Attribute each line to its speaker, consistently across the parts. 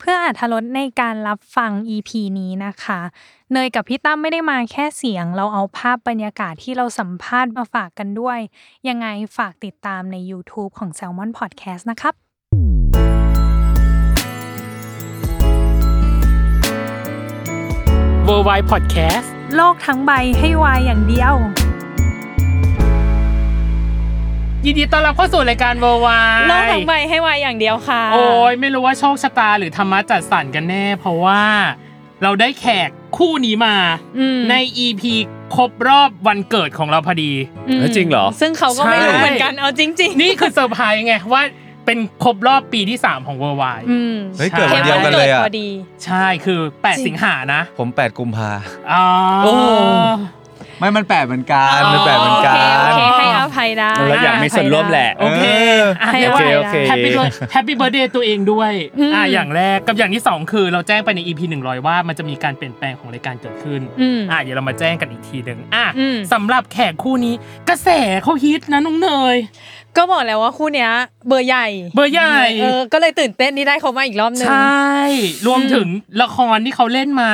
Speaker 1: เพื่ออาธรสในการรับฟัง EP นี้นะคะ เนยกับพี่ตั้มไม่ได้มาแค่เสียง เราเอาภาพบรรยากาศที่เราสัมภาษณ์มาฝากกันด้วย ยังไงฝากติดตามใน YouTube ของ Salmon Podcast นะครับ
Speaker 2: w o r l d w i d e Podcast
Speaker 1: โลกทั้งใบให้วายอย่างเดียว
Speaker 2: ยินดีต้อนรับเข้าสู่รายการ w o r l d w i d e
Speaker 3: โลกทั้งใบให้วายอย่างเดียวค่ะ
Speaker 2: โอ้ยไม่รู้ว่าโชคชะตาหรือธรรมะจัดสรรกันแน่ เพราะว่าเราได้แขกคู่นี้มา
Speaker 3: อืม
Speaker 2: ใน EP ครบรอบวันเกิดของเราพอดี
Speaker 3: ม
Speaker 4: เอ้ยจริงเหรอ
Speaker 3: ซึ่งเขาก็ไม่รู้
Speaker 2: ใช่
Speaker 3: เหมือนกันเอาจริงๆ
Speaker 2: นี่คือเซอร์ไพรส์ไงว่าเป็นครบรอบปีที่ 3 ของ w o r l d w i d e
Speaker 3: อืม
Speaker 4: เฮ้ยเกิดวันเดียวกันเลยอ่ะ
Speaker 3: ทปพอดี
Speaker 2: ใช่คือ 8 สิงหานะ
Speaker 4: ผม 8 กุมภา
Speaker 2: อ๋อ
Speaker 4: โอ้ ไม่มันแปดเหมือนกันมันแปดเหมือนกั
Speaker 3: โอเค โอน เค ให้อภัยได้
Speaker 4: แล้วอยากมีส่วนร่วมแหละ
Speaker 2: โอเค
Speaker 4: เออ
Speaker 3: ให้อภั
Speaker 4: โอเค
Speaker 3: ย
Speaker 4: โอเค
Speaker 3: ได้
Speaker 2: แฮปปี้เบิร์ดแฮปปี้เบิร์ดเดย์ตัวเองด้วย
Speaker 3: อืม
Speaker 2: อ่าอย่างแรกกับอย่างที่ 2 คือเราแจ้งไปใน EP 100 ว่ามันจะมีการเปลี่ยนแปลงของรายการเกิดขึ้น
Speaker 3: อืม
Speaker 2: อ่ะเดี๋ยวเรามาแจ้งกันอีกทีหนึ่งอ่ะ
Speaker 3: อืม
Speaker 2: สำหรับแขกคู่นี้กระแสเขาฮิตนะน้องเนย
Speaker 3: ก็บอกแล้วว่าคู่เนี้ย เบอร์ใหญ่
Speaker 2: เบอร์ใหญ่
Speaker 3: เออก็เลยตื่นเต้นที่ได้เขามาอีกรอบนึง
Speaker 2: ใช่ รวมถึงละครที่เขาเล่นมา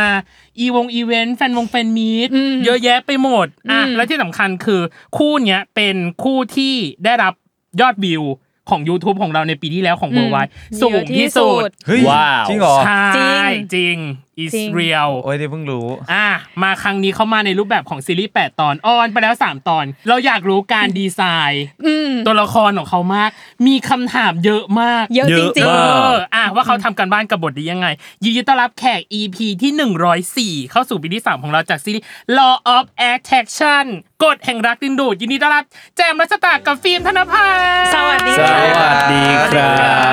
Speaker 2: อีวงอีเวนต์แฟนวงแฟนมีต
Speaker 3: อืม
Speaker 2: เยอะแยะไปหมดอ่ะ
Speaker 3: อืม
Speaker 2: แล้วที่สำคัญคือคู่เนี้ยเป็นคู่ที่ได้รับยอดวิวของ YouTube ของเราในปีที่แล้วของเบอร์ไวสูงที่สุด
Speaker 4: เฮ้ย
Speaker 3: ว้าว
Speaker 4: จริงเหรอ
Speaker 2: ใช่
Speaker 3: จริง
Speaker 2: จริงอิส
Speaker 3: จริง
Speaker 2: เรียล
Speaker 4: โอ้ยเดี๋ยวเพิ่งรู้
Speaker 2: อ่ะมาครั้งนี้เขามาในรูปแบบของซีรีส์ 8 ตอนออนไปแล้ว 3 ตอน เราอยากรู้การดีไซน์
Speaker 3: อืม
Speaker 2: ตัวละครของเขามาก มีคำถามเยอะมาก
Speaker 3: เยอะจริง
Speaker 2: เอ
Speaker 4: เยะมา
Speaker 2: อ
Speaker 4: ก
Speaker 2: อ่ะว่าเขาทำกันบ้านกับบทดียังไง ยินดีต้อนรับแขก EP ที่ 104 เข้าสู่ปีที่ 3 ของเราจากซีรีส์ Law of Attraction กฎแห่งรักดึงดูดยินดีต้อนรับ แจมรัชตากับฟิล์มธนภัทร
Speaker 3: ๆ สวัสดี
Speaker 4: ส
Speaker 3: ค่ะ
Speaker 4: วัสดีครั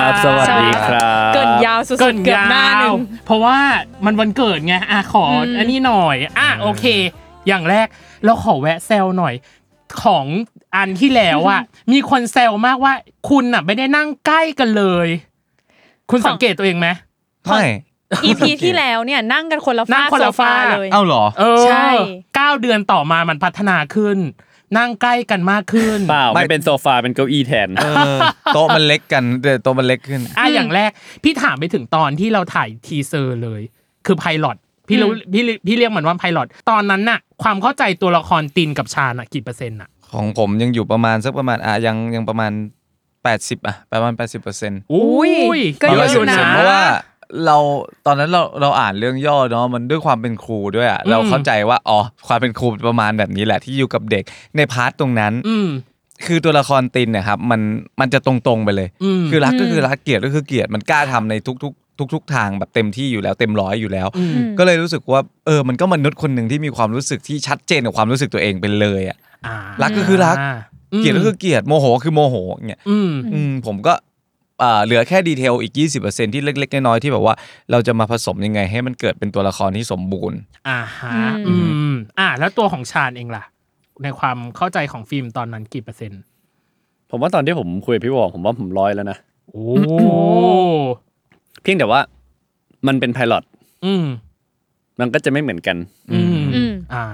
Speaker 4: บ สวัสดีครับ
Speaker 3: เกินยาวสุด
Speaker 2: เกิน
Speaker 3: ๆเกือบ
Speaker 2: ยา
Speaker 3: หน้าห
Speaker 2: ว
Speaker 3: นึ่ง
Speaker 2: เพราะว่ามันวันเกิดไงอ่ะขออ
Speaker 3: ม
Speaker 2: อันนี้หน่อยอ่ะโอเค อย่างแรกเราขอแวะแซวหน่อย ของอันที่แล้วอ่ะมีคนแซวมากว่า คุณอ่ะไม่ได้นั่งใกล้กันเลย คุณสังเกตตัวเองไหม
Speaker 4: ไม่
Speaker 3: EP ที่แล้วเนี่ยนั่งกันคนละ
Speaker 2: นั่
Speaker 3: ฟาง ก
Speaker 2: คน
Speaker 3: โซ
Speaker 2: ละ
Speaker 3: ฟา
Speaker 2: ฟาก
Speaker 3: เลย
Speaker 4: เอ้าเหรอ
Speaker 2: เออ
Speaker 3: ใช่
Speaker 2: เก้าเดือนต่อมามันพัฒนาขึ้น นั่งใกล้กันมากขึ้น
Speaker 5: เปล่า
Speaker 4: ไม่
Speaker 5: ไม่เป็นโซฟาเป็นเก้าอี้แทน
Speaker 4: เออโต๊ะมันเล็กกันเดี๋ยวโต๊ะมันเล็กขึ้น
Speaker 2: อ่ะอย่างแรก พี่ถามไปถึงตอนที่เราถ่ายทีเซอร์เลย คือไพลอตพี่รู้พี่พี่เรียกมันว่าไพลอตตอนนั้นน่ะ ความเข้าใจตัวละครตินกับชาญน่ะกี่เปอร์เซ็นต์น่ะ
Speaker 4: ของผมยังอยู่ประมาณสักประมาณอ่ะยังยังประมาณ 80 อ่ะ ประมาณ 80เปอร์เซ็นต์
Speaker 2: อุ้ย
Speaker 3: ก็เยอะ
Speaker 2: อยู่
Speaker 3: นะ
Speaker 2: นะ
Speaker 4: เพราะว่าเราตอนนั้นเราเราอ่านเรื่องย่อเนาะมันด้วยความเป็นครูด้วยอ่ะเราเข้าใจว่าอ๋อความเป็นครูประมาณแบบนี้แหละที่อยู่กับเด็กในพาร์ทตรงนั้น
Speaker 2: อืม
Speaker 4: คือตัวละครตินเนะครับมันมันจะตรงๆไปเลย
Speaker 2: อืม
Speaker 4: คือรักก็คือรักเกลียดก็คือเกลียดมันกล้าทำในทุกๆ ทุก ๆ ทางแบบเต็มที่อยู่แล้วเต็มร้อยอยู่แล้ว
Speaker 2: อืม
Speaker 4: ก็เลยรู้สึกว่าเออมันก็มนุษย์คนหนึ่งที่มีความรู้สึกที่ชัดเจนกับความรู้สึกตัวเองไปเลยอ่ะ
Speaker 2: อ่า
Speaker 4: รักก็คือรัก
Speaker 2: ม
Speaker 4: เกลียดก็คือเกลียดโมโหคือโมโหอย่างเงี้ย
Speaker 2: อืม
Speaker 4: อืมผมก็อ่าเหลือแค่ดีเทลอีก 20%ที่เล็ก ๆ น้อยๆที่แบบว่าเราจะมาผสมยังไงให้มันเกิดเป็นตัวละครที่สมบูรณ์
Speaker 2: อ่าฮะ
Speaker 3: อื
Speaker 2: อื
Speaker 3: ม
Speaker 2: มอ่าแล้วตัวของชาญเองล่ะ ในความเข้าใจของฟิล์มตอนนั้นกี่เปอร์เซ็นต์
Speaker 5: ผมว่าตอนที่ผมคุยกับพี่วอผมว่าผมร้อยแล้วนะ
Speaker 2: โอ้
Speaker 5: เพียงแต่ว่ามันเป็นไพลอต
Speaker 2: อืม
Speaker 5: มันก็จะไม่เหมือนกัน
Speaker 2: อืม
Speaker 3: อืม
Speaker 2: อ่า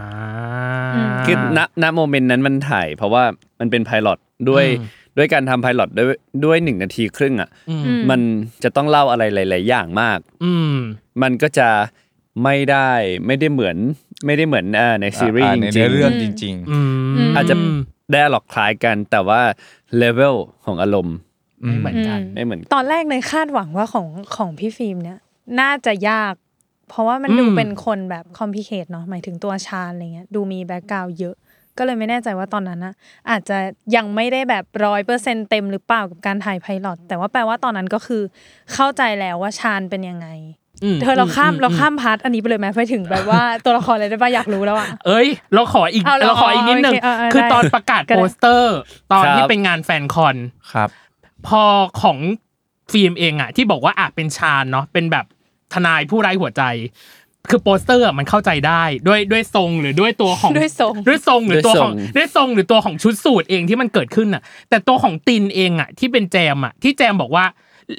Speaker 5: คือณณโมเมนต์นั้นมันถ่าย เพราะว่ามันเป็นไพลอตด้วย
Speaker 2: อืม
Speaker 5: ด้วยการทำไพลอตด้วยด้วยหนึ่งนาทีครึ่งอ่ะ
Speaker 2: อืม
Speaker 5: มันจะต้องเล่าอะไรหลาย ๆ อย่างมาก
Speaker 2: อืม
Speaker 5: มันก็จะไม่ได้ไม่ได้เหมือนไม่ได้เหมือนอ่าในซีรีส์
Speaker 4: อ่าใน
Speaker 5: จริ
Speaker 4: เนื้
Speaker 5: ง
Speaker 4: อเรื่องจริง
Speaker 2: อืม
Speaker 3: อืม
Speaker 5: ๆอาจจะ ได้หลอกคล้ายกัน แต่ว่าเลเวลของอารมณ์
Speaker 2: ไม่เหมือนกัน
Speaker 3: อืม
Speaker 5: ไม่เหมือนกัน
Speaker 3: ตอนแรกเลยคาดหวังว่าของของพี่ฟิล์มเนี่ย น่าจะยาก เพราะว่ามันดู
Speaker 2: อืม
Speaker 3: เป็นคนแบบคอมพิเคตเนาะหมายถึงตัวชาญอะไรเงี้ยดูมีแบ็กกราวเยอะ ก็เลยไม่แน่ใจว่าตอนนั้นนะอาจจะยังไม่ได้แบบร้อยเปอร์เซ็นเต็มหรือเปล่ากับการถ่ายไพลอตแต่ว่าแปลว่าตอนนั้นก็คือ เข้าใจแล้วว่าชาญเป็นยังไง
Speaker 2: ม
Speaker 3: เธอเราข้าม
Speaker 2: อื
Speaker 3: เราข้ามพาร์ทอันนี้ไปเลยไหมไปถึงแบบว่า ตัวละครอะไรได้บ้างอยากรู้แล้วอ่ะ
Speaker 2: เอ้ย เราขออีก
Speaker 3: เอาเหรอ
Speaker 2: เราขออีกนิดหนึ่ง
Speaker 3: โอเคเออเออ
Speaker 2: คือ
Speaker 3: ได้
Speaker 2: ตอนประกาศ
Speaker 3: ก็ได้
Speaker 2: โปสเตอร์ ตอน
Speaker 5: ครับ
Speaker 2: ที่เป็นงานแฟนคอน
Speaker 4: ครับ
Speaker 2: พอของฟิล์มเองอะที่บอกว่าอาจเป็นชาญเนาะเป็นแบบทนายผู้ไร้หัวใจ คือโปสเตอร์อะมันเข้าใจได้ด้วยด้วยทรงหรือด้วยตัวของ
Speaker 3: ด้วยทรง
Speaker 2: ด้วยทรงหรือ
Speaker 5: ด้วย
Speaker 2: ตัว
Speaker 5: ท
Speaker 2: ข
Speaker 5: ร
Speaker 2: อง
Speaker 5: ง
Speaker 2: ด้วยทรงหรือตัวของชุดสูตรเองที่มันเกิดขึ้นน่ะ แต่ตัวของตินเองอ่ะที่เป็นแจมอ่ะที่แจมบอกว่า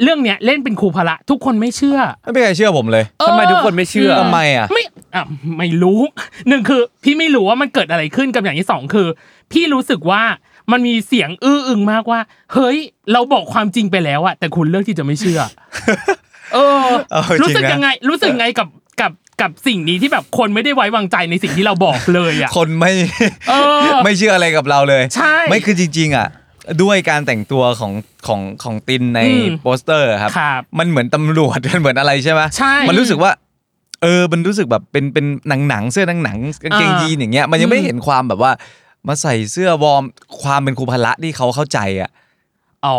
Speaker 2: เรื่องเนี้ยเล่นเป็นครูพละทุกคนไม่เชื่อ
Speaker 4: ไม่มีใครเชื่อผมเลย
Speaker 2: เออ
Speaker 5: ทำไมทุกคนไม่เชื่อ
Speaker 4: ทำไมอ่ะ
Speaker 2: ไม่อ่ะไม่รู้ หนึ่งคือพี่ไม่รู้ว่ามันเกิดอะไรขึ้นกับอย่างที่สองคือ พี่รู้สึกว่ามันมีเสียงอื้ออึงมากว่า เฮ้ย เราบอกความจริงไปแล้วอะแต่คุณเลือกที่จะไม่เชื่อ เออ
Speaker 4: เออจริ
Speaker 2: รู้
Speaker 4: งนะ
Speaker 2: สึกยังไง รู้สึกไงกับกับกับสิ่งนี้ที่แบบคนไม่ได้ไว้วางใจในสิ่งที่เราบอกเลยอะ
Speaker 4: คน ไม่
Speaker 2: เออ
Speaker 4: ไม่เชื่ออะไรกับเราเลย
Speaker 2: ใช่
Speaker 4: ไม่คือจริงๆอ่ะ ด้วยการแต่งตัวของของของตินใน
Speaker 2: อืม
Speaker 4: โปสเตอร์ครับ
Speaker 2: ครับ
Speaker 4: มันเหมือนตำรวจ มันเหมือนอะไรใช่ไหม
Speaker 2: ใช่
Speaker 4: มันรู้สึกว่า เออ มันรู้สึกแบบเป็นเป็นหนังหนังๆเสื้อหนังหนังๆกางเกง
Speaker 2: อ่ายี
Speaker 4: ยีนอย่างเงี้ย มันยังไม่
Speaker 2: อืม
Speaker 4: เห็นความแบบว่า มาใส่เสื้อวอร์มความเป็นครูพละที่เขาเข้าใจอ่ะ
Speaker 2: อ๋อ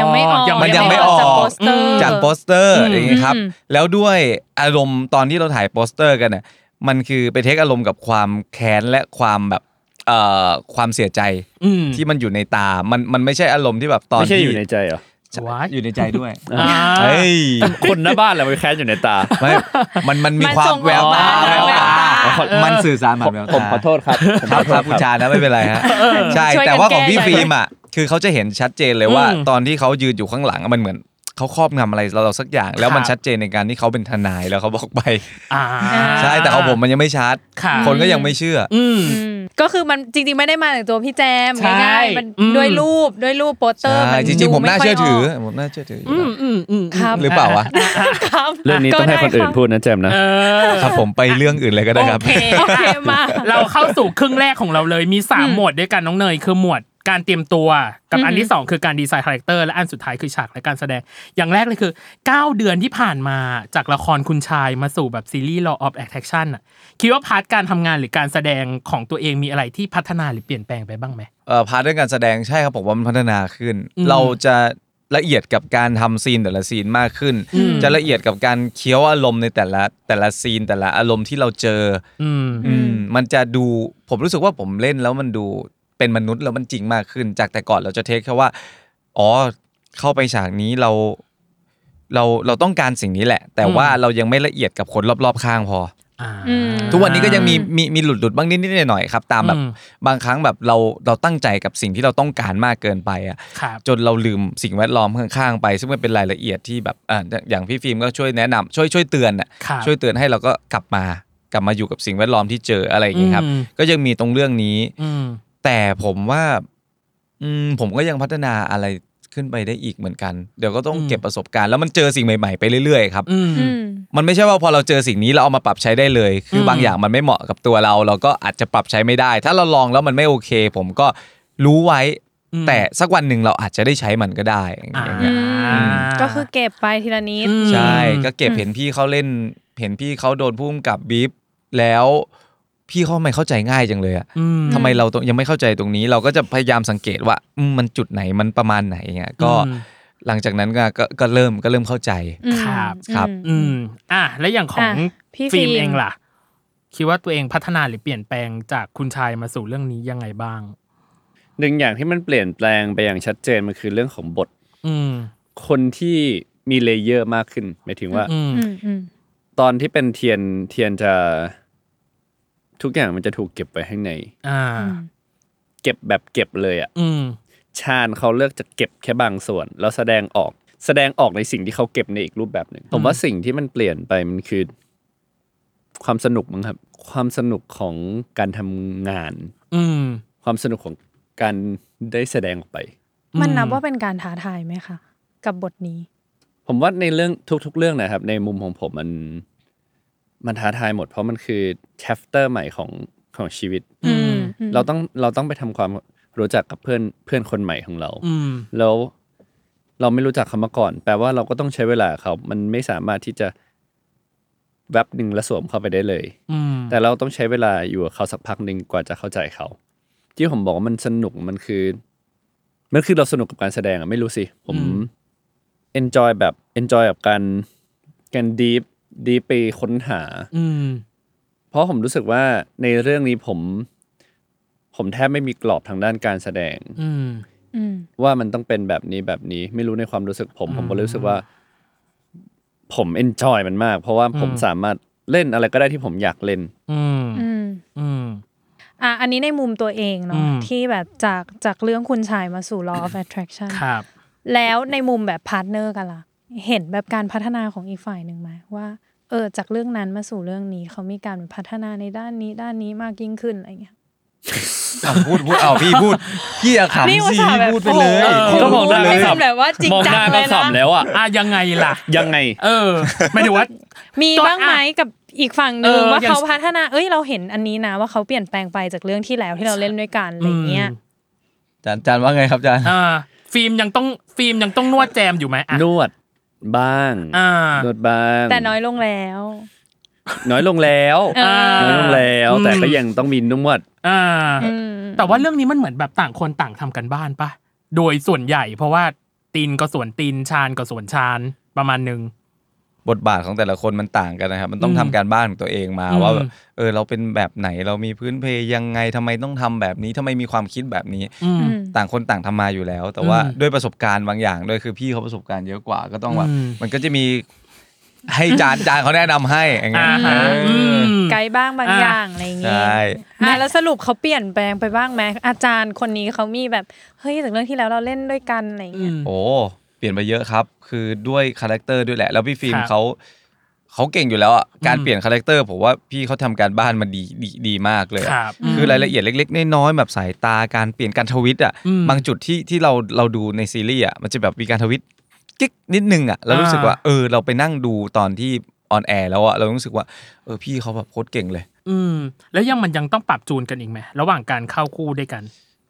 Speaker 3: ยังไม่ออก
Speaker 4: มันยังไม่ออก
Speaker 3: จากโปสเตอร์
Speaker 4: จากโปสเตอร์
Speaker 2: อืม
Speaker 4: อย่างเงี้ยครับ
Speaker 3: อืม
Speaker 4: แล้วด้วยอารมณ์ตอนที่เราถ่ายโปสเตอร์กันเนี่ยมันคือไปเทคอารมณ์กับความแค้นและความแบบเอ่อความเสียใจ
Speaker 2: อืม
Speaker 4: ที่มันอยู่ในตา มัน มันไม่ใช่อารมณ์ที่แบบตอน
Speaker 5: ไม่ใช่
Speaker 4: ที่
Speaker 5: อยู่ในใจเหรอ
Speaker 4: ใช่
Speaker 2: What?
Speaker 4: อยู่ในใจด้วย
Speaker 5: อ่า
Speaker 4: เฮ้ย
Speaker 5: คนหน้าบ้านแหละไปแค้นอยู่ในตา
Speaker 4: ไม่ มัน มันมี
Speaker 3: มัน
Speaker 4: ควา
Speaker 3: ส่
Speaker 4: ม
Speaker 3: งออก
Speaker 4: แววตา
Speaker 3: มา
Speaker 4: แววตา
Speaker 3: แววตา
Speaker 4: มันสื่อสารผ่านแววตา
Speaker 5: ผมขอโทษครับผม
Speaker 4: ค
Speaker 5: ข
Speaker 4: รับ
Speaker 5: อโท
Speaker 4: ครั
Speaker 5: ษ
Speaker 4: บผู้ชายนะไม่เป็นไรฮะ ใช่
Speaker 3: ช่วยกัน
Speaker 4: แต่ว่าของพี่
Speaker 3: แก้หน่อย
Speaker 4: ฟิล์มอ่ะ คือเขาจะเห็นชัดเจนเลยว่า
Speaker 2: อืม
Speaker 4: ตอนที่เขายืนอยู่ข้างหลังอะมันเหมือนเขาครอบงำอะไรเราสักอย่าง แล้วมัน
Speaker 2: ครับ
Speaker 4: ชัดเจนในการที่เขาเป็นทนายแล้วเขาบอกไป
Speaker 2: อ่า
Speaker 4: ใช่ แต่ของผมมันยังไม่ชัด
Speaker 2: ค่ะ
Speaker 4: คนก็ยังไม่เชื่ออ
Speaker 2: อืม
Speaker 3: อืมก็คือมันจริงๆไม่ได้มาจากตัวพี่แจม
Speaker 2: ใช่
Speaker 3: ง่ายๆมัน
Speaker 2: อืม
Speaker 3: ด้วยรูปด้วยรูปโปสเตอ
Speaker 4: ใช่
Speaker 3: ร์น
Speaker 4: จริง ๆ ผมน่า
Speaker 3: ดู
Speaker 4: เชื่อ
Speaker 3: ค่ย
Speaker 4: ถือ
Speaker 3: ก
Speaker 4: ผมน่าเชื่อถืออ
Speaker 2: อืมอืมอืม
Speaker 3: ครับ
Speaker 4: หรือเปล่าวะ
Speaker 3: ครับ
Speaker 5: เรื่องนี้ต้องให้คนอื่นพูดนะแจมนะ
Speaker 2: เออ
Speaker 4: ครับผมไปเรื่องอื่นเลยก็ได้ครับ
Speaker 2: โอเค
Speaker 3: โอเคมา
Speaker 2: เราเข้าสู่ครึ่งแรกของเราเลยมี
Speaker 3: อื
Speaker 2: 3
Speaker 3: ม
Speaker 2: หมวดด้วยกันน้องเนยคือหมวดการเตรียมตัวกับ
Speaker 3: อือหืออั
Speaker 2: อันที่ 2 คือการดีไซน์คาแรคเตอร์และอันสุดท้ายคือฉากและการแสดง อย่างแรกเลยคือ 9 เดือนที่ผ่านมาจากละครคุณชายมาสู่แบบซีรีส์ Law of Attraction อะคิดว่าพาร์ทการทำงานหรือการแสดงของตัวเองมีอะไรที่พัฒนาหรือเปลี่ยนแปลงไปบ้างไหม
Speaker 4: เอ่อพาร์ทเรื่องการแสดงใช่ครับผมว่ามันพัฒนาขึ้น
Speaker 2: อืม
Speaker 4: เราจะละเอียดกับการทำซีนแต่ละซีนมากขึ้น
Speaker 2: อืม
Speaker 4: จะละเอียดกับการเคี้ยวอารมณ์ในแต่ละแต่ละซีนแต่ละอารมณ์ที่เราเจอ
Speaker 2: อืม
Speaker 4: อ
Speaker 3: ม
Speaker 4: มันจะดูผมรู้สึกว่าผมเล่นแล้วมันดูเป็นมนุษย์แล้วมันจริงมากขึ้น จากแต่ก่อนเราจะเทคแค่ว่าอ๋อเข้าไปฉากนี้เรา เราเราต้องการสิ่งนี้แหละ แต่
Speaker 2: อืม
Speaker 4: ว่าเรายังไม่ละเอียดกับคนรอบ ๆ ข้างพอ
Speaker 2: อ่า
Speaker 3: อืม
Speaker 4: ทุกวันนี้ก็ยังมีมีมีหลุดหลุดๆบ้างนิดนิดๆหน่อยๆครับตามแบบ
Speaker 2: อืม
Speaker 4: บางครั้งแบบเราเราตั้งใจกับสิ่งที่เราต้องการมากเกินไปอ่ะ
Speaker 2: ครับ
Speaker 4: จนเราลืมสิ่งแวดล้อมข้างๆไป ซึ่งมันเป็นรายละเอียดที่แบบอ่าอย่างพี่ฟิล์มก็ช่วยแนะนำช่วยช่วยเตือนอ่ะ
Speaker 2: ครับ
Speaker 4: ช่วยเตือนให้เราก็กลับมากลับมาอยู่กับสิ่งแวดล้อมที่เจออะไรอย่างเงี้ยครับ
Speaker 2: อืม
Speaker 4: ก็ยังมีตรงเรื่องนี้
Speaker 2: อืม
Speaker 4: แต่ผมว่าอืมผมก็ยังพัฒนาอะไรขึ้นไปได้อีกเหมือนกัน เดี๋ยวก็ต้อง
Speaker 2: อืม
Speaker 4: เก็บประสบการณ์แล้วมันเจอสิ่งใหม่ๆไปเรื่อยๆครับ
Speaker 2: อืม
Speaker 3: อืม
Speaker 4: มันไม่ใช่ว่าพอเราเจอสิ่งนี้เราเอามาปรับใช้ได้เลย คืออ
Speaker 2: ม
Speaker 4: บางอย่างมันไม่เหมาะกับตัวเรา เราก็อาจจะปรับใช้ไม่ได้ ถ้าเราลองแล้วมันไม่โอเค ผมก็รู้ไว้ แต่สักวันหนึ่งเราอาจจะได้ใช้มันก็ได้อย่าง
Speaker 2: อ่า
Speaker 4: เงี้ย
Speaker 3: ก็คือเก็บไปทีละนิด
Speaker 4: ใช่ก็เก็บเห็นพี่เขาเล่น เห็นพี่เขาโดนพุ่มกับบีบแล้วพี่เขาทำไม่เข้าใจง่ายจังเลยอะ
Speaker 2: อืม
Speaker 4: ทำไมเราต้องยังไม่เข้าใจตรงนี้ เราก็จะพยายามสังเกตว่าอืมมันจุดไหนมันประมาณไหนเงี้ยก็
Speaker 2: อืม
Speaker 4: หลังจากนั้นก็ก็ก็เริ่มก็เริ่มเข้าใจ
Speaker 2: ครับ
Speaker 4: ครับ
Speaker 2: อืม อ่ะ แล้วอย่างของ
Speaker 3: อ่ะพี่
Speaker 2: ฟิล์ม
Speaker 3: ฟิล์ม
Speaker 2: เองล่ะ คิดว่าตัวเองพัฒนาหรือเปลี่ยนแปลงจากคุณชายมาสู่เรื่องนี้ยังไงบ้าง
Speaker 5: หนึ่งอย่างที่มันเปลี่ยนแปลงไปอย่างชัดเจนมันคือเรื่องของบท
Speaker 2: อืม
Speaker 5: คนที่มีเลเยอร์มากขึ้นหมายถึงว่า
Speaker 2: อืม
Speaker 3: อืมอืม
Speaker 5: ตอนที่เป็นเทียนเทียนจะ ทุกอย่างมันจะถูกเก็บไว้ข้างใน
Speaker 2: อ่า
Speaker 5: เก็บแบบเก็บเลยอ่ะ
Speaker 2: อืม
Speaker 5: ชาญเขาเลือกจะเก็บแค่บางส่วน แล้วแสดงออกแสดงออกในสิ่งที่เขาเก็บในอีกรูปแบบหนึ่งผมว่าสิ่งที่มันเปลี่ยนไปมันคือ ความสนุกมั้งครับ ความสนุกของการทำงาน
Speaker 2: อืม
Speaker 5: ความสนุกของการได้แสดงออกไป
Speaker 3: มันนับว่าเป็นการท้าทายไหมคะ กับบทนี้
Speaker 5: ผมว่าในเรื่องทุก ๆ เรื่องนะครับ ในมุมของผมมันมันท้าทายหมด เพราะมันคือ chapter ใหม่ของของชีวิต
Speaker 3: อืม
Speaker 5: เราต้องเราต้องไปทำความ รู้จักกับเพื่อนเพื่อนคนใหม่ของเรา
Speaker 2: อืม
Speaker 5: แล้วเราไม่รู้จักเขามาก่อน แปลว่าเราก็ต้องใช้เวลากับเขา มันไม่สามารถที่จะแวบหนึ่งแล้วสวมเข้าไปได้เลย
Speaker 2: อืม
Speaker 5: แต่เราต้องใช้เวลาอยู่กับเขาสักพักหนึ่งกว่าจะเข้าใจเขา ที่ผมบอกว่ามันสนุกมันคือ มันคือเราสนุกกับการแสดงอะไม่รู้สิ ผม
Speaker 2: อืม
Speaker 5: enjoy แบบ enjoy กับการการดีฟดีไปค้นหา
Speaker 2: อืม
Speaker 5: เพราะผมรู้สึกว่าในเรื่องนี้ผม ผมแทบไม่มีกรอบทางด้านการแสดง
Speaker 2: อืม
Speaker 3: อืม
Speaker 5: ว่ามันต้องเป็นแบบนี้แบบนี้ไม่รู้ในความรู้สึกผม ผมก็รู้สึกว่า ผมเอนจอยมันมาก เพราะว่าผม
Speaker 2: อืม
Speaker 5: สามารถเล่นอะไรก็ได้ที่ผมอยากเล่น
Speaker 2: อืม
Speaker 3: อืม
Speaker 2: อืม
Speaker 3: อ่ะอันนี้ในมุมตัวเอง
Speaker 2: อื
Speaker 3: เนาะ
Speaker 2: ม
Speaker 3: ที่แบบจากจากเรื่องคุณชายมาสู่ law of attraction
Speaker 2: ครับ
Speaker 3: แล้วในมุมแบบพาร์ทเนอร์กันล่ะ เห็นแบบการพัฒนาของอีกฝ่ายหนึ่งไหมว่าเออจากเรื่องนั้นมาสู่เรื่องนี้เขามีการพัฒนาในด้านนี้ด้านนี้มากยิ่งขึ้นอะไรเงี้ย
Speaker 4: อ่ะพูดพูดเอาพี่พูดพี่อย่าขำสิ
Speaker 3: นี่อุต
Speaker 4: พี่
Speaker 3: ส่าห์แบบ
Speaker 4: พูดไปเลย
Speaker 3: โอ้โห
Speaker 5: ก็มองหน้าก็
Speaker 3: ไม่
Speaker 5: ขำ
Speaker 3: ทำแบบว่าจริง
Speaker 5: มองหน้า
Speaker 3: จัง
Speaker 5: ก็
Speaker 3: เลยนะ
Speaker 5: ขำแล้วอ่ะ
Speaker 2: อ่ะยังไงล่ะ
Speaker 5: ยังไง
Speaker 2: เออหมายถึงว่า
Speaker 3: มี
Speaker 2: ก็
Speaker 3: บ้างไหม
Speaker 2: อ่ะ
Speaker 3: กับอีกฝั่งหนึ่ง
Speaker 2: เออ
Speaker 3: ว่า
Speaker 2: อย่าง
Speaker 3: เขาพัฒนาเอ้ยเราเห็นอันนี้นะว่าเขาเปลี่ยนแปลงไปจากเรื่องที่แล้วที่เราเล่นด้วยกันอะไรเงี้ย
Speaker 4: จานจานว่าไงครับจาน
Speaker 2: อ่า ฟิล์มยังต้องฟิล์มยังต้องนวดแจมอยู่ไหมอ่ะ
Speaker 5: นวดบ้าง
Speaker 2: อ่า
Speaker 5: นวดบ้าง
Speaker 3: แต่น้อยลงแล้ว
Speaker 5: น้อยลงแล้ว
Speaker 3: เออ
Speaker 5: น้อยลงแล้ว
Speaker 2: อืม
Speaker 5: แต่ก็ยังต้องมีนวด
Speaker 2: อ่า
Speaker 3: อืม
Speaker 2: แต่ว่าเรื่องนี้มันเหมือนแบบต่างคนต่างทำกันบ้านปะโดยส่วนใหญ่เพราะว่าตีนก็ส่วนตีนชานก็ส่วนชานประมาณหนึ่ง
Speaker 4: บทบาทของแต่ละคนมันต่างกันนะครับ มันต้อง
Speaker 2: อืม
Speaker 4: ทำการบ้านของตัวเองมา
Speaker 2: อืม
Speaker 4: ว่าแบบเออเราเป็นแบบไหนเรามีพื้นเพยังไงทำไมต้องทำแบบนี้ทำไมมีความคิดแบบนี้
Speaker 2: อืม
Speaker 3: อืม
Speaker 4: ต่างคนต่างทำมาอยู่แล้ว แต่ว่า
Speaker 2: อืม
Speaker 4: ด้วยประสบการณ์บางอย่างด้วยคือพี่เขาประสบการณ์เยอะกว่าก็ต้องแบบ
Speaker 2: อืม
Speaker 4: มันก็จะมีให้จานจานเขาแนะนำให้อย่างเงี้
Speaker 2: อ่าย ฮะ
Speaker 4: เอ
Speaker 2: อื
Speaker 4: อ
Speaker 2: ม
Speaker 3: ไกลบ้างบาง
Speaker 2: อ่ะ
Speaker 3: อย่างอะไรอย่างเงี้ย
Speaker 4: ใช่
Speaker 3: อ่ะแล้วสรุปเขาเปลี่ยนแปลงไปบ้างไหมอาจารย์คนนี้เขามีแบบ เฮ้ยจากเรื่องที่แล้วเราเล่นด้วยกันอะไรอย่าง
Speaker 2: อื
Speaker 3: เงี้ย
Speaker 2: ม
Speaker 4: โอ้เปลี่ยนไปเยอะครับ คือด้วยคาแรคเตอร์ด้วยแหละ แล้วพี่ฟิล์ม
Speaker 2: ครับ
Speaker 4: เขาเขาเก่งอยู่แล้วอ่ะการ
Speaker 2: อืม
Speaker 4: เปลี่ยนคาแรคเตอร์ผมว่าพี่เขาทำการบ้านมาดีดีดีมากเลย
Speaker 2: ค
Speaker 4: อะ
Speaker 2: รับ
Speaker 4: คือรายละเอียดเล็ก ๆ น้อยๆแบบสายตาการเปลี่ยนการทวิตอ่ะ
Speaker 2: อืม
Speaker 4: บางจุดที่ที่เราเราดูในซีรีส์อ่ะมันจะแบบมีการทวิตกิ๊กนิดนึงอ่ะเรารู้สึกว่า
Speaker 2: อ่า
Speaker 4: เออเราไปนั่งดูตอนที่ออนแอร์แล้วอ่ะเรารู้สึกว่าเออพี่เขาแบบโคตรเก่งเลย
Speaker 2: อืม แล้วยังมันยังต้องปรับจูนกันอีกไหมระหว่างการเข้าคู่ด้วยกัน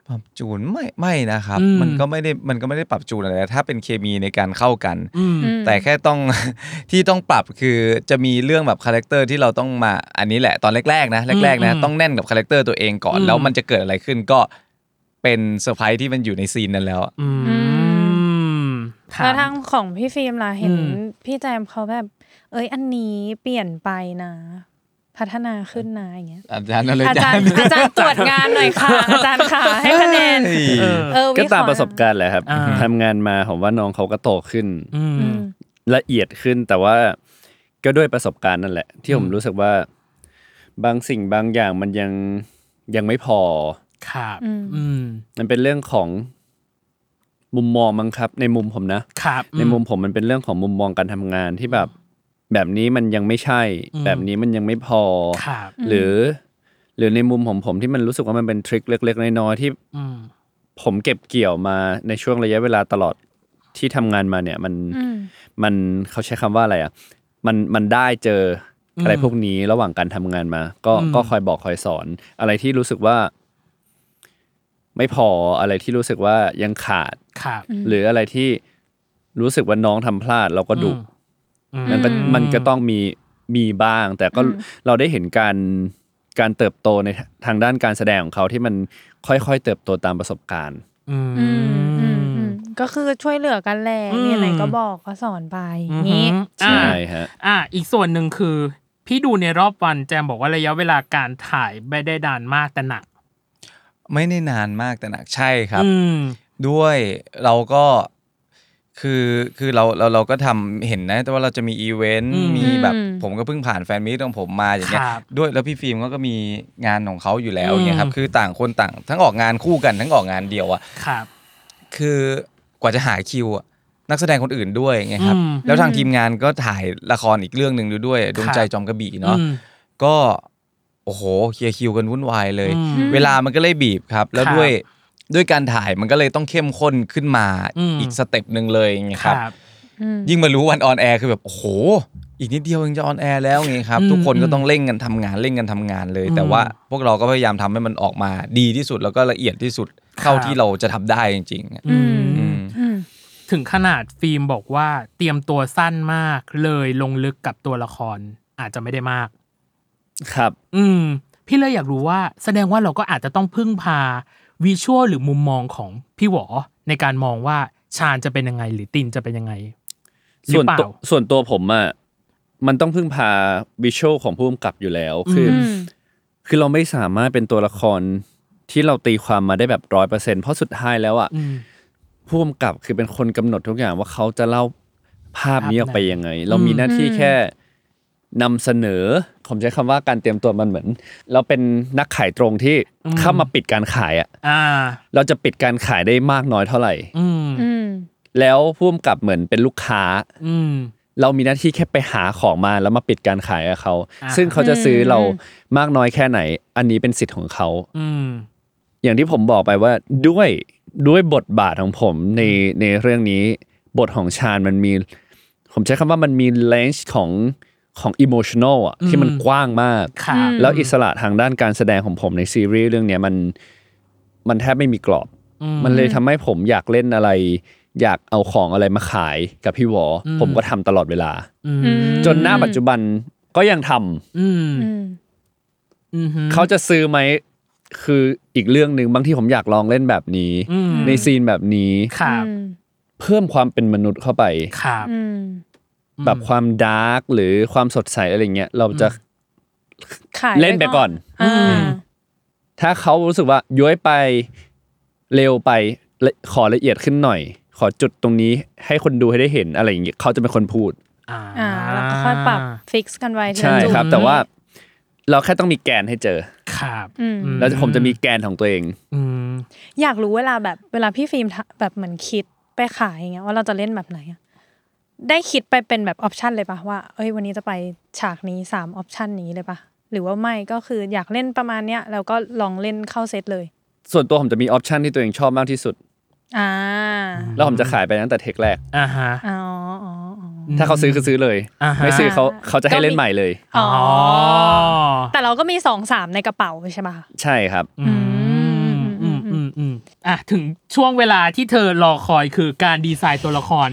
Speaker 4: ปรับจูนไม่ไม่นะครับ
Speaker 2: อืม
Speaker 4: มันก็ไม่ได้มันก็ไม่ได้ปรับจูนอะไรถ้าเป็นเคมีในการเข้ากัน
Speaker 2: อืม
Speaker 3: อืม
Speaker 4: แต่แค่ต้อง ที่ต้องปรับคือจะมีเรื่องแบบคาแรคเตอร์ที่เราต้องมาอันนี้แหละตอนแรกๆนะแรกๆนะ
Speaker 2: อืม
Speaker 4: ต้องแน่นกับคาแรคเตอร์ตัวเองก่อน
Speaker 2: อืม
Speaker 4: แล้วมันจะเกิดอะไรขึ้นก็เป็นเซอร์ไพรส์ที่มันอยู่ในซีนนั้นแล้วอะ
Speaker 2: อืมถาม
Speaker 3: แล้วทางของพี่ฟิล์มล่ะเห็น
Speaker 2: อืม
Speaker 3: พี่แจมเขาแบบ เอ้ยอันนี้เปลี่ยนไปนะ พัฒนาขึ้นนะอย่างเงี้ย
Speaker 4: อาจารย์นั่นเลย
Speaker 3: อาจารย์อาจารย์ตรวจงานหน่อยค่ะ อาจารย์ค่ะให้คะแนน
Speaker 4: เฮ้ย
Speaker 2: เออ
Speaker 3: เออ
Speaker 5: ก็
Speaker 3: วิเค
Speaker 5: ตาม
Speaker 3: ราะห์
Speaker 5: ประสบการณ์แหละครับ
Speaker 2: อ่า
Speaker 5: ทำงานมาผมว่าน้องเขาก็โตขึ้น
Speaker 2: อืม
Speaker 3: อืม
Speaker 5: ละเอียดขึ้นแต่ว่าก็ด้วยประสบการณ์นั่นแหละ ที่ผมรู้สึกว่า บางสิ่งบางอย่างมันยังยังไม่พอ
Speaker 2: ครับ อืม
Speaker 5: มันเป็นเรื่องของมุมมองมั้งครับ ในมุมผมนะ
Speaker 2: ครับ
Speaker 5: ในมุมผมมันเป็นเรื่องของมุมมองการทำงานที่แบบ แบบนี้มันยังไม่ใช่
Speaker 2: อืม
Speaker 5: แบบนี้มันยังไม่พอ
Speaker 2: ครับ
Speaker 5: หรือหรือในมุมของผมที่มันรู้สึกว่ามันเป็นทริคเล็กๆน้อยๆที่
Speaker 2: อืม
Speaker 5: ผมเก็บเกี่ยวมาในช่วงระยะเวลาตลอดที่ทำงานมาเนี่ยมันมันเขาใช้คำว่าอะไรอ่ะมันมันได้เจอ
Speaker 2: อืม
Speaker 5: อะไรพวกนี้ระหว่างการทำงานมา ก็
Speaker 2: อืม
Speaker 5: ก็คอยบอกคอยสอน อะไรที่รู้สึกว่า ไม่พออะไรที่รู้สึกว่ายังขาด
Speaker 2: ครับ
Speaker 5: หรืออะไรที่รู้สึกว่าน้องทำพลาด เราก็ดุ
Speaker 2: อืม อื
Speaker 5: มันก็มันก็ต้องมีมีบ้าง แต่ก็เราได้เห็นการการเติบโตในทางด้านการแสดงของเขาที่มันค่อยๆเติบโตตามประสบการณ์
Speaker 2: อืม
Speaker 3: อืมอืมอืมก็คือช่วยเหลือกันแหละ
Speaker 2: อืม
Speaker 3: มีอะไรก็บอกก็สอนไปอย่างงี้
Speaker 2: ใช่
Speaker 5: ใช่ฮะ
Speaker 2: อ่า อีกส่วนหนึ่งคือ พี่ดูในรอบวันแจมบอกว่าระยะเวลาการถ่ายไม่ได้ดานมากแต่หนัก
Speaker 4: ไม่ได้นานมากแต่หนักใช่ครับ
Speaker 2: อืม
Speaker 4: ด้วยเราก็คือคือเราเราเราก็ทำเห็นนะแต่ว่าเราจะมีอีเวนต์
Speaker 2: อืม
Speaker 4: มีแบบ
Speaker 3: อืม
Speaker 4: ผมก็เพิ่งผ่านแฟนมิตของผมมาอย่างเงี้ย
Speaker 2: ครับ
Speaker 4: ด้วยแล้วพี่ฟิล์มเขาก็มีงานของเขาอยู่แล้วอย่างเงี้ยครั
Speaker 2: อื
Speaker 4: บ
Speaker 2: ม
Speaker 4: คือต่างคนต่าง ทั้งออกงานคู่กันทั้งออกงานเดียวอะ
Speaker 2: ครับ
Speaker 4: คือกว่าจะหาคิวอะนักแสดงคนอื่นด้วยอย่างเงี้ยครับ
Speaker 2: อืม
Speaker 4: แล้วทางทีมงานก็ถ่ายละครอีกเรื่องหนึ่งด้วยดวงใจจอมกระบี่เนาะ
Speaker 2: อืม
Speaker 4: ก็โอ้โหเคลียร์คิวกันวุ่นวายเลย
Speaker 2: อืม
Speaker 4: เวลามันก็เลยบีบครับ แล้ว
Speaker 2: ครับ
Speaker 4: ด้วยด้วยการถ่ายมันก็เลยต้องเข้มข้นขึ้นมา
Speaker 2: อืม
Speaker 4: อีกสเต็ปหนึ่งเลยไงยครับ
Speaker 3: อืม
Speaker 4: ยิ่งมารู้วันออนแอร์คือแบบโอ้โห อีกนิดเดียวเองจะออนแอร์แล้วไงครับ
Speaker 2: อืม
Speaker 4: ทุกคนก็ต้องเร่งกันทำงานเร่งกันทำงานเลย
Speaker 2: อืม
Speaker 4: แต่ว่าพวกเราก็พยายามทำให้มันออกมาดีที่สุดแล้วก็ละเอียดที่สุด เท่า
Speaker 2: ครับ
Speaker 4: ที่เราจะทำได้จริงๆอะ
Speaker 3: อืม
Speaker 4: อืม
Speaker 3: อืม
Speaker 2: ถึงขนาดฟิล์มบอกว่าเตรียมตัวสั้นมากเลยลงลึกกับตัวละครอาจจะไม่ได้มาก
Speaker 5: ครับ
Speaker 2: อืม พี่เลยอยากรู้ว่าแสดงว่าเราก็อาจจะต้องพึ่งพาวิชวลหรือมุมมองของพี่หวอในการมองว่าชาญจะเป็นยังไง หรือตินจะเป็นยังไงหรื
Speaker 5: ส่ว
Speaker 2: อน เปล่า
Speaker 5: ตัวส่วนตัวผมอ่ะมันต้องพึ่งพาวิชวลของผู้กำกับอยู่แล้วคืออ
Speaker 3: ม
Speaker 5: คือเราไม่สามารถเป็นตัวละครที่เราตีความมาได้แบบร้อยเปอร์เซ็นเพราะสุดท้ายแล้วอ่ะ
Speaker 2: อืม
Speaker 5: ผู้กำกับคือเป็นคนกำหนดทุกอย่างว่าเขาจะเล่าภาพนี้ออกไปยังไง เรามีหน้าที่แค่นำเสนอ ผมใช้คำว่าการเตรียมตัวมันเหมือน เราเป็นนักขายตรงที่
Speaker 2: อืม
Speaker 5: เข้ามาปิดการขายอ่ะ
Speaker 2: อ่า
Speaker 5: เราจะปิดการขายได้มากน้อยเท่าไหร่
Speaker 2: อืม
Speaker 3: อืม
Speaker 5: แล้วผู้กำกับเหมือนเป็นลูกค้า
Speaker 2: อืม
Speaker 5: เรามีหน้าที่แค่ไปหาของมาแล้วมาปิดการขายกับเขา
Speaker 2: อ่า
Speaker 5: ซึ่งเขาจะซื้ออ
Speaker 3: ม
Speaker 5: เรามากน้อยแค่ไหน อันนี้เป็นสิทธิ์ของเขา
Speaker 2: อืม
Speaker 5: อย่างที่ผมบอกไปว่าด้วยด้วยบทบาทของผมในในเรื่องนี้ บทของชาญมันมี ผมใช้คำว่ามันมีเลนส์ของของอิโมชันอลอ่ะที่มันกว้างมาก
Speaker 2: ค่ะ
Speaker 5: แล้วอิสระทางด้านการแสดงของผมในซีรีส์เรื่องเนี้ยมันมันแทบไม่มีกรอบ
Speaker 2: อืม
Speaker 5: มันเลยทำให้ผมอยากเล่นอะไร อยากเอาของอะไรมาขายกับพี่หวออผมก็ทำตลอดเวลา
Speaker 2: อืม
Speaker 5: จนหน้าปัจจุบันก็ยังทำ
Speaker 2: อืม
Speaker 3: อืม
Speaker 2: อืม
Speaker 5: เขาจะซื้อไหมคืออีกเรื่องหนึ่งบางที่ผมอยากลองเล่นแบบนี้
Speaker 2: อืม
Speaker 5: ในซีนแบบนี้
Speaker 2: ครับ
Speaker 5: เพิ่มความเป็นมนุษย์เข้าไป
Speaker 2: ครับ
Speaker 3: อืม
Speaker 5: แบบความดาร์กหรือความสดใสอะไรเงี้ยเราจะ
Speaker 3: ขาย
Speaker 5: เล่นไปก่อน
Speaker 3: อ่า
Speaker 5: ถ้าเขารู้สึกว่าย้อยไปเร็วไปละขอละเอียดขึ้นหน่อย ขอจุดตรงนี้ให้คนดูให้ได้เห็นอะไรอย่างเงี้ยเขาจะเป็นคนพูด
Speaker 2: อ่า
Speaker 3: อ่าแล้วก็ค่อยปรับฟิกซ์กันไว้ทีละ
Speaker 5: ใช่
Speaker 3: จุด
Speaker 5: ครับ แต่ว่าเราแค่ต้องมีแกนให้เจอ
Speaker 2: ครับ
Speaker 3: อืม
Speaker 2: อื
Speaker 5: แล้วผมจะมีแกนของตัวเอง
Speaker 2: อืม
Speaker 3: อยากรู้เวลาแบบเวลาพี่ฟิล์มทะแบบเหมือนคิดไปขายอย่างเงี้ยว่าเราจะเล่นแบบไหนอะได้คิดไปเป็นแบบออปชันเลยปะว่าเอ้ยวันนี้จะไปฉากนี้สามออปชันนี้เลยปะหรือว่าไม่ก็คืออยากเล่นประมาณเนี้ยแล้วก็ลองเล่นเข้าเซตเลย
Speaker 5: ส่วนตัวผมจะมีออปชันที่ตัวเองชอบมากที่สุด
Speaker 3: อ่า
Speaker 5: แล้วผมจะขายไปตั้งแต่เทคแรก
Speaker 2: อ่าฮะ
Speaker 3: อ๋ออ๋ออ๋อ
Speaker 5: ถ้าเขาซื้อคือซื้อเลย
Speaker 2: อ่าฮะ
Speaker 5: ไม่ซื้อเขา
Speaker 3: อ่า
Speaker 5: เขาจะให้เล่นใหม่เลย
Speaker 3: อ๋อ
Speaker 2: อ๋อ
Speaker 3: แต่เราก็มีสองสามในกระเป๋าใช่ปะ
Speaker 5: ใช่ครับ
Speaker 2: อืมอืมอืมอืมอ่ะถึงช่วงเวลาที่เธอรอคอยคือการดีไซน์ตัวละคร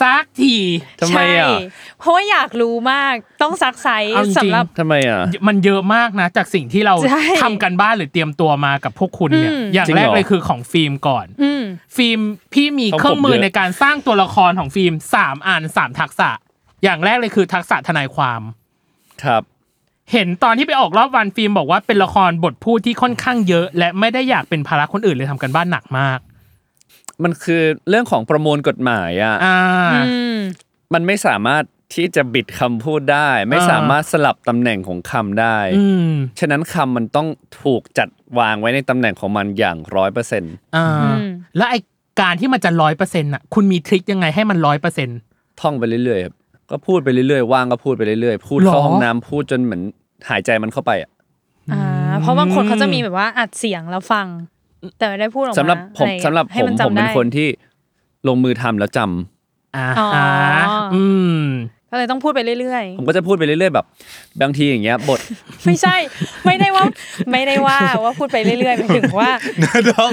Speaker 2: ซักที
Speaker 5: ทำไมอ่ะ
Speaker 3: ใช่เพราะว่าอยากรู้มากต้องซักไซส์
Speaker 2: เอาจริง
Speaker 3: สำหรับ
Speaker 5: ทำไมอ่ะ
Speaker 2: มันเยอะมากนะ จากสิ่งที่เรา
Speaker 3: ใช่
Speaker 2: ทำกันบ้านหรือเตรียมตัวมากับพวกคุณเนี่ย
Speaker 3: อืม
Speaker 2: อย่าง
Speaker 5: จริง
Speaker 2: แร
Speaker 5: เหร
Speaker 2: ก
Speaker 5: อ
Speaker 2: เลยคือของฟิล์มก่อน
Speaker 3: อืม
Speaker 2: ฟิล์มพี่มี
Speaker 5: ของผม
Speaker 2: เครื่องมือ
Speaker 5: เยอะ
Speaker 2: ในการสร้างตัวละครของฟิล์มสามอันสามทักษะ อย่างแรกเลยคือทักษะทนายความ
Speaker 5: ครับ
Speaker 2: เห็นตอนที่ไปออกรอบวันฟิล์มบอกว่าเป็นละครบทพูดที่ค่อนข้างเยอะ และไม่ได้อยากเป็นภาระคนอื่นเลยทำกันบ้านหนักมาก
Speaker 5: มันคือเรื่องของประมวลกฎหมายอ่ะ
Speaker 2: อ่า
Speaker 3: อืม
Speaker 5: มันไม่สามารถที่จะบิดคำพูดได้ ไม่
Speaker 2: อ่า
Speaker 5: สามารถสลับตำแหน่งของคำได้
Speaker 2: อืม
Speaker 5: ฉะนั้นคำมันต้องถูกจัดวางไว้ในตำแหน่งของมันอย่างร้อยเปอร์เซ็นต์
Speaker 2: อ่า
Speaker 3: อืม
Speaker 2: แล้วไอการที่มันจะร้อยเปอร์เซ็นต์อ่ะ คุณมีทริคยังไงให้มันร้อยเปอร์เซ็นต์
Speaker 5: ท่องไปเรื่อยๆครับก็พูดไปเรื่อยๆว่างก็พูดไปเรื่อยๆพูด
Speaker 2: หรอ
Speaker 5: เข้าห้องน้ำพูดจนเหมือนหายใจมันเข้าไปอ่ะ
Speaker 3: อ่า เพราะบางคนเขาจะมีแบบว่าอัดเสียงแล้วฟัง แต่ไม่ได้พูดออกมา
Speaker 5: สำหรับผม
Speaker 3: อะไอย่างเงี้ย
Speaker 5: สำหรับ
Speaker 3: ให้
Speaker 5: ผม
Speaker 3: จำ
Speaker 5: ผมเป็น
Speaker 3: ได้
Speaker 5: คนที่ลงมือทำแล้วจำ
Speaker 2: อ่า
Speaker 3: อ๋อ
Speaker 2: ฮะอืม
Speaker 3: ก็เลยต้องพูดไปเรื่อย
Speaker 5: ผมก็จะพูดไปเรื่อยๆแบบบางทีอย่างเงี้ยบท
Speaker 3: ๆ ไม่ใช่ ไม่ได้ว่า ไม่ได้ว่าว่าพูดไปเรื่อยๆหมายถึงว่า
Speaker 4: น้อง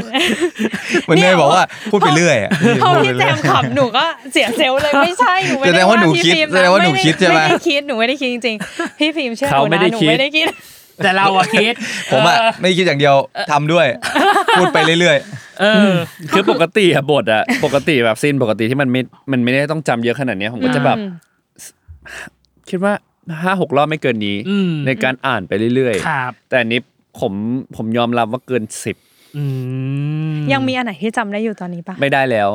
Speaker 4: มันเลยบอกว่าพูดไปเรื่อยอะ
Speaker 3: พอพี่แจมขำหนูก็เสียเซลลเลยไม่ใช่หนูไม่
Speaker 4: แสด
Speaker 3: ได้
Speaker 4: งว่าหนู
Speaker 3: พี่
Speaker 4: คิด
Speaker 3: ฟิล์มะ
Speaker 4: แสดงว่าหนูคิดใช่ไหม
Speaker 3: ไม่ได้คิดหนูไม่ได้คิดจริงๆพี่ฟิล์มเชื่อห
Speaker 5: เขา
Speaker 3: นู
Speaker 5: ไม่
Speaker 3: นะ
Speaker 5: ได้
Speaker 3: หนู
Speaker 5: คิด
Speaker 3: ไม่ได้คิด
Speaker 2: แต่เราอะคิด
Speaker 4: ผมอ่ะไม่คิดอย่างเดียวทำด้วย พูดไปเรื่อย
Speaker 2: เออ
Speaker 5: คือปกติอะบทอะปกติแบบซีนปกติที่มันไม่มันไม่ได้ต้องจำเยอะขนาดเนี้ยผมก็จะแบบ คิดว่าห้าหกรอบไม่เกินนี้
Speaker 2: อืม
Speaker 5: ในการอ่านไปเรื่อย
Speaker 2: ครับ
Speaker 5: ๆ แต่อันนี้ผมผมยอมรับว่าเกินสิบ
Speaker 2: อืม
Speaker 3: ยังมีอันไหนที่จำได้อยู่ตอนนี้ปะ
Speaker 5: ไม่ได้แล้ว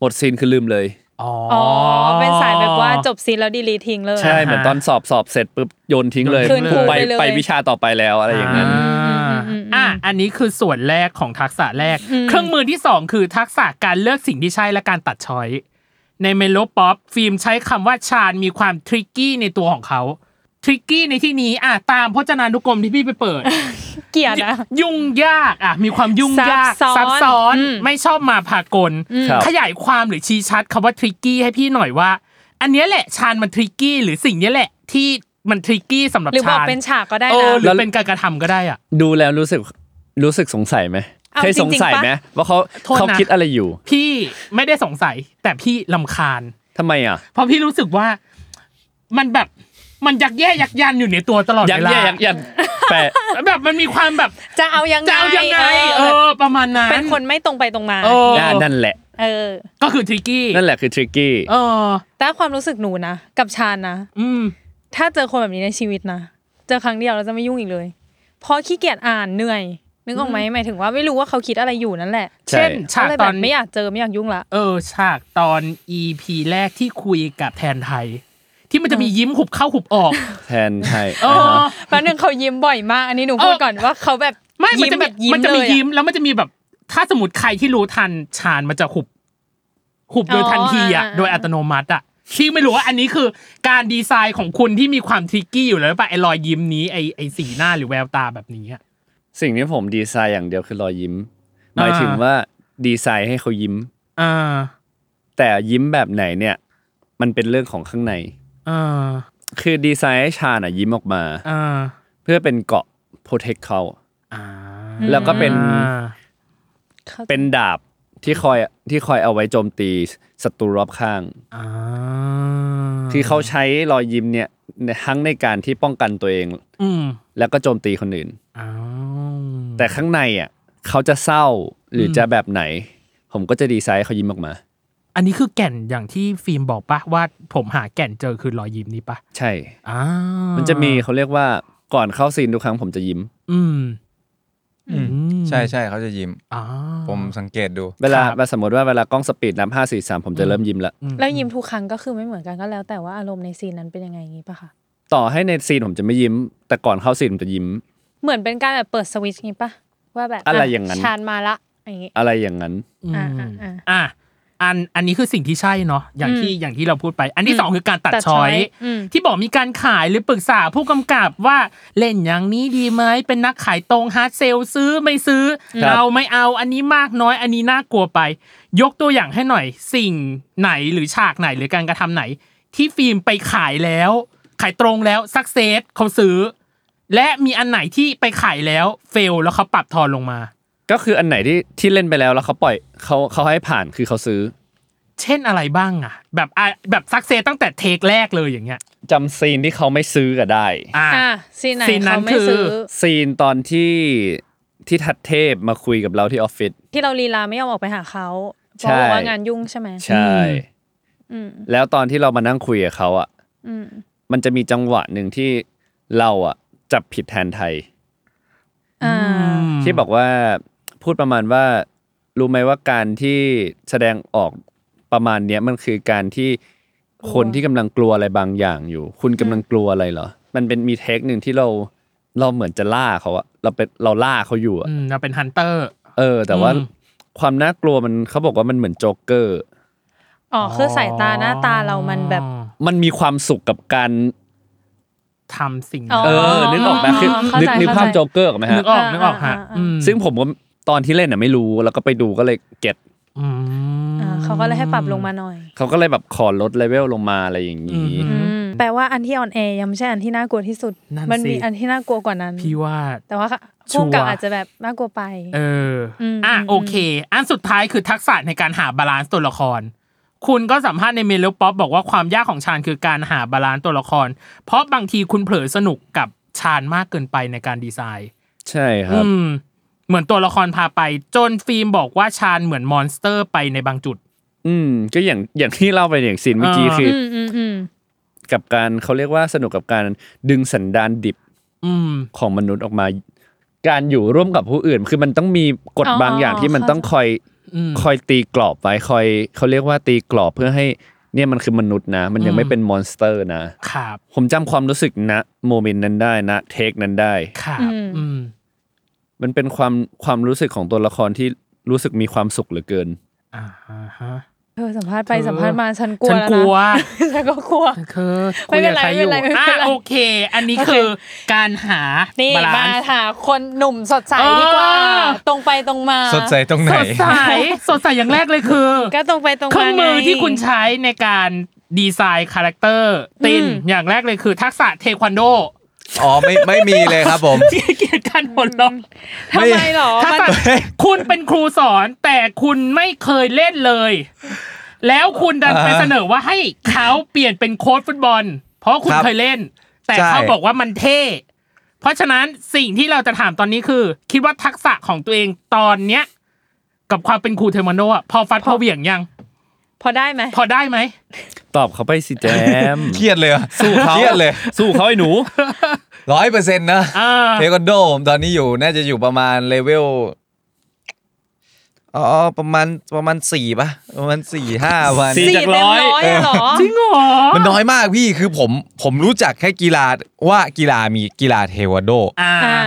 Speaker 5: หมดซีนคือลืมเลย
Speaker 2: อ๋อ
Speaker 3: อ๋
Speaker 2: อ๋
Speaker 3: อ เป็นสายแบบว่าจบซีนแล้วดีลีททิ้งเลย
Speaker 5: ใช่เหมือนตอนสอบสอบเสร็จปุ๊บโยนทิ้งเลย
Speaker 3: คืนครู
Speaker 5: ไป
Speaker 3: ไปเลย
Speaker 5: ไปวิชาต่อไปแล้วอะไรอย่างนั้น
Speaker 3: มอืมอืม
Speaker 2: อ่ะอันนี้คือส่วนแรกของทักษะแรก เครื่องมือที่สองคือทักษะการเลือกสิ่งที่ใช่และการตัดช้อย ในเมโลป๊อปฟิล์มใช้คำว่าชาญมีความทริกกี้ในตัวของเขา ทริกกี้ในที่นี้อ่ะตามพจนานุกรมที่พี่ไปเปิด
Speaker 3: เกลียดนะ
Speaker 2: ยุ่งยากอ่ะมีความยุ่งยาก
Speaker 3: ซับซ้อน
Speaker 2: ซับซ้อน
Speaker 3: อืม
Speaker 2: ไม่ชอบมาพากล
Speaker 5: ครับ
Speaker 2: ขยายความหรือชี้ชัดคำว่าทริกกี้ให้พี่หน่อยว่า อันเนี้ยแหละชาญมันทริกกี้หรือสิ่งเนี้ยแหละที่มันทริกกี้สำหรับ
Speaker 3: หรือบอก
Speaker 2: ชาญ
Speaker 3: เป็นฉากก็ได้
Speaker 2: เอ
Speaker 3: นะ
Speaker 2: อหรือเป็นการกระทำก็ได้อ่ะ
Speaker 5: ดูแล้วรู้สึกรู้สึกสงสัยไหม
Speaker 3: เอา
Speaker 5: เคย
Speaker 3: จ
Speaker 5: สง
Speaker 3: ริง
Speaker 5: สัย
Speaker 3: ๆปะ
Speaker 5: ไหมว่าเขา
Speaker 2: โทษนะ
Speaker 5: เขาคิดอะไรอยู่
Speaker 2: พี่ไม่ได้สงสัยแต่พี่ลำคาญ
Speaker 5: ทำไมอ่ะ
Speaker 2: เพราะพี่รู้สึกว่ามันแบบมันยักแย่ยักยันอยู่ในตัวตลอด
Speaker 5: ยัก
Speaker 2: เวลา
Speaker 5: แย่ยักยันแปะ
Speaker 2: แบบมันมีความแบบ
Speaker 3: จะเอายังไง
Speaker 2: จะเอายังไง เอ
Speaker 3: เออ
Speaker 2: อ ประมาณนั้น
Speaker 3: เป็นคนไม่ตรงไปตรงมา
Speaker 2: เออ
Speaker 5: อ่านั่นแหละ
Speaker 3: เออ
Speaker 2: ก็คือทริกกี้
Speaker 5: นั่นแหละคือทริกกี้
Speaker 2: เออ
Speaker 3: แต่ความรู้สึกหนูนะกับชานนะ
Speaker 2: อืม
Speaker 3: ถ้าเจอคนแบบนี้ในชีวิตนะ เจอครั้งเดียวเราจะไม่ยุ่งอีกเลย เพราะขี้เกียจอ่านเหนื่อย นึกออกไหมหมายถึงว่าไม่รู้ว่าเขาคิดอะไรอยู่นั่นแหละ
Speaker 5: ใช่
Speaker 2: เช่น ฉาก
Speaker 3: ก็เลย
Speaker 2: ต
Speaker 3: แบ
Speaker 2: อน
Speaker 3: บไม่อยากเจอไม่อยากยุ่งละ
Speaker 2: เออฉากตอน EP แรกที่คุยกับแทนไทย ที่มันจะมียิ้มหุบเข้าหุบออก
Speaker 5: แทนไทย
Speaker 2: เออ
Speaker 5: นะ
Speaker 3: แป๊บนึงเขายิ้มบ่อยมาก อันนี้หนูพูดก่อนว่าเขาแบบ
Speaker 2: ไม่มัน
Speaker 3: ยิ้ม
Speaker 2: จะ
Speaker 3: แบ
Speaker 2: มี
Speaker 3: บยิ้ม
Speaker 2: มันจะ
Speaker 3: เล
Speaker 2: มี
Speaker 3: ย
Speaker 2: ยิ้
Speaker 3: อะ
Speaker 2: มแล้วมันจะมีแบบ ถ้าสมมติใครที่รู้ทันชานมันจะหุบ หุบโดย
Speaker 3: อ๋อ
Speaker 2: ทันทีอ่ะ
Speaker 3: อ่า
Speaker 2: โดยอัตโนมัติอ่ะที่ไม่รู้ว่าอันนี้คือการดีไซน์ของคุณที่มีความทริกกี้อยู่แล้วหรือเปล่ะไอ้รอยยิ้มนี้ไอ้ไอ้สีหน้าหรือแววตาแบบนี้อะ
Speaker 5: สิ่งที่ผมดีไซน์อย่างเดียวคือรอยยิ้ม ห
Speaker 2: อ่า
Speaker 5: มายถึงว่าดีไซน์ให้เขายิ้ม
Speaker 2: อ่า
Speaker 5: แต่ยิ้มแบบไหนเนี่ย มันเป็นเรื่องของข้างใน
Speaker 2: อ่า
Speaker 5: คือดีไซน์ให้ชาน่ะยิ้มออกมา
Speaker 2: อ่า
Speaker 5: เพื่อเป็นเกราะโปรเทคเขา
Speaker 2: อ่า
Speaker 5: แล้วก็เป็น
Speaker 2: อ่า
Speaker 5: เป็นดาบที่คอยที่คอยเอาไว้โจมตีศัตรูรอบข้าง
Speaker 2: อ่า
Speaker 5: ที่เขาใช้รอยยิ้มเนี่ยทั้งในการที่ป้องกันตัวเอง
Speaker 2: อืม
Speaker 5: แล้วก็โจมตีคนอื่น
Speaker 2: อ้าว
Speaker 5: แต่ข้างในอ่ะเขาจะเศร้าหรืออ
Speaker 2: ม
Speaker 5: จะแบบไหน ผมก็จะดีไซน์ให้เขายิ้มออกมา
Speaker 2: อันนี้คือแก่นอย่างที่ฟิล์มบอกปะว่าผมหาแก่นเจอคือรอยยิ้มนี้ปะ
Speaker 5: ใช่
Speaker 2: อ่ามั
Speaker 5: มันจะมีเขาเรียกว่าก่อนเข้าซีนทุกครั้งผมจะยิ้ม
Speaker 2: อืม
Speaker 4: อืมใช่ใช่เขาจะยิ้ม
Speaker 2: อ่า
Speaker 4: ผมสังเกตดู
Speaker 5: เวลา
Speaker 2: ครับ
Speaker 5: เวลาสมมติว่าเวลากล้องสปีดนับห้าสี่สามผมจะเริ่มยิ้มละ
Speaker 2: อื
Speaker 3: แล้วยิ้มทุกครั้งก็คือไม่เหมือนกันก็แล้ว แต่ว่าอารมณ์ในซีนนั้นเป็นยังไงอย่างนี้ปะคะ
Speaker 5: ต่อให้ในซีนผมจะไม่ยิ้ม แต่ก่อนเข้าซีนผมจะยิ้ม
Speaker 3: เหมือนเป็นการแบบเปิดสวิตช์อย่างงี้ปะว่าแบบ
Speaker 5: อะไรอย่างนั้น
Speaker 3: ชานมาละอย่างงี้
Speaker 5: อะไรอย่างนั้น
Speaker 2: อืม
Speaker 3: อ่าอ่าอ่า
Speaker 2: อ่ะอันอันนี้คือสิ่งที่ใช่เนาะอย่างที่อย่างที่เราพูดไป อันที่สองคือการตัด
Speaker 3: ตัดช้
Speaker 2: ช้อ
Speaker 3: อย
Speaker 2: ย
Speaker 3: อืม
Speaker 2: ที่บอกมีการขายหรือปรึกษาผู้กำกับว่าเล่นอย่างนี้ดีไหมเป็นนักขายตรงฮาร์ดเซลซื้อไม่ซื้อ
Speaker 5: ครับ
Speaker 2: เอาไม่เอาอันนี้มากน้อย อันนี้น่ากลัวไป ยกตัวอย่างให้หน่อย สิ่งไหนหรือฉากไหนหรือการกระทำไหน ที่ฟิล์มไปขายแล้ว ขายตรงแล้วสักเซสเขาซื้อ และมีอันไหนที่ไปขายแล้วเฟลแล้วเขาปรับทอนลงมา
Speaker 5: ก็คืออันไหนที่ที่เล่นไปแล้วแล้วเขาปล่อยเขาเขาให้ผ่านคือเขาซื้อ
Speaker 2: เช่นอะไรบ้างอะแบบอ่ะแบบสักเซสตั้งแต่เทคแรกเลยอย่างเงี้ย
Speaker 5: จำซีนที่เขาไม่ซื้อก็ได้
Speaker 2: อ่ะ
Speaker 3: อ่ะซีนไหน
Speaker 2: ซีนนั้
Speaker 3: เขา
Speaker 2: น
Speaker 3: ไม่
Speaker 2: คือ
Speaker 3: ซื้อ
Speaker 5: ซีนตอนที่ที่ทัดเทพมาคุยกับเราที่ออฟฟิศ
Speaker 3: ที่เราลีลาไม่ยอมออกไปหาเขาเพ
Speaker 5: ใช่
Speaker 3: ราะว่างานยุ่งใช่ไหม
Speaker 5: ใช่
Speaker 3: อืม
Speaker 5: แล้วตอนที่เรามานั่งคุยกับเขาอ่ะ
Speaker 3: อืม
Speaker 5: มันจะมีจังหวะหนึ่งที่เราอ่ะจับผิดแทนไทย
Speaker 3: อ่า
Speaker 5: ที่บอกว่าพูดประมาณว่า รู้ไหมว่าการที่แสดงออกประมาณเนี้ยมันคือการที่คนที่กำลังกลัวอะไรบางอย่างอยู่ คุณกำลังกลัวอะไรเหรอ มันเป็นมีเทคหนึ่งที่เราเราเหมือนจะล่าเขาอะเราเป็นเราล่าเขาอยู่อะ
Speaker 2: อืมเราเป็นฮันเตอร์
Speaker 5: เออ แต่ว่า
Speaker 2: อืม
Speaker 5: ความน่ากลัวมันเขาบอกว่ามันเหมือนโจ๊กเกอร์
Speaker 3: อ๋อคือสายตาหน้าตาเรามันแบบ
Speaker 5: มันมีความสุขกับการ
Speaker 2: ทำสิ่ง
Speaker 3: อ๋อ
Speaker 5: เออ นึกออกไหมคือ
Speaker 3: เข้าใจ
Speaker 5: นึกนึกภาพ
Speaker 3: เข้าใจ
Speaker 5: โจ๊กเกอร์ออกไหม
Speaker 2: นึ
Speaker 5: ฮะ
Speaker 2: กออกนึกออกฮะอืม
Speaker 5: ซึ่งผมก็ตอนที่เล่นน่ะไม่รู้แล้วก็ไปดูก็เลยเก็ต
Speaker 2: อืม
Speaker 3: อ่าเขาก็เลยให้ปรับลงมาหน่อย
Speaker 5: เขาก็เลยแบบขอลดเลเวลลงมาอะไรอย่างนี้
Speaker 2: อืม
Speaker 3: อืมแปลว่าอันที่ออนแอร์ยังไม่ใช่อันที่น่ากลัวที่สุด
Speaker 2: นั่น
Speaker 3: มั
Speaker 2: สิ
Speaker 3: มีอันที่น่ากลัวกว่านั้น
Speaker 2: พี่ว่า
Speaker 3: แต่ว่า
Speaker 2: ชัวร์
Speaker 3: พุ่กับอาจจะแบบน่ากลัวไป
Speaker 2: เอออ
Speaker 3: ม
Speaker 2: อ่ะ
Speaker 3: อืม
Speaker 2: โอเค อันสุดท้ายคือทักษะในการหาบาลานซ์ตัวละคร คุณก็สัมภาษณ์ในเมลป๊อปบอกว่าความยากของชาญคือการหาบาลานซ์ตัวละคร เพราะบางทีคุณเผลอสนุกกับชาญมากเกินไปในการดีไซน์
Speaker 5: ใช่ครับ
Speaker 2: อืม เหมือนตัวละครพาไป จนฟิล์มบอกว่าชาญเหมือนมอนสเตอร์ไปในบางจุด
Speaker 5: อืมก็อย่างอย่างที่เล่าไปอย่างซีนเมื่อกี้
Speaker 2: อ่า
Speaker 5: คือ
Speaker 3: อืมอืมอืม
Speaker 5: กับการเขาเรียกว่าสนุกกับการดึงสันดานดิบ
Speaker 2: อืม
Speaker 5: ของมนุษย์ออกมา การอยู่ร่วมกับผู้อื่น คือมันต้องมีกฎบางอย่างที่มันต้องคอย
Speaker 2: อืม
Speaker 5: คอยตีกรอบไว้คอยเขาเรียกว่าตีกรอบเพื่อให้เนี่ยมันคือมนุษย์นะ มันยังไม่เป็นมอนสเตอร์นะ
Speaker 2: ครับ
Speaker 5: ผมจำความรู้สึกนะโมเมนต์นั้นได้นะเทคนั้นได้
Speaker 2: ครับ อืม
Speaker 5: มันเป็นความความรู้สึกของตัวละครที่รู้สึกมีความสุขเหลือเกิน
Speaker 2: อ่าฮะ
Speaker 3: เธอสัมภาษณ์ไป
Speaker 2: เธอ
Speaker 3: สัมภาษณ์มาฉันกลัว
Speaker 2: ฉัน
Speaker 3: แล้ว
Speaker 2: กลัว
Speaker 3: นะฉันก็กลัว
Speaker 2: คือ
Speaker 3: ไม่เป็นไรไม่เป็นไรไม่เป็นไร
Speaker 2: อ่ะโอเค อันนี้คือการหา
Speaker 3: นี่
Speaker 2: บา
Speaker 3: มา
Speaker 2: ลานซ์
Speaker 3: หาคนหนุ่มสดใสดีกว่า
Speaker 2: เออ
Speaker 3: ตรงไปตรงมา
Speaker 4: สดใสตรงไหน
Speaker 2: สดใส สดใสอย่างแรกเลยคือ
Speaker 3: ก็ตรงไปตรงมา
Speaker 2: เครื่องมือ
Speaker 3: ไ
Speaker 2: ที่คุณใช้ในการดีไซน์คาแรคเตอร์ตินอย่างแรกเลยคือทักษะเทควันโด
Speaker 4: อ๋อไม่ไม่มีเลยครับผม
Speaker 2: เกลียดการหัวเราะ
Speaker 3: ทำไมหรอ
Speaker 2: ถ้า
Speaker 3: มัน
Speaker 2: แบบคุณเป็นครูสอนแต่คุณไม่เคยเล่นเลย แล้วคุณดันไป
Speaker 4: อ่า
Speaker 2: เสนอว่าให้เขาเปลี่ยนเป็นโค้ชฟุตบอล เพราะคุณ
Speaker 4: ครับ
Speaker 2: เคยเล่น แต่
Speaker 4: ใช่
Speaker 2: เขาบอกว่ามันเท่ เพราะฉะนั้นสิ่งที่เราจะถามตอนนี้คือ คิดว่าทักษะของตัวเองตอนเนี้ย กับความเป็นครูเทควันโดอะพอฟัดพอเหวี่ยงยัง
Speaker 3: พอได้ไหม
Speaker 2: พอได้ไหม
Speaker 5: ตอบเขาไปสิแจม
Speaker 4: เครียดเลยอะ
Speaker 5: สู้เขา
Speaker 4: เครียดเลย
Speaker 5: สู้เขาไอ้หนู
Speaker 4: ร้อยเปอร์เซ็นต์นะ
Speaker 2: เออ
Speaker 4: เทควันโดผมตอนนี้อยู่น่าจะอยู่ประมาณเลเวลอ๋อประมาณประมาณสี่ปะประมาณสี่ห้าวัน
Speaker 5: สี่ จากร้อย
Speaker 3: สี่เต็มร้อยะเหรอ
Speaker 2: จริงเหรอ
Speaker 4: มันน้อยมากพี่คือผมผมรู้จักแค่กีฬาว่ากีฬามีกีฬาเทควันโด
Speaker 2: อ่า
Speaker 3: อ่า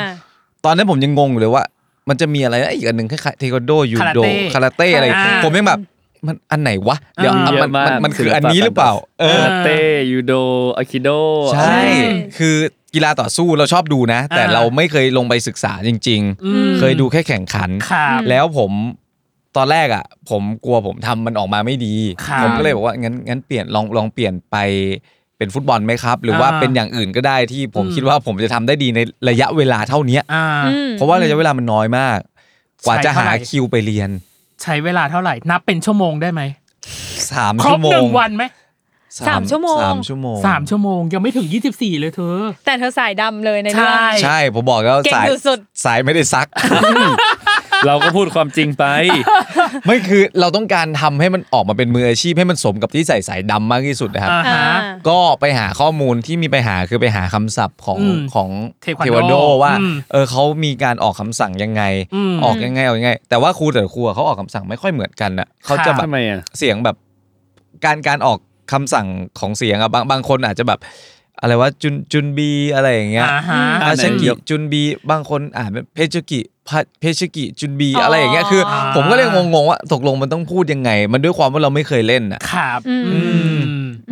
Speaker 4: ตอนนั้นผมยังงงอยู่เลยว่า มันจะมีอะไรนะอีกอันหนึ่งคล้ายๆเทควันโดยูโด
Speaker 2: Karate
Speaker 4: คาราเต้อะไร
Speaker 2: อ่า
Speaker 4: ผมยังแบบมันอันไหนวะ เดี๋ยว
Speaker 2: อืม
Speaker 4: อ่ะมันมันมันคืออันนี้หรือเปล่า เอ
Speaker 5: เอ
Speaker 4: อ
Speaker 5: อเต้ยูโดอะคิโด
Speaker 4: ใช่ คือกีฬาต่อสู้เราชอบดูนะ แต่
Speaker 2: อ่า
Speaker 4: เราไม่เคยลงไปศึกษาจริง
Speaker 2: อืม
Speaker 4: ๆ เคยดูแค่แข่งขัน
Speaker 2: ครับ
Speaker 4: แล้วผมตอนแรกอ่ะ ผมกลัวผมทำมันออกมาไม่ดี
Speaker 2: ครับ
Speaker 4: ผมก็เลยบอกว่างั้นงั้นเปลี่ยนลองลองเปลี่ยนไปเป็นฟุตบอลไหมครับ หรือว่า
Speaker 2: อ่า
Speaker 4: เป็นอย่างอื่นก็ได้ที่ผมคิดว่าผมจะทำได้ดีในระยะเวลาเท่าเนี้ย
Speaker 2: อ่า
Speaker 4: เพราะว่าระยะเวลามันน้อยมาก กว่าจะ
Speaker 2: ใช้เท่า
Speaker 4: หา
Speaker 2: ไหร่
Speaker 4: คิวไปเรียน
Speaker 2: ใช้เวลาเท่าไหร่ นับเป็นชั่วโมงได้ไหม
Speaker 4: สาม
Speaker 2: คร
Speaker 4: ชั่
Speaker 2: บ
Speaker 4: วโม
Speaker 2: หนึ่
Speaker 4: ง
Speaker 2: งวันไหม
Speaker 3: สามชั่วโมง
Speaker 4: สามชั่วโมง
Speaker 2: สามชั่วโมงยังไม่ถึง 24 เลยเธอ
Speaker 3: แต่เธอสายดำเลยในเรื่อง
Speaker 2: ใช่
Speaker 4: ใช่ผมบอกแล้ว
Speaker 3: เก่ง
Speaker 4: สาย
Speaker 3: สุด
Speaker 4: สายไม่ได้ซัก
Speaker 5: เราก็พูดความจริงไป
Speaker 4: ไม่คือเราต้องการทำให้มันออกมาเป็นมืออาชีพให้มันสมกับที่ใส่สายดำมากที่สุดนะครับ
Speaker 2: อ่าฮะ
Speaker 4: ก็ไปหาข้อมูลที่มีไปหาคือไปหาคำศัพท์ของ
Speaker 2: อืม
Speaker 4: ของ
Speaker 2: เทควันโด
Speaker 4: วันโดว่า
Speaker 2: อืม
Speaker 4: เออเขามีการออกคำสั่งยังไง
Speaker 2: อืม
Speaker 4: ออกยังไงออกยังไง แต่ว่าครูแต่ละครูอะเขาออกคำสั่งไม่ค่อยเหมือนกันอ่ะเขาจะแบบ
Speaker 5: ทำไมอ่ะ
Speaker 4: เสียงแบบการการออกคำสั่งของเสียงอะบางบางคนอาจจะแบบ อะไรว่าจุนจุนบีอะไรอย่างเงี้ย
Speaker 2: อ่าฮะ
Speaker 4: อาชกิ
Speaker 5: อืม
Speaker 4: จุนบีบางคนอ่านเป็นเพชกิพะเพชกิจุนบี
Speaker 3: อ๋ออ
Speaker 4: อะไรอย่างเงี้ยคือ ผมก็เลยงงๆว่าตกลงมันต้องพูดยังไง มันด้วยความว่าเราไม่เคยเล่นอ่ะ
Speaker 2: ครับ
Speaker 3: อืม
Speaker 2: อืม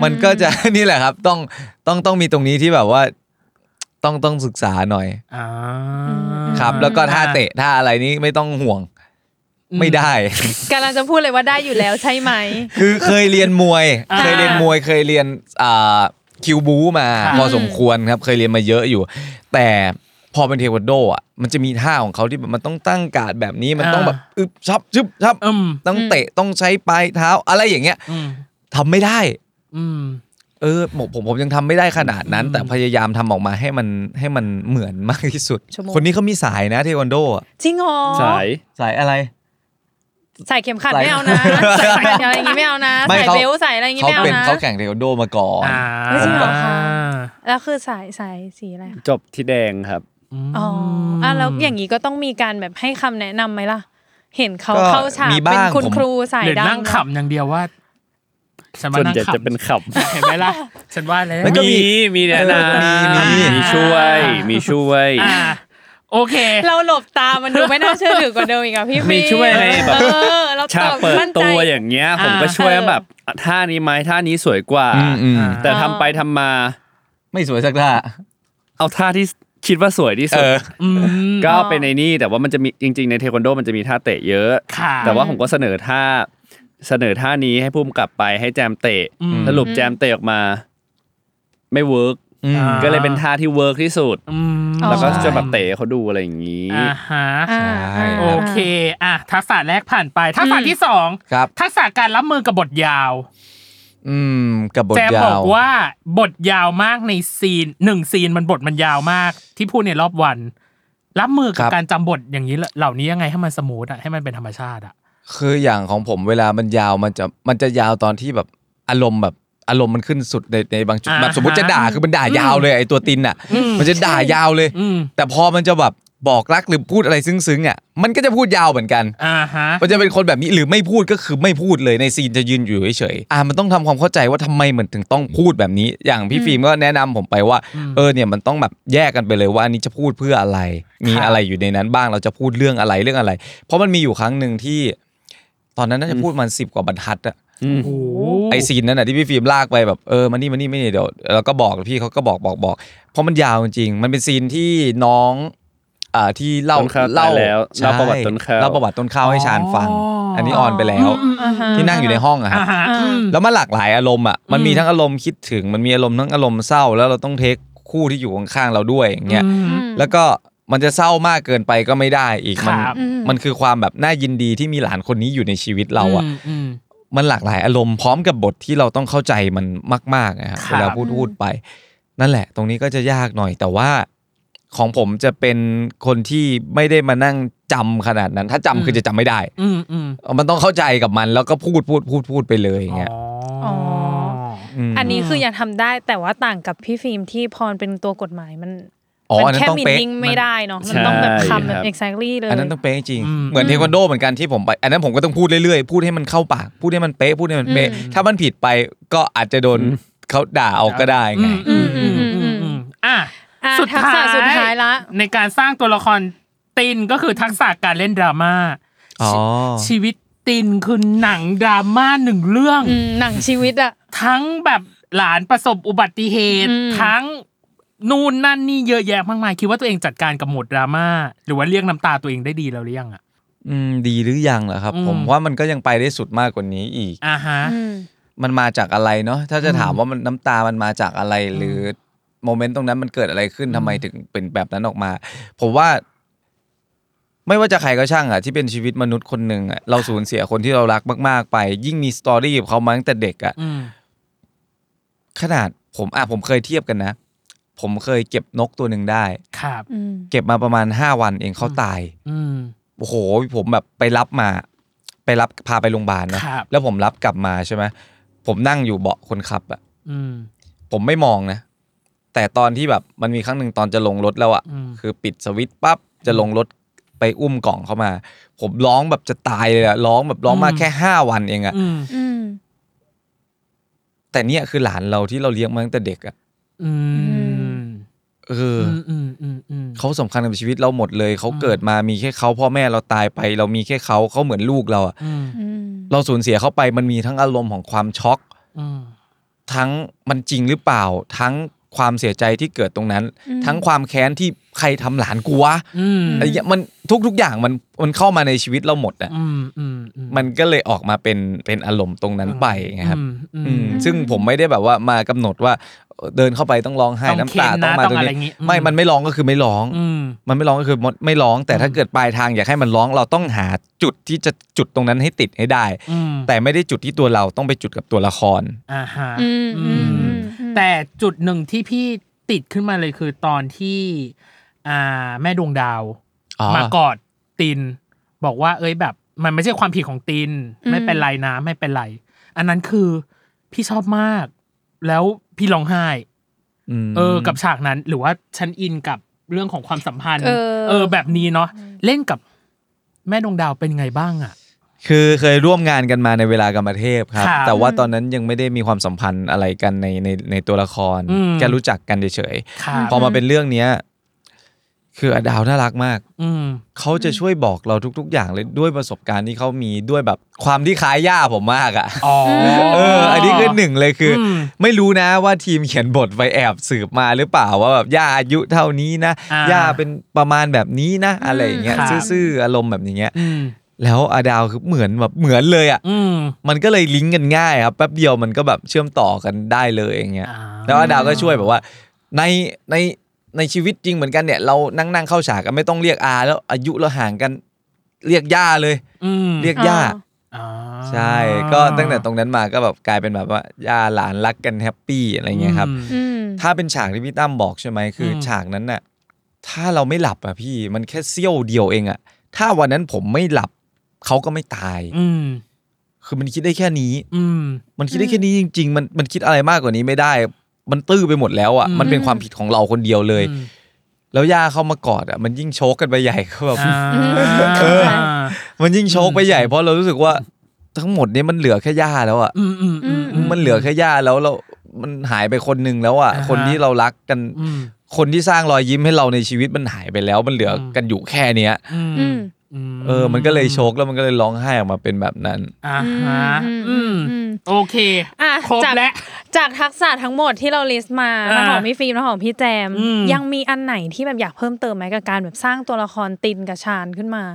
Speaker 4: มันก็จะ นี่แหละครับ ต้องต้องต้องมีตรงนี้ที่แบบว่า ต้องต้องศึกษาหน่อย
Speaker 2: อ่า
Speaker 4: ครับ แล้วก็ท่าเตะท่าอะไรนี้ไม่ต้องห่วงไม่ได้
Speaker 3: ๆกำลังจะพูดเลยว่าได้อยู่แล้วใช่ไหม
Speaker 4: คือเคยเรียนมวย
Speaker 2: อ่า
Speaker 4: เคยเรียนมวย เคยเรียนอ่าคิวบูมา
Speaker 2: ครับ
Speaker 4: พอสมควรครับ เคยเรียนมาเยอะอยู่ แต่พอเป็นเทควันโดอ่ะ มันจะมีท่าของเขาที่แบบมันต้องตั้งการ์ดแบบนี้ มันต้องแบบอึบชับชึบชับ
Speaker 2: อืม
Speaker 4: ต้องเตะ ต้องใช้ปลายเท้า อะไรอย่างเงี้ย
Speaker 2: อืม
Speaker 4: ทำไม่ได้
Speaker 2: อืม
Speaker 4: เออผมผมผมยังทำไม่ได้ขนาดนั้น
Speaker 2: อืม
Speaker 4: แต่พยายามทำออกมาให้มันให้มันเหมือนมากที่สุด
Speaker 3: ชั่วโมง
Speaker 4: คนนี้เขามีสายนะเทควันโดอะ
Speaker 3: จริงเหรอ
Speaker 5: สาย
Speaker 4: สายอะไร
Speaker 3: ใส่เข็มขัด
Speaker 4: ใส่
Speaker 3: ไม่เอานะใส่อะไรอย่างงี้ไม่เอานะ
Speaker 4: ไม่
Speaker 3: ใส่
Speaker 4: เขา
Speaker 3: เบลต์ใส่อะไรอย่างงี้
Speaker 4: เขา
Speaker 3: ไม่เอา
Speaker 4: เป็น
Speaker 3: นะ
Speaker 4: เขาแข่งเทควันโดมาก่อน
Speaker 2: อ่า
Speaker 3: ไม่ใช่เหรอคะ แล้วคือสายสายสีอะไรคะ
Speaker 5: จบที่แดงครับ
Speaker 2: ม
Speaker 3: อ๋ออ่ะแล้วอย่างงี้ก็ต้องมีการแบบให้คำแนะนำไหมล่ะ เห็นเขา
Speaker 4: ก็
Speaker 3: เข้าฉาก
Speaker 4: มี
Speaker 3: เป็น
Speaker 4: บ้าง
Speaker 3: คุณ
Speaker 4: ผม
Speaker 3: ครูสาย
Speaker 2: หรือ
Speaker 3: ดำ
Speaker 2: นั่งขำอย่างเดียวว่าฉันว่า
Speaker 5: จน
Speaker 2: นั่ง
Speaker 5: จะ
Speaker 2: ขำ
Speaker 5: จะเป็นขำ
Speaker 2: เห็นไหมล่ะ ฉันว่าแล้ว
Speaker 4: มันก็ มี
Speaker 5: มีมีแนะน
Speaker 4: เออมี
Speaker 5: ำ
Speaker 4: มี
Speaker 5: มีช่วย มีช่วย
Speaker 2: อ่า โอเค
Speaker 3: เราหลบตามันดูไม่น่าเชื่อถือกว่าเดิมอีกอะพี่
Speaker 5: มี
Speaker 3: ฟิล์
Speaker 5: ช่วยในแบบ
Speaker 3: เออเรา
Speaker 5: ฉา
Speaker 3: ต
Speaker 5: ก
Speaker 3: อบ
Speaker 5: เปิด
Speaker 3: มั่นใจ
Speaker 5: ตัวอย่างเงี้ย ผมก็ช่วยแบบอ่ะท่านี้ไหมท่านี้สวยกว่า
Speaker 4: อืมอืม
Speaker 5: แต่
Speaker 3: อ่า
Speaker 5: ทำไปทำมา
Speaker 4: ไม่สวยสักท่า
Speaker 5: เอาท่าที่คิดว่าสวยที่สุด
Speaker 2: อืม
Speaker 5: ก็เป็นในนี่แต่ว่ามันจะมีจริง ๆ ในเทควันโดมันจะมีท่าเตะเยอะ
Speaker 2: ค่ะ
Speaker 5: แต่ว่าผมก็เสนอท่าเสนอท่านี้ให้พุ่มกลับไปให้แจมเตะ
Speaker 2: อืม
Speaker 5: สรุปแจมเตะออกมา ไม่เวิร์ก
Speaker 4: อืม
Speaker 2: อ่า
Speaker 5: ก็เลยเป็นท่าที่เวิร์กที่สุด
Speaker 2: อืม
Speaker 3: อ๋อ
Speaker 5: แล้วก็จะแบบเตะให้เขาดูอะไรอย่างนี้
Speaker 2: อ่าฮะ
Speaker 3: อ่า
Speaker 4: ใช่
Speaker 3: า
Speaker 2: โอเค อ่ะ ทักษะแรกผ่านไป ทักษะที่สอง
Speaker 4: ครับ
Speaker 2: ทักษะการรับมือกับบทยาว
Speaker 4: อืม กับบท
Speaker 2: แจม
Speaker 4: ยา
Speaker 2: บอก
Speaker 4: ว
Speaker 2: ว่าบทยาวมากในซีนหนึ่งซีนมันบทมันยาวมาก ที่พูดในรอบวัน รับมือกับ
Speaker 4: ครับ
Speaker 2: การจำบทอย่างนี้เหล่าเหล่านี้ยังไงให้มันสมูทอะให้มันเป็นธรรมชาติอะ
Speaker 4: คืออย่างของผมเวลามันยาวมันจะมันจะยาวตอนที่แบบอารมณ์แบบอารมณ์มันขึ้นสุดในในบางจุด
Speaker 2: อ่า
Speaker 4: แบบสมมติ
Speaker 2: ฮะ
Speaker 4: จะด่าคือมันด่ายาวเลยไอตัวตินอ่ะ
Speaker 2: อืม
Speaker 4: มันจะด่ายาวเลย
Speaker 2: อืม
Speaker 4: แต่พอมันจะแบบบอกรักหรือพูดอะไรซึ้งๆอ่ะมันก็จะพูดยาวเหมือนกัน
Speaker 2: อ่าฮะ
Speaker 4: มันจะเป็นคนแบบนี้หรือไม่พูดก็คือไม่พูดเลยในซีนจะยืนอยู่เฉยๆอ่ะมันต้องทำความเข้าใจว่าทำไมเหมือนถึงต้องพูดแบบนี้ อย่างพี่ฟิล์มก็แนะนำผมไปว่า เออเนี่ยมันต้องแบบแยกกันไปเลยว่าอันนี้จะพูดเพื่ออะไร มี
Speaker 2: ครับ
Speaker 4: อะไรอยู่ในนั้นบ้างเราจะพูดเรื่องอะไรเรื่องอะไร เพราะมันมีอยู่ครั้งหนึ่งที่ ตอนนั้นน่าจะพูดมันสิบกว่าบรรทัดอะ
Speaker 2: โอ้โห
Speaker 4: ไอซีนนั้นน่ะที่พี่ฟิล์มลากไปแบบเออมานี่มานี่ไม่นี่เดี๋ยวเราก็บอกพี่เขาก็บอกบอกบอกเพราะมันยาวจริงๆมันเป็นซีนที่น้องอ่าที่เล่า
Speaker 5: ต้นข้าวตาย
Speaker 4: เล่า
Speaker 5: แล้ว
Speaker 4: ใช่
Speaker 5: เล่าประวัติต้นข้าว
Speaker 4: เล่าประวัติต้นข้าวให้ชานฟัง อันนี้ออนไปแล้ว
Speaker 3: อ่าฮะ
Speaker 4: ที่นั่งอยู่ในห้องอะครับ
Speaker 2: อ่าฮะอืม
Speaker 4: แล้วมันหลากหลายอารมณ์อ่ะ มันมีทั้งอารมณ์คิดถึง มันมีอารมณ์ทั้งอารมณ์เศร้า แล้วเราต้องเทค คู่ที่อยู่ข้างๆเราด้วยอย่างเงี้ย
Speaker 2: อืม
Speaker 3: อืม
Speaker 4: แล้วก็มันจะเศร้ามากเกินไปก็ไม่ได้อีกมัน
Speaker 2: ครับ
Speaker 3: อืม
Speaker 4: มันคือความแบบน่ายินดีที่มีหลานคนนี้อยู่ในชีวิตเราอ่ะ
Speaker 2: มอืม
Speaker 4: มันหลากหลายอารมณ์พร้อมกับบทที่เราต้องเข้าใจมันมากๆนะครับ
Speaker 2: ครับ
Speaker 4: เวลาพูดพูดไป นั่นแหละ ตรงนี้ก็จะยากหน่อย แต่ว่าของผมจะเป็นคนที่ไม่ได้มานั่งจำขนาดนั้น ถ้าจำคือจะจำไม่ได้
Speaker 2: อืมอืม
Speaker 4: มันต้องเข้าใจกับมัน แล้วก็พูดพูดพูดพูดไปเลยอย่างเงี้ย
Speaker 2: อ๋อ
Speaker 4: ม
Speaker 3: อันนี้คือยังทำได้แต่ว่าต่างกับพี่ฟิล์มที่พรเป็นตัวกฎหมายมัน
Speaker 4: อ๋อ
Speaker 3: มั
Speaker 4: อันนั้น
Speaker 3: แค่
Speaker 4: ต้อง
Speaker 3: มิน
Speaker 4: เป๊ะ
Speaker 3: นิ่งไม่ได้เนาะ
Speaker 5: ใช่
Speaker 3: มันต้องแบบคำแบบ
Speaker 5: ครับ
Speaker 3: exactly เลย
Speaker 4: อันนั้นต้องเป๊ะจริง
Speaker 2: อืม
Speaker 4: เหมือนเทควันโดเหมือนกันที่ผมไป อันนั้นผมก็ต้องพูดเรื่อยๆพูดให้มันเข้าปากพูดให้มันเป๊ะพูดให้มันเป๊ะ
Speaker 3: อืม
Speaker 4: ถ้ามันผิดไปก็อาจจะโดนเขาด่าเอาก็ได้ไง
Speaker 2: อืมอืมอืมอืมอืมอ่ะ
Speaker 3: อ่ะ
Speaker 2: สุด
Speaker 3: ทัก
Speaker 2: ท้า
Speaker 3: ษะ
Speaker 2: ย
Speaker 3: สุดท้ายละ
Speaker 2: ในการสร้างตัวละครตินก็คือทักษะการเล่นดราม่า
Speaker 4: อ๋อ
Speaker 2: ชีชีวิตตินคือหนังดราม่าหนึ่งเรื่อง
Speaker 3: อืมหนังชีวิตอะ
Speaker 2: ทั้งแบบหลานประสบอุบัติเหตุ
Speaker 3: อืม
Speaker 2: ทั้งนู่นนั่นนี่เยอะแยะมากมายคิดว่าตัวเองจัดการกับโหมดดราม่าหรือว่าเรียกน้ำตาตัวเองได้ดีแล้วหรือยังอ่ะ
Speaker 4: อืมดีหรือยังเหรอครับ
Speaker 2: อืม
Speaker 4: ผมว่ามันก็ยังไปได้สุดมากกว่านี้อีก
Speaker 2: อ่าฮะ
Speaker 3: อืม
Speaker 4: มันมาจากอะไรเนาะถ้าจะ
Speaker 2: อืม
Speaker 4: ถามว่ามันน้ำตามันมาจากอะไร หรือโมเมนต์ตรงนั้นมันเกิดอะไรขึ้นทำไมถึงเป็นแบบนั้นออกมา ผมว่า ไม่ว่าจะใครก็ช่างอะที่เป็นชีวิตมนุษย์คนหนึ่งอะเราสูญเสียคนที่เรารักมาก ๆ ไป ยิ่งมีสตอรี่กับเขามาตั้งแต่เด็กอะ
Speaker 2: อืม
Speaker 4: ขนาดผมอ่ะผมเคยเทียบกันนะ ผมเคยเก็บนกตัวหนึ่งได้
Speaker 2: ครับ
Speaker 3: อืม
Speaker 4: เก็บมาประมาณห้าวันเองเขาตาย
Speaker 2: อืม
Speaker 4: โอ้โหผมแบบไปรับมา ไปรับพาไปโรงพยาบาลนะครับ แล้วผมรับกลับมาใช่ไหมผมนั่งอยู่เบาะคนขับอะ
Speaker 2: อืม
Speaker 4: ผมไม่มองนะ แต่ตอนที่แบบมันมีครั้งหนึ่งตอนจะลงรถแล้วอะ
Speaker 2: อืม
Speaker 4: คือปิดสวิตช์ปั๊บจะลงรถไปอุ้มกล่องเข้ามา ผมร้องแบบจะตายเลยอะร้องแบบร้องมาแค่ห้าวันเองอะ
Speaker 2: อืม
Speaker 3: อืม
Speaker 4: แต่เนี่ยคือหลานเราที่เราเลี้ยงมาตั้งแต่เด็กอะ
Speaker 2: อืม
Speaker 4: เออ
Speaker 2: อื
Speaker 4: อ
Speaker 2: มอืมอืมอืม
Speaker 4: เขาสำคัญกับชีวิตเราหมดเลยเขา
Speaker 2: อืม
Speaker 4: เกิดมามีแค่เขาพ่อแม่เราตายไป เรามีแค่เขาเขาเหมือนลูกเราอะ
Speaker 2: อืม
Speaker 3: อืม
Speaker 4: เราสูญเสียเขาไปมันมีทั้งอารมณ์ของความช็อก
Speaker 2: อืม
Speaker 4: ทั้งมันจริงหรือเปล่า ทั้งความเสียใจที่เกิดตรงนั้น
Speaker 3: อืม
Speaker 4: ทั้งความแค้นที่ใครทำหลานกูวะ
Speaker 2: อืม
Speaker 4: อะไรเงี้ยมันทุกๆอย่างมันมันเข้ามาในชีวิตเราหมดอ่ะ
Speaker 2: อืมอืมอืม
Speaker 4: มันก็เลยออกมาเป็นเป็นอารมณ์ตรงนั้นไปไงครับ
Speaker 2: อืมอื
Speaker 4: อื
Speaker 2: ม
Speaker 4: มซึ่งผมไม่ได้แบบว่ามากำหนดว่าเอ่อเดินเข้าไปต้องร้องไห้
Speaker 2: ต้อ
Speaker 4: น้ำ
Speaker 2: งเค้น
Speaker 4: ตาต้องมา
Speaker 2: นะ
Speaker 4: ตรง
Speaker 2: ต้องอะไรอย่างงี้
Speaker 4: นี้
Speaker 2: อืม
Speaker 4: ไม่มันไม่ร้องก็คือไม่ร้อง
Speaker 2: อืม
Speaker 4: มันไม่ร้องก็คือไม่ร้อง แต่ถ้า
Speaker 2: อืม
Speaker 4: เกิดปลายทางอยากให้มันร้องเราต้องหาจุดที่จะจุดตรงนั้นให้ติดให้ได้
Speaker 2: อืม
Speaker 4: แต่ไม่ได้จุดที่ตัวเราต้องไปจุดกับตัวละคร
Speaker 2: อ่าฮะ
Speaker 3: อืมอืมอืม
Speaker 2: แต่จุดหนึ่งที่พี่ติดขึ้นมาเลยคือตอนที่อ่าแม่ดวงดาว
Speaker 4: อ๋อ
Speaker 2: มากอดติน บอกว่า เอ้ยแบบ มันไม่ใช่ความผิดของติน ไม่เป็นไรนะไม่เป็นไร อันนั้นคือพี่ชอบมาก แล้วพี่ร้องไห้
Speaker 4: ม
Speaker 2: เออ กับฉากนั้นหรือว่าฉันอินกับเรื่องของความสัมพันธ์
Speaker 3: เออ
Speaker 2: แบบนี้เนาะเล่นกับแม่ดวงดาวเป็นไงบ้างอ่ะ
Speaker 4: คือเคยร่วมงานกันมาในเวลากรรมเทพครับ
Speaker 2: ครับ
Speaker 4: แต่ว่าตอนนั้นยังไม่ได้มีความสัมพันธ์อะไรกันในในในตัวละคร
Speaker 2: อืม
Speaker 4: แค่รู้จักกันเฉย
Speaker 2: ค่ะ
Speaker 4: ๆพอมาเป็นเรื่องเนี้ยคืออดาวน่ารักมาก
Speaker 2: อืม
Speaker 4: เขาจะช่วยบอกเราทุก ๆ อย่างเลยด้วยประสบการณ์ที่เขามีด้วยแบบความที่คล้ายย่าผมมากอ่ะ
Speaker 2: อ๋อ
Speaker 4: เออ อันนี้คือหนึ่งเลยคืออ
Speaker 2: ม
Speaker 4: ไม่รู้นะว่าทีมเขียนบทไปแอบสืบมาหรือเปล่าว่าแบบย่าอายุเท่านี้นะ
Speaker 2: อ่า
Speaker 4: ย่าเป็นประมาณแบบนี้นะ อะไรอย่างเงี้ย
Speaker 2: ครับ
Speaker 4: ซื่อๆอารมณ์แบบอย่างเงี้ย
Speaker 2: อืม
Speaker 4: แล้วอาดาวคือเหมือนแบบเหมือนเลยอ่ะ
Speaker 2: อืม
Speaker 4: มันก็เลยลิงก์กันง่ายครับแป๊บเดียวมันก็แบบเชื่อมต่อกันได้เลยอย่างเงี้ย
Speaker 2: อ่า
Speaker 4: แล้วอาดาวก็ช่วยแบบว่า ในในในชีวิตจริงเหมือนกันเนี่ย เรานั่งนั่งเข้าฉากกันไม่ต้องเรียกอาแล้วอายุเราห่างกันเรียกย่าเลย
Speaker 2: อืม
Speaker 4: เรียกย่า
Speaker 2: อ่า
Speaker 4: ใช่ ก็ตั้งแต่ตรงนั้นมาก็แบบกลายเป็นแบบว่าย่าหลานรักกันแฮปปี้อะไรเงี้ยครับ
Speaker 2: อืม
Speaker 3: อืม
Speaker 4: ถ้าเป็นฉากที่พี่ตั้มบอกใช่ไหมคืออ
Speaker 2: ม
Speaker 4: ฉากนั้นน่ะถ้าเราไม่หลับอ่ะพี่มันแค่เสี้ยวเดียวเองอ่ะถ้าวันนั้นผมไม่หลับเขาก็ไม่ตาย
Speaker 2: อืม
Speaker 4: คือมันคิดได้แค่นี้
Speaker 2: อืม
Speaker 4: มันคิดได้แค่นี้จริง ๆ มันมันคิดอะไรมากกว่านี้ไม่ได้ มันตื้อไปหมดแล้วอ่ะ
Speaker 2: อืม
Speaker 4: มันเป็นความผิดของเราคนเดียวเลย
Speaker 2: อืม
Speaker 4: แล้วย่าเข้ามากอดอ่ะ มันยิ่งโชกกันไปใหญ่ ก็แบบ
Speaker 2: อ่า
Speaker 4: เออ มันยิ่งโชกไปใหญ่เพราะเรารู้สึกว่าทั้งหมดนี้มันเหลือแค่ย่าแล้วอ่ะ
Speaker 2: อืมอืมอืมอื
Speaker 4: มันเหลือแค่ย่าแล้วเรา มันหายไปคนหนึ่งแล้วอ่ะ
Speaker 2: อ่าฮะ
Speaker 4: คนที่เรารักกัน
Speaker 2: อืม
Speaker 4: คนที่สร้างรอยยิ้มให้เราในชีวิตมันหายไปแล้ว มันเหลืออ
Speaker 2: ม
Speaker 4: กันอยู่แค่เนี้ย
Speaker 2: อืม
Speaker 3: อืม
Speaker 4: เออ มันก็เลยโชกแล้วมันก็เลยร้องไห้ออกมาเป็นแบบนั้น
Speaker 2: อ่าฮะ
Speaker 3: อืมอื
Speaker 2: อื
Speaker 3: ม
Speaker 2: ม
Speaker 3: อืม
Speaker 2: โอเค
Speaker 3: อ่ะ
Speaker 2: ครบ
Speaker 3: จาก
Speaker 2: แล้ว
Speaker 3: จากทักษะทั้งหมดที่เราลิสต์มา
Speaker 2: อ่า
Speaker 3: ทั้งของพี่ฟิล์มทั้งของพี่แจม
Speaker 2: อืม
Speaker 3: ยังมีอันไหนที่แบบอยากเพิ่มเติมไหมกับการแบบสร้างตัวละครตินกับชาญขึ้นมา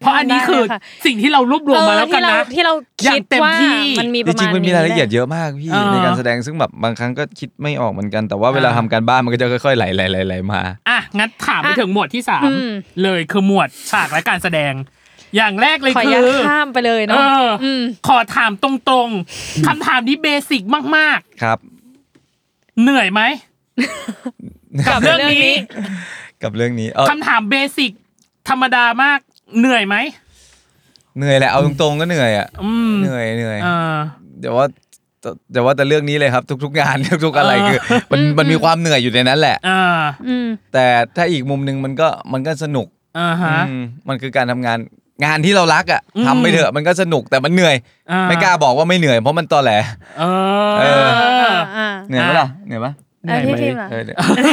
Speaker 2: เพราะอันนี้คือ
Speaker 3: ได้เลยค่ะ
Speaker 2: สิ่งที่เรารวบรวมมาแล้วกันนะ
Speaker 3: เออที่เราที่เราคิด
Speaker 2: อย่างเต็ม
Speaker 3: ว่า
Speaker 2: ที่
Speaker 3: มันมีป
Speaker 4: จ
Speaker 3: ระมาณ
Speaker 4: ริงๆมันมีรายละเอียด
Speaker 3: นี้แห
Speaker 4: เยอะมากพี่
Speaker 2: อ่า
Speaker 4: ในการแสดงซึ่งแบบบางครั้งก็คิดไม่ออกเหมือนกันแต่ว่าเวลา
Speaker 2: อ่า
Speaker 4: ทำการบ้านมันก็จะค่อยๆไหลไหลไหลไหลมา
Speaker 2: อ่ะงั้นถามไป
Speaker 3: อ่ะ
Speaker 2: ถึงหมวดที่สาม
Speaker 3: อืม
Speaker 2: เลยคือหมวดฉากและการแสดง อย่างแรกเลย
Speaker 3: ขออ
Speaker 2: คื
Speaker 3: นุญาต
Speaker 2: อ
Speaker 3: ข้ามไปเลย
Speaker 2: เอ
Speaker 3: เนาะ
Speaker 2: ออ
Speaker 3: ม
Speaker 2: ขอถามตรงๆ คำถามนี้เบสิกมาก
Speaker 4: ครับ
Speaker 2: ๆ เหนื่อยไหม กับเรื่องนี้
Speaker 4: กับเรื่องนี้เออ
Speaker 2: คำถามเบสิกธรรมดามาก เหนื่อยไหม
Speaker 4: เหนื่อยแหละเอาตรงๆก็เหนื่อยอ่ะ
Speaker 2: อืม
Speaker 4: เหนื่อยเหนื่อย
Speaker 2: เออ
Speaker 4: แต่ว่าแต่แต่ว่าแต่เรื่องนี้เลยครับ ทุก ๆ งาน ทุกๆอะไรคือ มันมันมีความเหนื่อยอยู่ในนั้นแหละ
Speaker 2: เออ
Speaker 3: อืม
Speaker 4: แต่ถ้าอีกมุมหนึ่งมันก็มันก็สนุก
Speaker 2: อ่าฮะ
Speaker 4: อืมมันคือการทำงานงานที่เรารักอ่ะ
Speaker 2: อืม
Speaker 4: ทำไปเถอะมันก็สนุกแต่มันเหนื่อย
Speaker 2: อ่
Speaker 4: ไม่กล้าบอกว่าไม่เหนื่อยเพราะมันตอแหล
Speaker 2: เอ
Speaker 4: เอ
Speaker 2: อ
Speaker 3: อ่า
Speaker 4: เหนื่อยไหมล่ะเหนื่อยปะ
Speaker 3: อ่าพี่พิมพ์ล่ะ
Speaker 4: เออ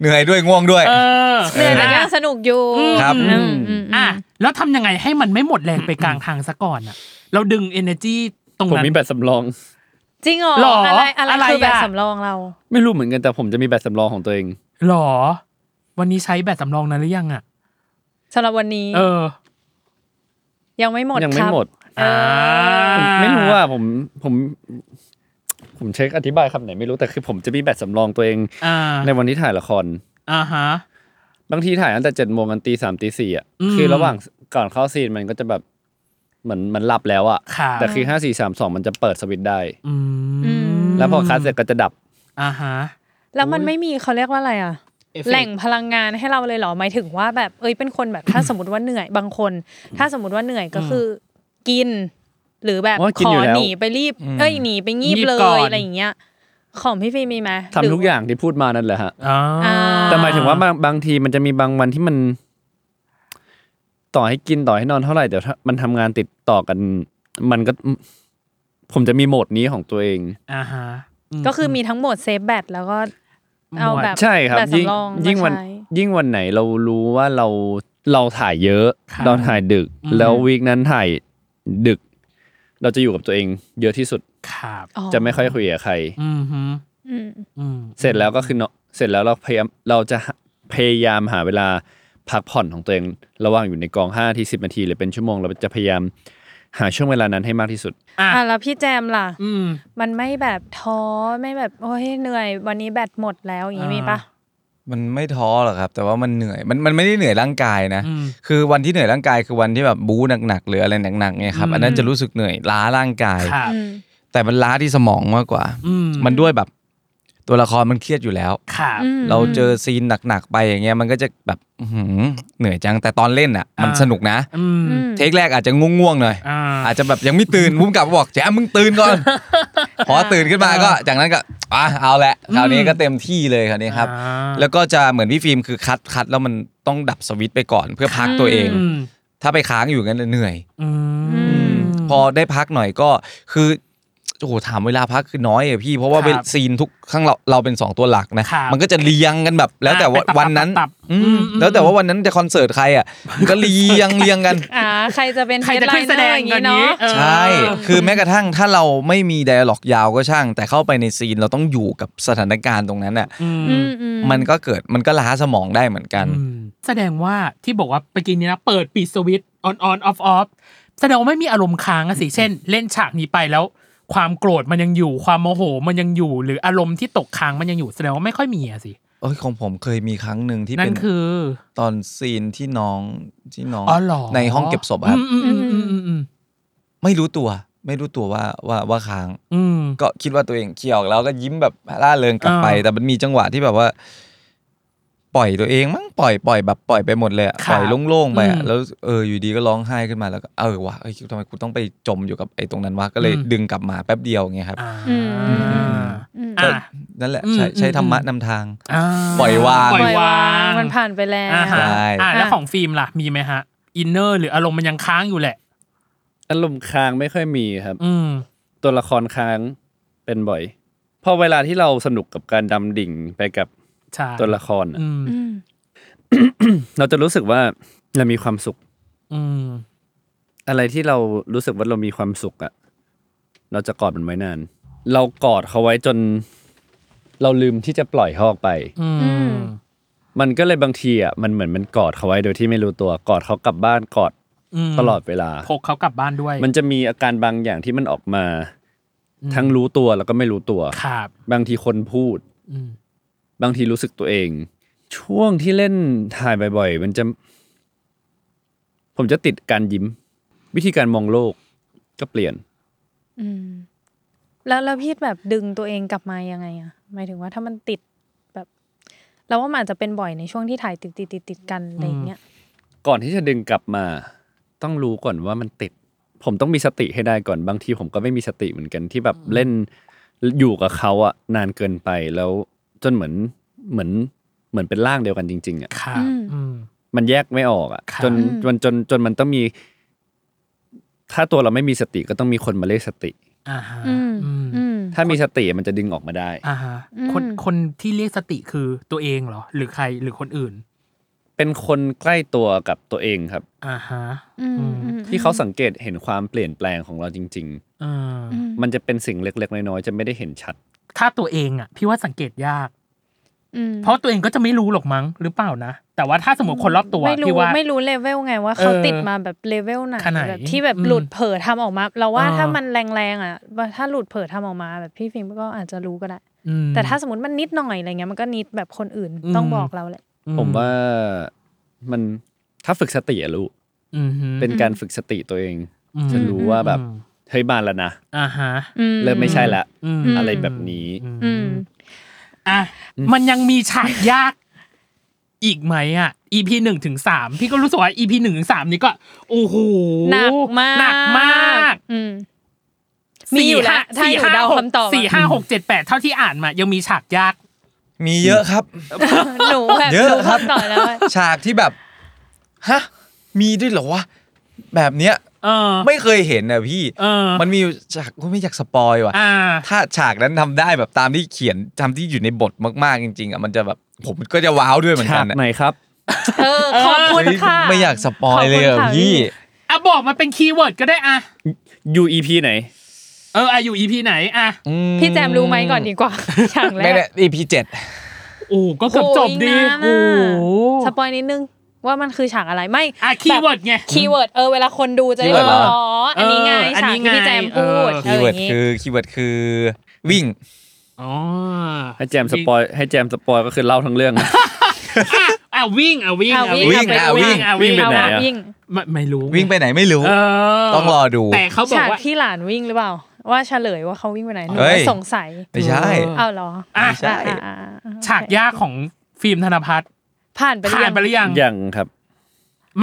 Speaker 4: เหนื่อยด้วยง่วงด้วย
Speaker 2: เออ
Speaker 3: เหนื่อยแต่ก็
Speaker 2: ะ
Speaker 3: สนุกอยู่
Speaker 2: อืม
Speaker 4: ครับ
Speaker 3: อืมอืม
Speaker 2: อ่ะแล้วทำยังไงให้มันไม่หมดแรงไปกลางทางซะก่อนอ่ะ เราดึง energy ตรง
Speaker 5: ผม
Speaker 2: นั้น
Speaker 5: มีแบตสำรอง
Speaker 3: จริงเหรอ
Speaker 2: หรอ
Speaker 3: อะไรอะ
Speaker 2: อะไร ไร
Speaker 3: คือแบบ
Speaker 2: อะ
Speaker 3: สำรองเรา
Speaker 5: ไม่รู้เหมือนกันแต่ผมจะมีแบตสำรองของตัวเอง
Speaker 2: หรอ วันนี้ใช้แบตสำรองนั้นหรือยังอ่ะ
Speaker 3: สำหรับวันนี้
Speaker 2: เออ
Speaker 3: ยังไม่หมด
Speaker 5: ยั
Speaker 3: ค
Speaker 5: ไม่
Speaker 3: รับ
Speaker 5: หมด
Speaker 2: อ่า
Speaker 5: ผมไม่รู้ว่าผมผม ผมเช็คอธิบายคำไหนไม่รู้แต่คือผมจะมีแบตสำรองตัวเอง
Speaker 2: อ่า
Speaker 5: ในวันที่ถ่ายละคร
Speaker 2: อ่าฮะ
Speaker 5: บางทีถ่ายตั้งแต่เจ็ดโมงกันตีสามตีสี่อ่ะ
Speaker 2: อืม
Speaker 5: คือระหว่างก่อนเข้าซีนมันก็จะแบบเหมือนมันหลับแล้วอ่ะ
Speaker 2: ค่ะ
Speaker 5: แต่คือห้าสี่สามสองมันจะเปิดสวิตช์ได้
Speaker 2: อื
Speaker 3: อืม
Speaker 2: ม
Speaker 5: แล้วพอคัดเสร็จก็จะดับ
Speaker 2: อ่าฮะ
Speaker 3: แล้วมันไม่มีเขาเรียกว่าอะไรอ่ะ
Speaker 2: Effect
Speaker 3: แหล่งพลังงานให้เราเลยเหรอหมายถึงว่าแบบเอ้ยเป็นคนแบบถ้าสมมติว่าเหนื่อยบางคน ถ้าสมมติว่าเหนื่อยก็คืออกิน หรือแบบ
Speaker 5: อ๋อกิ
Speaker 3: ข
Speaker 5: น
Speaker 3: อ
Speaker 5: อยู่แล้ว
Speaker 3: หนีไปรีบ เอ้ยหนีไปงีบ
Speaker 2: งีบ
Speaker 3: เล
Speaker 2: ก่อย น
Speaker 3: อะไรอย่างเงี้ยของพี่ฟิล์มมีไหม
Speaker 5: ทำ
Speaker 3: หรื
Speaker 5: ทุกอย่างที่พูดมานั่นแหละฮะ
Speaker 2: อ่า
Speaker 3: อ่า
Speaker 5: แต่หมายถึงว่าบางบางทีมันจะมีบางวันที่มัน ต่อให้กินต่อให้นอนเท่าไหร่แต่ถ้ามันทำงานติดต่อกัน มันก็ ผมจะมีโหมดนี้ของตัวเอง
Speaker 2: อ่าฮะม
Speaker 3: ก็คือมีทั้งหมดเซฟแบตแล้วก็เอา
Speaker 2: หมด
Speaker 3: แบบ
Speaker 5: ใช่ครับ
Speaker 3: แบต
Speaker 5: ยิ่ง
Speaker 3: สำรองมา
Speaker 5: ยิ่งวัน
Speaker 3: ใช้
Speaker 5: ยิ่งวันไหนเรารู้ว่าเราเราถ่ายเยอะ
Speaker 2: ครับ
Speaker 5: เราถ่ายดึก
Speaker 2: อืม
Speaker 5: แล้ววีคนั้นถ่ายดึก เราจะอยู่กับตัวเอง เยอะที่สุด
Speaker 2: ครับ
Speaker 3: อ๋อ
Speaker 5: จะไม่ค่อยคุยกับใคร
Speaker 2: อืมฮึ
Speaker 3: อืม
Speaker 2: อืม
Speaker 5: เสร็จแล้วก็คือเนาะเสร็จแล้วเราพยายามเราจะหาพยายามหาเวลาพักผ่อนของตัวเองระหว่างอยู่ในกองห้าที่สิบนาทีหรือเป็นชั่วโมง เราจะพยายามหาช่วงเวลานั้นให้มากที่สุด
Speaker 2: อ่ะ
Speaker 3: อ่ะแล้วพี่แจมล่ะ
Speaker 2: อืม
Speaker 3: มันไม่แบบท้อไม่แบบโอ้ยเหนื่อย วันนี้แบตหมดแล้วอย่างงี้มีปะ
Speaker 4: มันไม่ท้อหรอกครับ แต่ว่ามันเหนื่อยมันมันไม่ได้เหนื่อยร่างกายนะ
Speaker 2: อืม
Speaker 4: คือวันที่เหนื่อยร่างกายคือวันที่แบบบู๊หนักๆหรืออะไรหนักๆเนี่ยครับ
Speaker 2: อืม
Speaker 4: อันนั้นจะรู้สึกเหนื่อยล้าร่างกาย
Speaker 2: ครับ
Speaker 4: แต่มันล้าที่สมองมากกว่า
Speaker 2: อืม
Speaker 4: มันด้วยแบบตัวละครมันเครียดอยู่แล้ว
Speaker 2: ครับ
Speaker 3: อืม
Speaker 4: เราเจอซีนหนักๆไปอย่างเงี้ยมันก็จะแบบอื้อหือเหนื่อยจังแต่ตอนเล่นอ่ะ มันสนุกนะ
Speaker 2: อืม
Speaker 3: อืม
Speaker 4: เทคแรกอาจจะง่วงๆหน่อย
Speaker 2: อ่า
Speaker 4: อาจจะแบบยังไม่ตื่นพุ่มกลับมาบอกแจมมึงตื่นก่อน พอตื่นขึ้นมาก็จากนั้นก็อ่ะเอาแหละคราวนี้ก็เต็มที่เลยคราวนี้ครับ
Speaker 2: อ่า
Speaker 4: แล้วก็จะเหมือนพี่ฟิล์มคือคัดคัดแล้วมันต้องดับสวิตช์ไปก่อนเพื่อพักตัวเอง
Speaker 2: อืม
Speaker 4: ถ้าไปค้างอยู่งั้นเหนื่อย
Speaker 2: อืม
Speaker 4: พอได้พักหน่อยก็คือโอ้โหถามเวลาพักคือน้อยอะพี่ เพราะว่า
Speaker 2: ครับ
Speaker 4: เป็นซีนทุกข้างเราเราเป็นสองตัวหลักนะครับ มันก็จะเรียงกันแบบ แล้วแต่ว่า
Speaker 2: อ่ะเป็นตับ
Speaker 4: วันนั้น
Speaker 2: ตับตับ
Speaker 4: อืม
Speaker 2: อืมอืม
Speaker 4: แล้วแต่ว่าวันนั้นจะคอนเสิร์ตใครอ่ะมันก็เรียง เรียงกัน
Speaker 3: อ่าใครจะเป็น
Speaker 2: ใครจะขึ้นแสดง
Speaker 3: อย่าง
Speaker 2: กั
Speaker 3: นี้
Speaker 2: น
Speaker 3: เนาะ
Speaker 2: นี้เออ
Speaker 4: ใช่ คือแม้กระทั่งถ้าเราไม่มีไดอะล็อกยาวก็ช่าง แต่เข้าไปในซีนเราต้องอยู่กับสถานการณ์ตรงนั้นอ่ะ
Speaker 2: อืม
Speaker 3: อืมอืม
Speaker 4: มันก็เกิดมันก็ล้าสมองได้เหมือนกัน
Speaker 2: อืมแสดงว่าที่บอกว่าไปกินนี้นะ เปิดปิดสวิตช์ on on off off แสดงว่าไม่มีอารมณ์ค้างอะสิ เช่น เล่นฉากนี้ไปแล้ว ความโกรธมันยังอยู่ ความโมโหมันยังอยู่ หรืออารมณ์ที่ตกค้างมันยังอยู่ แสดงว่าไม่ค่อยมีอะสิ
Speaker 4: เอ้ยของผมเคยมีครั้งหนึ่งที่
Speaker 2: นั่
Speaker 4: เป็น น
Speaker 2: คือ
Speaker 4: ตอนซีนที่น้องที่น้อง
Speaker 2: อ๋อเหรอ
Speaker 4: ในห้องเก็บศพอะครับ
Speaker 2: อืมอืมอืมอืมอืม
Speaker 4: ไม่รู้ตัว ไม่รู้ตัวว่าว่าว่าค้าง
Speaker 2: อืม
Speaker 4: ก็คิดว่าตัวเองเคี่ยวแล้วก็ยิ้มแบบร่าเริงกลับไป
Speaker 2: อ่า
Speaker 4: แต่มันมีจังหวะที่แบบว่า ปล่อยตัวเองมั้งปล่อยปล่อยแบบปล่อยไปหมดเลยอะ
Speaker 2: ค่ะ
Speaker 4: ปล่อยโล่งๆไปอะ
Speaker 2: อืม
Speaker 4: แล้วเอออยู่ดีก็ร้องไห้ขึ้นมาแล้วก็เออวะเอ้ยทำไมกูต้องไปจมอยู่กับไอ้ตรงนั้นวะก็เลย
Speaker 2: อืม
Speaker 4: ดึงกลับมาแป๊บเดียวอย่างเงี้ยครับ
Speaker 2: อ่า
Speaker 3: อืม
Speaker 4: ก็
Speaker 2: อ่า
Speaker 4: นั่นแหละ
Speaker 2: อืม
Speaker 4: ใช้ใช้
Speaker 2: อืม
Speaker 4: ธรรมะนำทาง
Speaker 2: อ่า
Speaker 4: ปล่อยวาง
Speaker 2: ปล่อ
Speaker 3: ปล่
Speaker 2: ย
Speaker 3: อย
Speaker 2: าว
Speaker 3: วาง
Speaker 2: ง
Speaker 3: มันผ่านไปแล้ว
Speaker 2: อ่าฮะ
Speaker 4: ใช่
Speaker 2: อ่าแล้ว
Speaker 3: อ่ะ
Speaker 2: ของฟิล์มล่ะ มีไหมฮะ อินเนอร์หรืออารมณ์มันยังค้างอยู่แหละ
Speaker 5: อารมณ์ค้างไม่ค่อยมีครับ
Speaker 2: อืม
Speaker 5: ตัวละครค้างเป็นบ่อยพอเวลาที่เราสนุกกับการดำดิ่งไปกับ
Speaker 2: ใช่
Speaker 5: ตัวละครอะ
Speaker 2: อืม
Speaker 3: อืม
Speaker 5: เราจะรู้สึกว่าเรามีความสุข
Speaker 2: อืม
Speaker 5: อะไรที่เรารู้สึกว่าเรามีความสุขอะเราจะกอดมันไว้นาน เรากอดเขาไว้จน เราลืมที่จะปล่อยเขาออกไป
Speaker 2: อืม
Speaker 5: มันก็เลยบางทีอ่ะมันเหมือนมันกอดเขาไว้โดยที่ไม่รู้ตัวกอดเขากลับบ้านกอด
Speaker 2: ม
Speaker 5: ตลอดเวลา
Speaker 2: พกเขากลับบ้านด้วย
Speaker 5: มันจะมีอาการบางอย่างที่มันออกมา
Speaker 2: อืม
Speaker 5: ทั้งรู้ตัวแล้วก็ไม่รู้ตัว
Speaker 2: ครับ
Speaker 5: บางทีคนพูด
Speaker 2: อืม
Speaker 5: บางทีรู้สึกตัวเอง ช่วงที่เล่นถ่ายบ่อยๆ มันจะ ผมจะติดการยิ้ม วิธีการมองโลกก็เปลี่ยน
Speaker 3: อืม แล้วแล้วพี่แบบดึงตัวเองกลับมายังไงอะหมายถึงว่าถ้ามันติดแบบเราว่ามันอาจจะเป็นบ่อยในช่วงที่ถ่ายติดติดติดติดๆๆๆกันอะไรอย่างเงี้ย
Speaker 5: ก่อนที่จะดึงกลับมา ต้องรู้ก่อนว่ามันติด ผมต้องมีสติให้ได้ก่อนบางทีผมก็ไม่มีสติเหมือนกันที่แบบเล่นอยู่กับเขาอะนานเกินไปแล้วจนเหมือนเหมือนเหมือนเป็นร่างเดียวกันจริงๆอะ
Speaker 2: ครับ
Speaker 3: อืม
Speaker 2: อืม
Speaker 5: มันแยกไม่ออกอ่ะ
Speaker 2: ครับ
Speaker 5: จนจนจนจนมันต้องมี ถ้าตัวเราไม่มีสติก็ต้องมีคนมาเรียกสติ
Speaker 2: อ่าฮะ
Speaker 3: อืม
Speaker 2: อืม
Speaker 3: อืม
Speaker 5: ถ้ามีสติมันจะดึงออกมาได้
Speaker 2: อ่าฮะ
Speaker 3: อืม
Speaker 2: คนคนที่เรียกสติคือตัวเองเหรอ หรือใครหรือคนอื่น
Speaker 5: เป็นคนใกล้ตัวกับตัวเองครับ
Speaker 2: อ่าฮะ
Speaker 3: อืม
Speaker 2: อืม
Speaker 3: อืม
Speaker 5: ที่เขาสังเกตเห็นความเปลี่ยนแปลงของเราจริง
Speaker 2: อืม
Speaker 3: อืม
Speaker 5: ๆ มันจะเป็นสิ่งเล็ก ๆ น้อยๆจะไม่ได้เห็นชัด
Speaker 2: ถ้าตัวเองอ่ะ พี่ว่าสังเกตยาก
Speaker 3: อืม
Speaker 2: เพราะตัวเองก็จะไม่รู้หรอกมั้งหรือเปล่านะ แต่ว่าถ้าสมมติคนรอบตัว
Speaker 3: ไม่
Speaker 2: พี่
Speaker 3: รู้
Speaker 2: ว่า
Speaker 3: ไม่รู้เลเวลไงว่าเขา
Speaker 2: เออ
Speaker 3: ติดมาแบบเลเวลไหน
Speaker 2: ขนาดไหน
Speaker 3: แบบที่แบบ
Speaker 2: อืม
Speaker 3: หลุดเผลอทำออกมา เราว่า
Speaker 2: อ่า
Speaker 3: ถ้ามันแรงๆอ่ะว่าถ้าหลุดเผลอทำออกมา แบบพี่ฟิล์มก็อาจจะรู้ก็ได้
Speaker 2: อืม
Speaker 3: แต่ถ้าสมมติมันนิดหน่อยอะไรเงี้ยมันก็นิดแบบคนอื่น
Speaker 2: อืม
Speaker 3: ต้องบอกเราแหละ
Speaker 2: อื
Speaker 5: ผมว่ามันถ้าฝึกสติอะรู้
Speaker 2: อืมฮึ
Speaker 5: เป็นการฝึกสติตัวเอง
Speaker 2: อืม
Speaker 5: จะรู้ว่าแบบเฮ้ยบานแล้วนะ
Speaker 2: อ่าฮะ
Speaker 3: อืม
Speaker 5: เริ่มไม่ใช่ละ
Speaker 2: อืม
Speaker 5: อะไรแบบนี้
Speaker 3: อืม
Speaker 2: อ่ะมันยังมีฉากยาก อีกไหมอ่ะ EP หนึ่งถึงสามพี่ก็รู้สึกว่า EP หนึ่งถึงสามนี่ก็โอ้โห
Speaker 3: หนักมาก
Speaker 2: หนักมาก
Speaker 3: อืม มีอยู่แล้วถ้าอยู่เดาคำตอบอะ
Speaker 2: สี่ห้าหกเจ็ดแปดเท่าที่อ่านมา ยังมีฉากยาก
Speaker 4: มีเยอะครับ
Speaker 3: หนูแบบ
Speaker 4: เยอะ
Speaker 3: รู้
Speaker 4: ครับ
Speaker 3: คำตอบแล้วว่า
Speaker 4: ฉากที่แบบฮะมีด้วยเหรอวะแบบเนี้ย
Speaker 2: เออ
Speaker 4: ไม่เคยเห็นนะพี่
Speaker 2: เออ
Speaker 4: มันมีอยู่ฉากกูไม่อยากสปอยว่ะ
Speaker 2: อ่า
Speaker 4: ถ้าฉากนั้นทำได้แบบตามที่เขียนตามที่อยู่ในบทมากๆจริง ๆอ่ะมันจะแบบผมก็จะว้าวด้วยเหมือน
Speaker 5: ฉา
Speaker 4: กั
Speaker 5: ก
Speaker 4: นอะ
Speaker 5: ไหนครับ
Speaker 3: เออขอบคุณ
Speaker 4: เฮ้ย
Speaker 3: ค่ะ
Speaker 4: ไม่อยากสปอยเลย
Speaker 3: ขอบคุณ
Speaker 4: อ่ะ
Speaker 3: ค่ะ
Speaker 4: พี่
Speaker 2: อ่ะบอกมาเป็นคีย์เวิร์ดก็ได้อ่ะ
Speaker 5: อยู่ EP ไหน
Speaker 2: เอออ่ะอยู่ EP ไหนอ่ะ
Speaker 4: อื
Speaker 3: พี่แจมรู้ไหมก่อนดีกว่าอย่างแร
Speaker 4: ไม่
Speaker 3: ก
Speaker 4: ได้ EP เจ็ด
Speaker 2: โอ้ก็เกือบจบดี
Speaker 3: โอ้ยนะ
Speaker 2: โอ้โห
Speaker 3: สปอยนิดนึงว่ามันคือฉากอะไรไม่
Speaker 2: อ่ะคีย์เวิร์ดไง
Speaker 3: คีย์เวิร์ดเออเวลาคนดูจะได้
Speaker 4: คีย์เวิ
Speaker 3: แบบ
Speaker 4: ร์ดเหรอ
Speaker 3: อ๋ออันนี้ไง
Speaker 2: เอออัน
Speaker 3: ฉาก
Speaker 2: นี้ไง
Speaker 3: ที่พี่แจมพูด
Speaker 4: คีย์เวิร์ด
Speaker 3: ย่างงี้
Speaker 4: คือคีย์เวิร์ดคือวิ่ง
Speaker 2: อ๋อ
Speaker 5: ให้แจมสปอยให้แจมสปอยก็คือเล่าทั้งเรื่อง
Speaker 2: อ่ะวิ่งอ่ะวิ่ง
Speaker 3: อ่ะ
Speaker 2: อ่ะ
Speaker 3: วิ่ง
Speaker 2: วิ่ง
Speaker 4: อ่ะ
Speaker 3: อ่ะ
Speaker 4: วิ่
Speaker 3: วิ่
Speaker 4: ง
Speaker 3: ง
Speaker 2: อ่ะวิ่ง
Speaker 5: วิ่งไป
Speaker 2: อ่ะ
Speaker 5: ไหน
Speaker 2: วิ่ง
Speaker 5: อะ
Speaker 3: วิ่ง
Speaker 2: ไม่ไม่รู้
Speaker 4: วิ่งไปไหนไม่รู้
Speaker 2: เออ
Speaker 4: ต้องรอดู
Speaker 2: แต่เขาบอก
Speaker 3: ฉาก
Speaker 2: ว่า
Speaker 3: ที่หลานวิ่งหรือเปล่า ว่าเฉลยว่าเขาวิ่งไปไหนหนู
Speaker 4: เฮ้ย
Speaker 3: สงสัย
Speaker 4: ไม่ใช่
Speaker 2: เออ
Speaker 3: เอาเหรอ
Speaker 2: อ่ะ
Speaker 3: อ่ะ
Speaker 4: ใช่
Speaker 3: อ่ะอ่ะอ่ะ
Speaker 2: ฉากยากของฟิล์มธนพัฒน์
Speaker 3: ผ่านไป
Speaker 2: ผ่านไปหรือยัง
Speaker 5: ยังครับ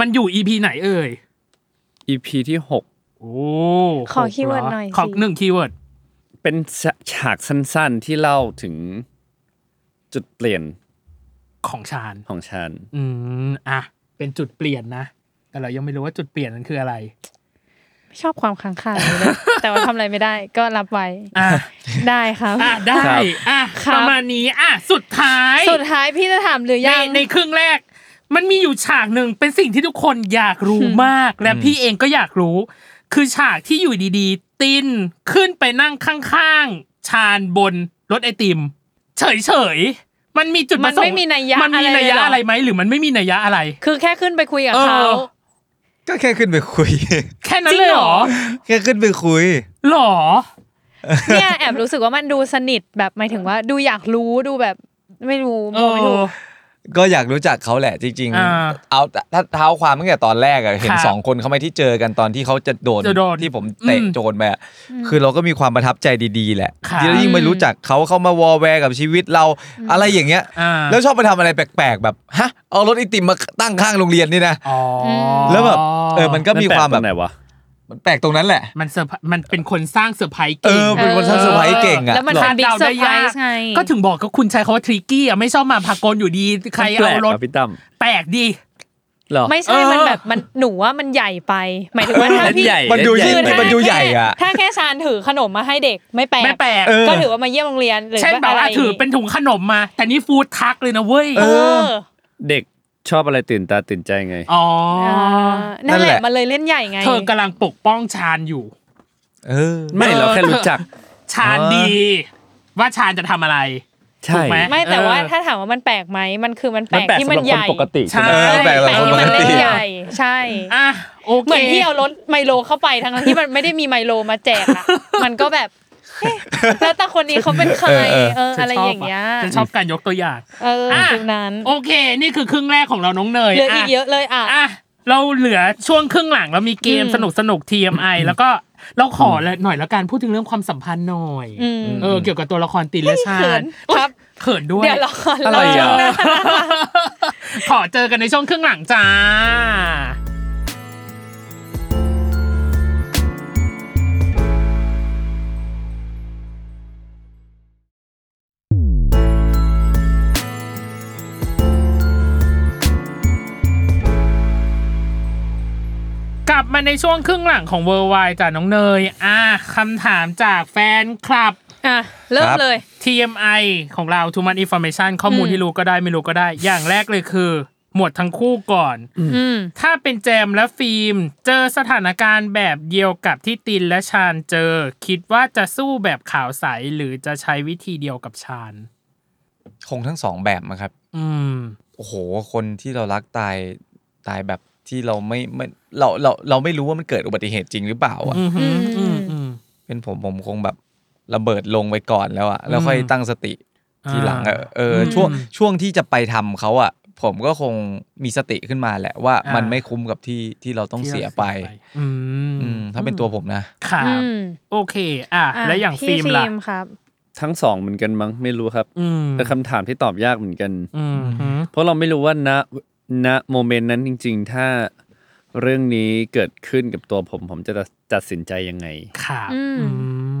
Speaker 2: มันอยู่ EP ไหนเอ่ย
Speaker 5: EP ที่หก
Speaker 2: โอ้
Speaker 3: ขอคีย์เวิร์ดหน่อย
Speaker 2: ขอหนึ่งคีย์เวิร์ด
Speaker 5: เป็นฉาฉากสั้นๆที่เล่าถึงจุดเปลี่ยน
Speaker 2: ของชาญ
Speaker 5: ของชาน
Speaker 2: อืมอ่ะเป็นจุดเปลี่ยนนะ แต่เรายังไม่รู้ว่าจุดเปลี่ยนนั้นคืออะไร
Speaker 3: ชอบความค้างคาอยู่เลยแต่ว่าทำอะไร ไม่ได้ก็รับไว้
Speaker 2: อ่ะ
Speaker 3: ได้ครับ
Speaker 2: อ่ะได้อ่ะ
Speaker 3: ครับ
Speaker 2: ประมาณนี้อ่ะสุดท้าย
Speaker 3: สุดท้ายพี่จะถามหรือ
Speaker 2: ใน
Speaker 3: ยัง
Speaker 2: ในครึ่งแรก มันมีอยู่ฉากหนึ่งเป็นสิ่งที่ทุกคนอยากรู้มาก และพี่เองก็อยากรู้ คือฉากที่อยู่ดีๆ ตินขึ้นไปนั่งข้างๆ ชานบนรถไอติม เฉยๆ มันมีจุดประสง
Speaker 3: มัน
Speaker 2: ค์
Speaker 3: ไม่มีนัยยะ
Speaker 2: มันมีนัยยะ
Speaker 3: อะไรเลยเหรออ
Speaker 2: อะไรไหมหรือมันไม่มีนัยยะอะไร
Speaker 3: คือแค่ขึ้นไปคุยกับเขา
Speaker 2: เออ
Speaker 4: ก็แค่ขึ้นไปคุย
Speaker 2: แค่นั้นเลยเหรอ
Speaker 4: แค่ขึ้นไปคุย
Speaker 2: หรอ
Speaker 3: เนี่ยแอบรู้สึกว่ามันดูสนิทแบบหมายถึงว่าดูอยากรู้ดูแบบไม่รู้ม
Speaker 2: เอ
Speaker 3: อง
Speaker 2: อ
Speaker 3: ไม่ถูก
Speaker 4: ก็อยากรู้จักเขาแหละจริง
Speaker 2: อ่า
Speaker 4: ๆ เอาถ้าเท้าความตั้งแต่ตอนแรกอะเห็น
Speaker 2: ครับ
Speaker 4: สองคนเขาไหม่ที่เจอกันตอนที่เขาจะโดน
Speaker 2: จะโดน
Speaker 4: ที่ผมเตะ
Speaker 2: อืม
Speaker 4: โจนไปอะคือเราก็มีความประทับใจดีๆ แหละ
Speaker 2: ครับ
Speaker 4: ที่เรายิ่งไม่รู้จักเขาเข้ามาวอแวร์กับชีวิตเราอะไรอย่างเงี้ย
Speaker 2: อ่า
Speaker 4: แล้วชอบไปทำอะไรแปลกๆ แบบฮะเอารถไอติมมาตั้งข้างโรงเรียนนี่นะ
Speaker 2: อ๋อ
Speaker 4: แล้วแบบเออมันก็มีความแบ
Speaker 5: น
Speaker 4: บ
Speaker 5: ปลกตรงไหนวะ
Speaker 4: มันแปลกตรงนั้นแหละ
Speaker 2: มันเซอร์ไพรส์มันเป็นคนสร้างเซอร์ไพรส์
Speaker 4: เอ
Speaker 2: เก่ง
Speaker 4: อเป็นคนสร้างเซอร์ไพรส์เก่งอะ
Speaker 3: แล้วมัน
Speaker 4: หรอ
Speaker 3: ทาน Big
Speaker 2: ดาด้ยาก
Speaker 3: Surprise ไง
Speaker 2: ก็ถึงบอกก็คุณใช้คำว่าทริกกี้อ่ะไม่ชอบมาพากลอยู่ดี ใคร
Speaker 5: แปล
Speaker 2: เอา
Speaker 5: ก
Speaker 2: รถ
Speaker 5: อ่ะพี่ตั้ม
Speaker 2: แปลกดี
Speaker 5: เหรอ
Speaker 3: ไม่ใช่
Speaker 2: เออ
Speaker 3: มันแบบมันหนูว่ามันใหญ่ไป หมายถึงว่าถ้า
Speaker 5: เล่น
Speaker 3: พี่
Speaker 5: ใหญ่
Speaker 4: มันดู
Speaker 5: เล่
Speaker 4: ยิ่ง
Speaker 5: ใหญ่
Speaker 4: มันดูใหญ่อะ
Speaker 3: ถ้าแค่ชานถือขนมมาให้เด็กไม่แปล
Speaker 2: ไม่
Speaker 3: ก
Speaker 2: แปลก
Speaker 4: เออ
Speaker 3: ก็ถือว่ามาเยี่ยมโรงเรียนหรือ
Speaker 2: เช่น
Speaker 3: ว่า
Speaker 2: แบ
Speaker 3: อะ
Speaker 2: บ
Speaker 3: ไร
Speaker 2: ว่าถือเป็นถุงขนมมา แต่นี่ฟู้ดทักเลยนะเว้ย
Speaker 3: เออ
Speaker 5: เด็กชอบอะไรตื่นตาตื่นใจไง
Speaker 2: อ๋อ
Speaker 3: อ
Speaker 4: นั่
Speaker 3: นั่
Speaker 4: น
Speaker 3: น
Speaker 4: แห
Speaker 3: แห
Speaker 4: ละ
Speaker 3: ละมันเลยเล่นใหญ่ไง
Speaker 2: เธอกำลังปกป้องชาญอยู่
Speaker 4: เออ
Speaker 5: ไม่เราแค่รู้จัก
Speaker 2: ชาญ
Speaker 4: อ๋อ
Speaker 2: ดี ว่าชาญจะทำอะไร
Speaker 5: ใช่
Speaker 2: ถูกไหม
Speaker 3: ไม่แต่ว่า
Speaker 2: เออ
Speaker 3: ถ้าถามว่ามันแปลกไหมมันคือมันแปล
Speaker 5: มัน
Speaker 3: ก
Speaker 5: แปลก
Speaker 3: ที่
Speaker 5: สำห
Speaker 3: มัน
Speaker 5: รับ
Speaker 3: ให
Speaker 5: คน
Speaker 3: ญ่
Speaker 5: ปกติ
Speaker 2: ใช่
Speaker 5: ใช่
Speaker 4: เออ
Speaker 5: ไหม
Speaker 4: แปลกสำห
Speaker 3: แปล
Speaker 4: รั
Speaker 3: กที่มั
Speaker 4: บคนป
Speaker 3: น
Speaker 4: ก
Speaker 3: เล่
Speaker 4: ติ
Speaker 3: นใหญ่ ใช่
Speaker 2: อ่ะโอเค
Speaker 3: เหมือนที่เอารถไมโลเข้าไปทั้งที่มันไม่ได้มีไมโลมาแจกอะมันก็แบบเอ๊ะแล้วแต่คนนี้เขาเป็นใคร
Speaker 4: เออเออ
Speaker 3: เอออะไรอย่างเงี้ย
Speaker 2: ฉันชอบการยกตัวอย่าง
Speaker 3: เออ
Speaker 2: อ่ะ
Speaker 3: ตรงนั้น
Speaker 2: โอเค นี่คือครึ่งแรกของเราน้องเนย
Speaker 3: เหลืออีกเยอะเลยอ่ะ
Speaker 2: อ่ะเราเหลือช่วงครึ่งหลังเรามีเกม
Speaker 3: อืม
Speaker 2: สนุกสนุก TMI แล้วก็เราขอละหน่อยละกันพูดถึงเรื่องความสัมพันธ์หน่อย
Speaker 3: อืม
Speaker 2: เออเกี่ยวกับตัวละครตีและชา
Speaker 3: เขิ
Speaker 2: ญ
Speaker 3: น
Speaker 2: โอ๊ย
Speaker 3: ครับ
Speaker 2: เขินด้วย
Speaker 3: เดี๋ยวรอก่อน
Speaker 5: อะไร
Speaker 3: เราจะ
Speaker 5: อ่ะ
Speaker 2: ขอเจอกันในช่วงครึ่งหลังจ้า กลับมาในช่วงครึ่งหลังของเวอร์ไวจ้ะน้องเนย อ่าคำถามจากแฟนคลับ
Speaker 3: อ่ะเริ่มเลย
Speaker 2: TMI ของเรา Too Much Information ข้อมูล
Speaker 3: อืม
Speaker 2: ที่รู้ก็ได้ไม่รู้ก็ได้ อย่างแรกเลยคือ หมวดทั้งคู่ก่อน
Speaker 3: อืม
Speaker 2: ถ้าเป็นแจมและฟิล์ม เจอสถานการณ์แบบเดียวกับที่ตินและชาญเจอ คิดว่าจะสู้แบบขาวใส หรือจะใช้วิธีเดียวกับชาญ
Speaker 4: คงทั้งสองแบบมั้งครับ
Speaker 2: อืม
Speaker 4: โอ้โห คนที่เรารักตายตายแบบที่เราไม่ไม่เราเราเราไม่รู้ว่ามันเกิดอุบัติเหตุจริงหรือเปล่าอ่ะ
Speaker 2: อืมอืมอืมอืม
Speaker 4: เป็นผมผมคงแบบระเบิดลงไปก่อนแล้วอะแล้วค่อยตั้งสติทีหลังอะเอออ
Speaker 2: ม
Speaker 4: ช่วงช่วงที่จะไปทำเขาอะผมก็คงมีสติขึ้นมาแหละว่า
Speaker 2: อ่ามั
Speaker 4: มันไม่คุ้มกับที่ที่เราต้องเสียไป
Speaker 2: อื
Speaker 4: อื
Speaker 2: ม
Speaker 4: มถ้าเป็นตัวผมนะ
Speaker 2: ครับ
Speaker 3: อืม
Speaker 2: โอเค อ่ะ
Speaker 3: อ่ะ
Speaker 2: และอย่าง
Speaker 3: พี่
Speaker 2: ฟิล์มล่ะ
Speaker 3: ครับ
Speaker 5: ทั้งสองเหมือนกันมั้งไม่รู้ครับ
Speaker 2: อืม
Speaker 5: แต่คำถามที่ตอบยากเหมือนกัน
Speaker 2: อืมอืม
Speaker 5: เพราะเราไม่รู้ว่าณณโมเมนต์นั้นจริง ๆ ถ้าเรื่องนี้เกิดขึ้นกับตัวผม ผมจะตัดสินใจยังไง
Speaker 2: ครับ
Speaker 3: อืม
Speaker 2: อื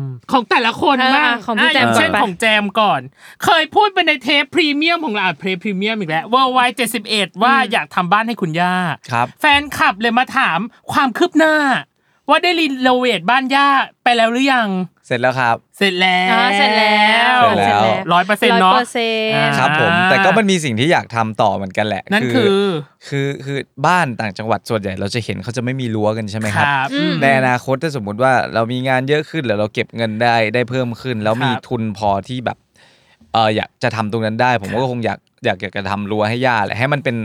Speaker 2: มของแต่ละคน
Speaker 3: เออ
Speaker 2: บ้าง
Speaker 3: อ่ะของพี่แจม
Speaker 2: ะ
Speaker 3: ก่อน
Speaker 2: ย่าเช่น
Speaker 3: ไป
Speaker 2: ของแจมก่อน เคยพูดไปในเทปพรีเมียมของเราอ่ะเทปพรีเมียมอีกแล้วเวอร์ไวเจ็ดสิบเอ็ดว่าอยากทำบ้านให้คุณย่า
Speaker 4: ครับ
Speaker 2: แฟนคลับเลยมาถามความคืบหน้า ว่าได้รีโนเวทบ้านย่าไปแล้วหรือยัง
Speaker 4: เสร็จแล้วครับ
Speaker 2: เสร็จแล้ว
Speaker 3: อ่าเสร็จแล้ว
Speaker 4: เสร็จแล้ว
Speaker 2: ร้อยเปอร์เซ็นต์เนาะ
Speaker 3: 100%
Speaker 2: อ่า
Speaker 4: ครับผมแต่ก็มันมีสิ่งที่อยากทำต่อเหมือนกันแหละ
Speaker 2: นั่นคือ
Speaker 4: คือคือบ้านต่างจังหวัดส่วนใหญ่เราจะเห็นเขาจะไม่มีรั้วกันใช่ไหมครับ
Speaker 2: อืม
Speaker 4: ในอนาคตถ้าสมมุติว่าเรามีงานเยอะขึ้นแล้วเราเก็บเงินได้ได้เพิ่มขึ้น แล้วมี
Speaker 2: ครับ
Speaker 4: ทุนพอที่แบบเอออยากจะทำตรงนั้นได้ ผมก็คงอยากอยากอยากจะทำรั้วให้ย่าแหละให้มันเป็น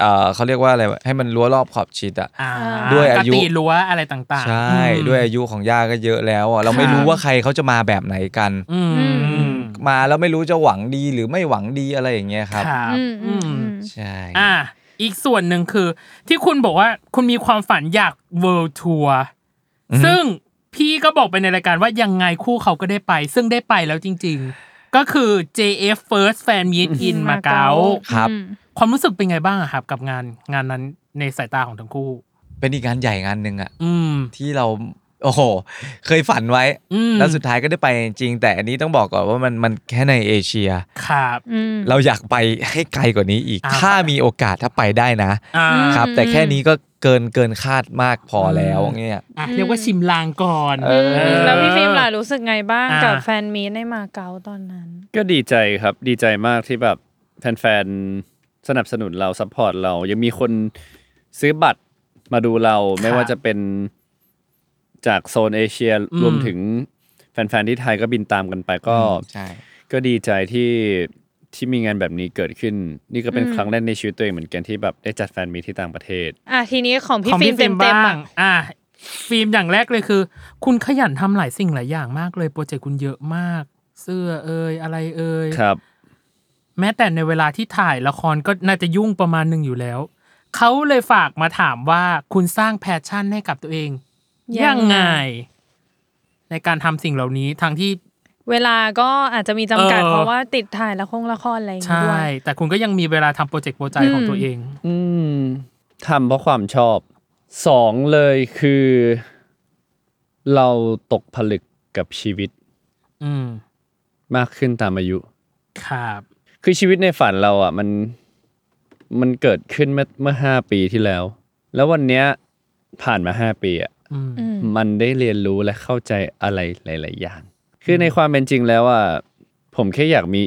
Speaker 4: เออเขาเรียกว่าอะไรวะให้มันรั้วรอบขอบชิดอ่ะ
Speaker 2: า
Speaker 4: ด้วยอายุ
Speaker 2: ก็ตีรั้วอะไรต่างๆ
Speaker 4: ใช่
Speaker 2: อืม
Speaker 4: ด้วยอายุของย่าก็เยอะแล้วอ่ะเราไม่
Speaker 2: ครับ
Speaker 4: รู้ว่าใครเขาจะมาแบบไหนกัน
Speaker 2: อืม
Speaker 4: มาแล้วไม่รู้จะหวังดีหรือไม่หวังดีอะไรอย่างเงี้ยครับ
Speaker 2: ครับ
Speaker 3: อืมอืมอืม
Speaker 4: ใช่
Speaker 2: อ่า อีกส่วนหนึ่งคือ ที่คุณบอกว่าคุณมีความฝันอยากเวิลด์ทัวร์ซึ่งพี่ก็บอกไปในรายการว่ายังไงคู่เขาก็ได้ไป ซึ่งได้ไปแล้วจริง ๆ ก็คือ JF First Fan Meet in มาเก๊า
Speaker 4: ครับ
Speaker 3: อืม
Speaker 2: ความรู้สึกเป็นไงบ้างอะครับกับงานงานนั้นในสายตาของทั้งคู่
Speaker 4: เป็นอีกงานใหญ่งานหนึ่งอ่ะ
Speaker 2: อืม
Speaker 4: ที่เราโอ้โหเคยฝันไว้
Speaker 2: อืม
Speaker 4: แล้วสุดท้ายก็ได้ไปจริงๆแต่อันนี้ต้องบอกก่อนว่ามันมันแค่ในเอเชีย
Speaker 2: ครับ
Speaker 3: อืม
Speaker 4: เราอยากไปให้ไกลกว่านี้อีก
Speaker 2: อ่า
Speaker 4: ถ้ามีโอกาสถ้าไปได้นะ
Speaker 2: อ่า
Speaker 4: ครับ แต่แค่นี้ก็เกินเกินคาดมากพอแล้วเนี่ย
Speaker 2: อ่ะเรียกว่าชิมลางก่อน
Speaker 4: เออ
Speaker 3: แล้วพี่ฟิล์มล่ะรู้สึกไงบ้าง
Speaker 2: อ่ากั
Speaker 3: กับแฟนมีตในมาเก๊าตอนนั้น
Speaker 5: ก็ดีใจครับดีใจมากที่แบบแฟนๆ สนับสนุนเราซัพพอร์ตเรา ยังมีคนซื้อบัตรมาดูเรา ไม่ว่าจะเป็นจากโซนเอเชีย
Speaker 2: อืม
Speaker 5: รวมถึงแฟนๆ ที่ไทยก็บินตามกันไปก็
Speaker 4: ใช่
Speaker 5: ก็ดีใจที่ที่มีงานแบบนี้เกิดขึ้น นี่ก็เป็น
Speaker 3: อืม
Speaker 5: ครั้งแรกในชีวิตตัวเองเหมือนกันที่แบบได้จัดแฟนมีตที่ต่างประเทศ
Speaker 3: อ่ะทีนี้ของพี่
Speaker 2: ของ
Speaker 3: ฟิล์มเต็มเต็มๆ
Speaker 2: บ้า
Speaker 3: อ่ะ
Speaker 2: งอ่ะฟิล์มอย่างแรกเลยคือ คุณขยันทำหลายสิ่งหลายอย่างมากเลยโปรเจกต์คุณเยอะมาก เสื้อเอ่ยอะไรเอ่ย
Speaker 5: ครับ
Speaker 2: แม้แต่ในเวลาที่ถ่ายละครก็น่าจะยุ่งประมาณหนึ่งอยู่แล้ว เขาเลยฝากมาถามว่าคุณสร้างแพชชั่นให้กับตัวเอง
Speaker 3: ยั
Speaker 2: ยัง
Speaker 3: ง
Speaker 2: ไง
Speaker 3: ไง
Speaker 2: ในการทำสิ่งเหล่านี้ทั้งที่
Speaker 3: เวลาก็อาจจะมีจำกัด
Speaker 2: เออ
Speaker 3: เพราะว่าติดถ่ายละครละครอะไรอย่างงี้
Speaker 2: ใช่
Speaker 3: ด้วย
Speaker 2: แต่คุณก็ยังมีเวลาทำโปรเจกต์โปรใจขอ
Speaker 3: อื
Speaker 2: ง
Speaker 3: ม
Speaker 2: ตัวเอง
Speaker 5: อืมทำเพราะความชอบสองเลยคือ เราตกผลึกกับชีวิต
Speaker 2: อืม
Speaker 5: มากขึ้นตามอายุ
Speaker 2: ครับ
Speaker 5: คือชีวิตในฝันเราอ่ะ มันมันเกิดขึ้นเมื่อเมื่อห้าปีที่แล้ว แล้ววันเนี้ยผ่านมาห้าปีอ่ะ
Speaker 2: อืม
Speaker 3: อืม
Speaker 5: มันได้เรียนรู้และเข้าใจอะไรหลาย ๆ อย่าง คือในความเป็นจริงแล้วอ่ะผมแค่อยากมี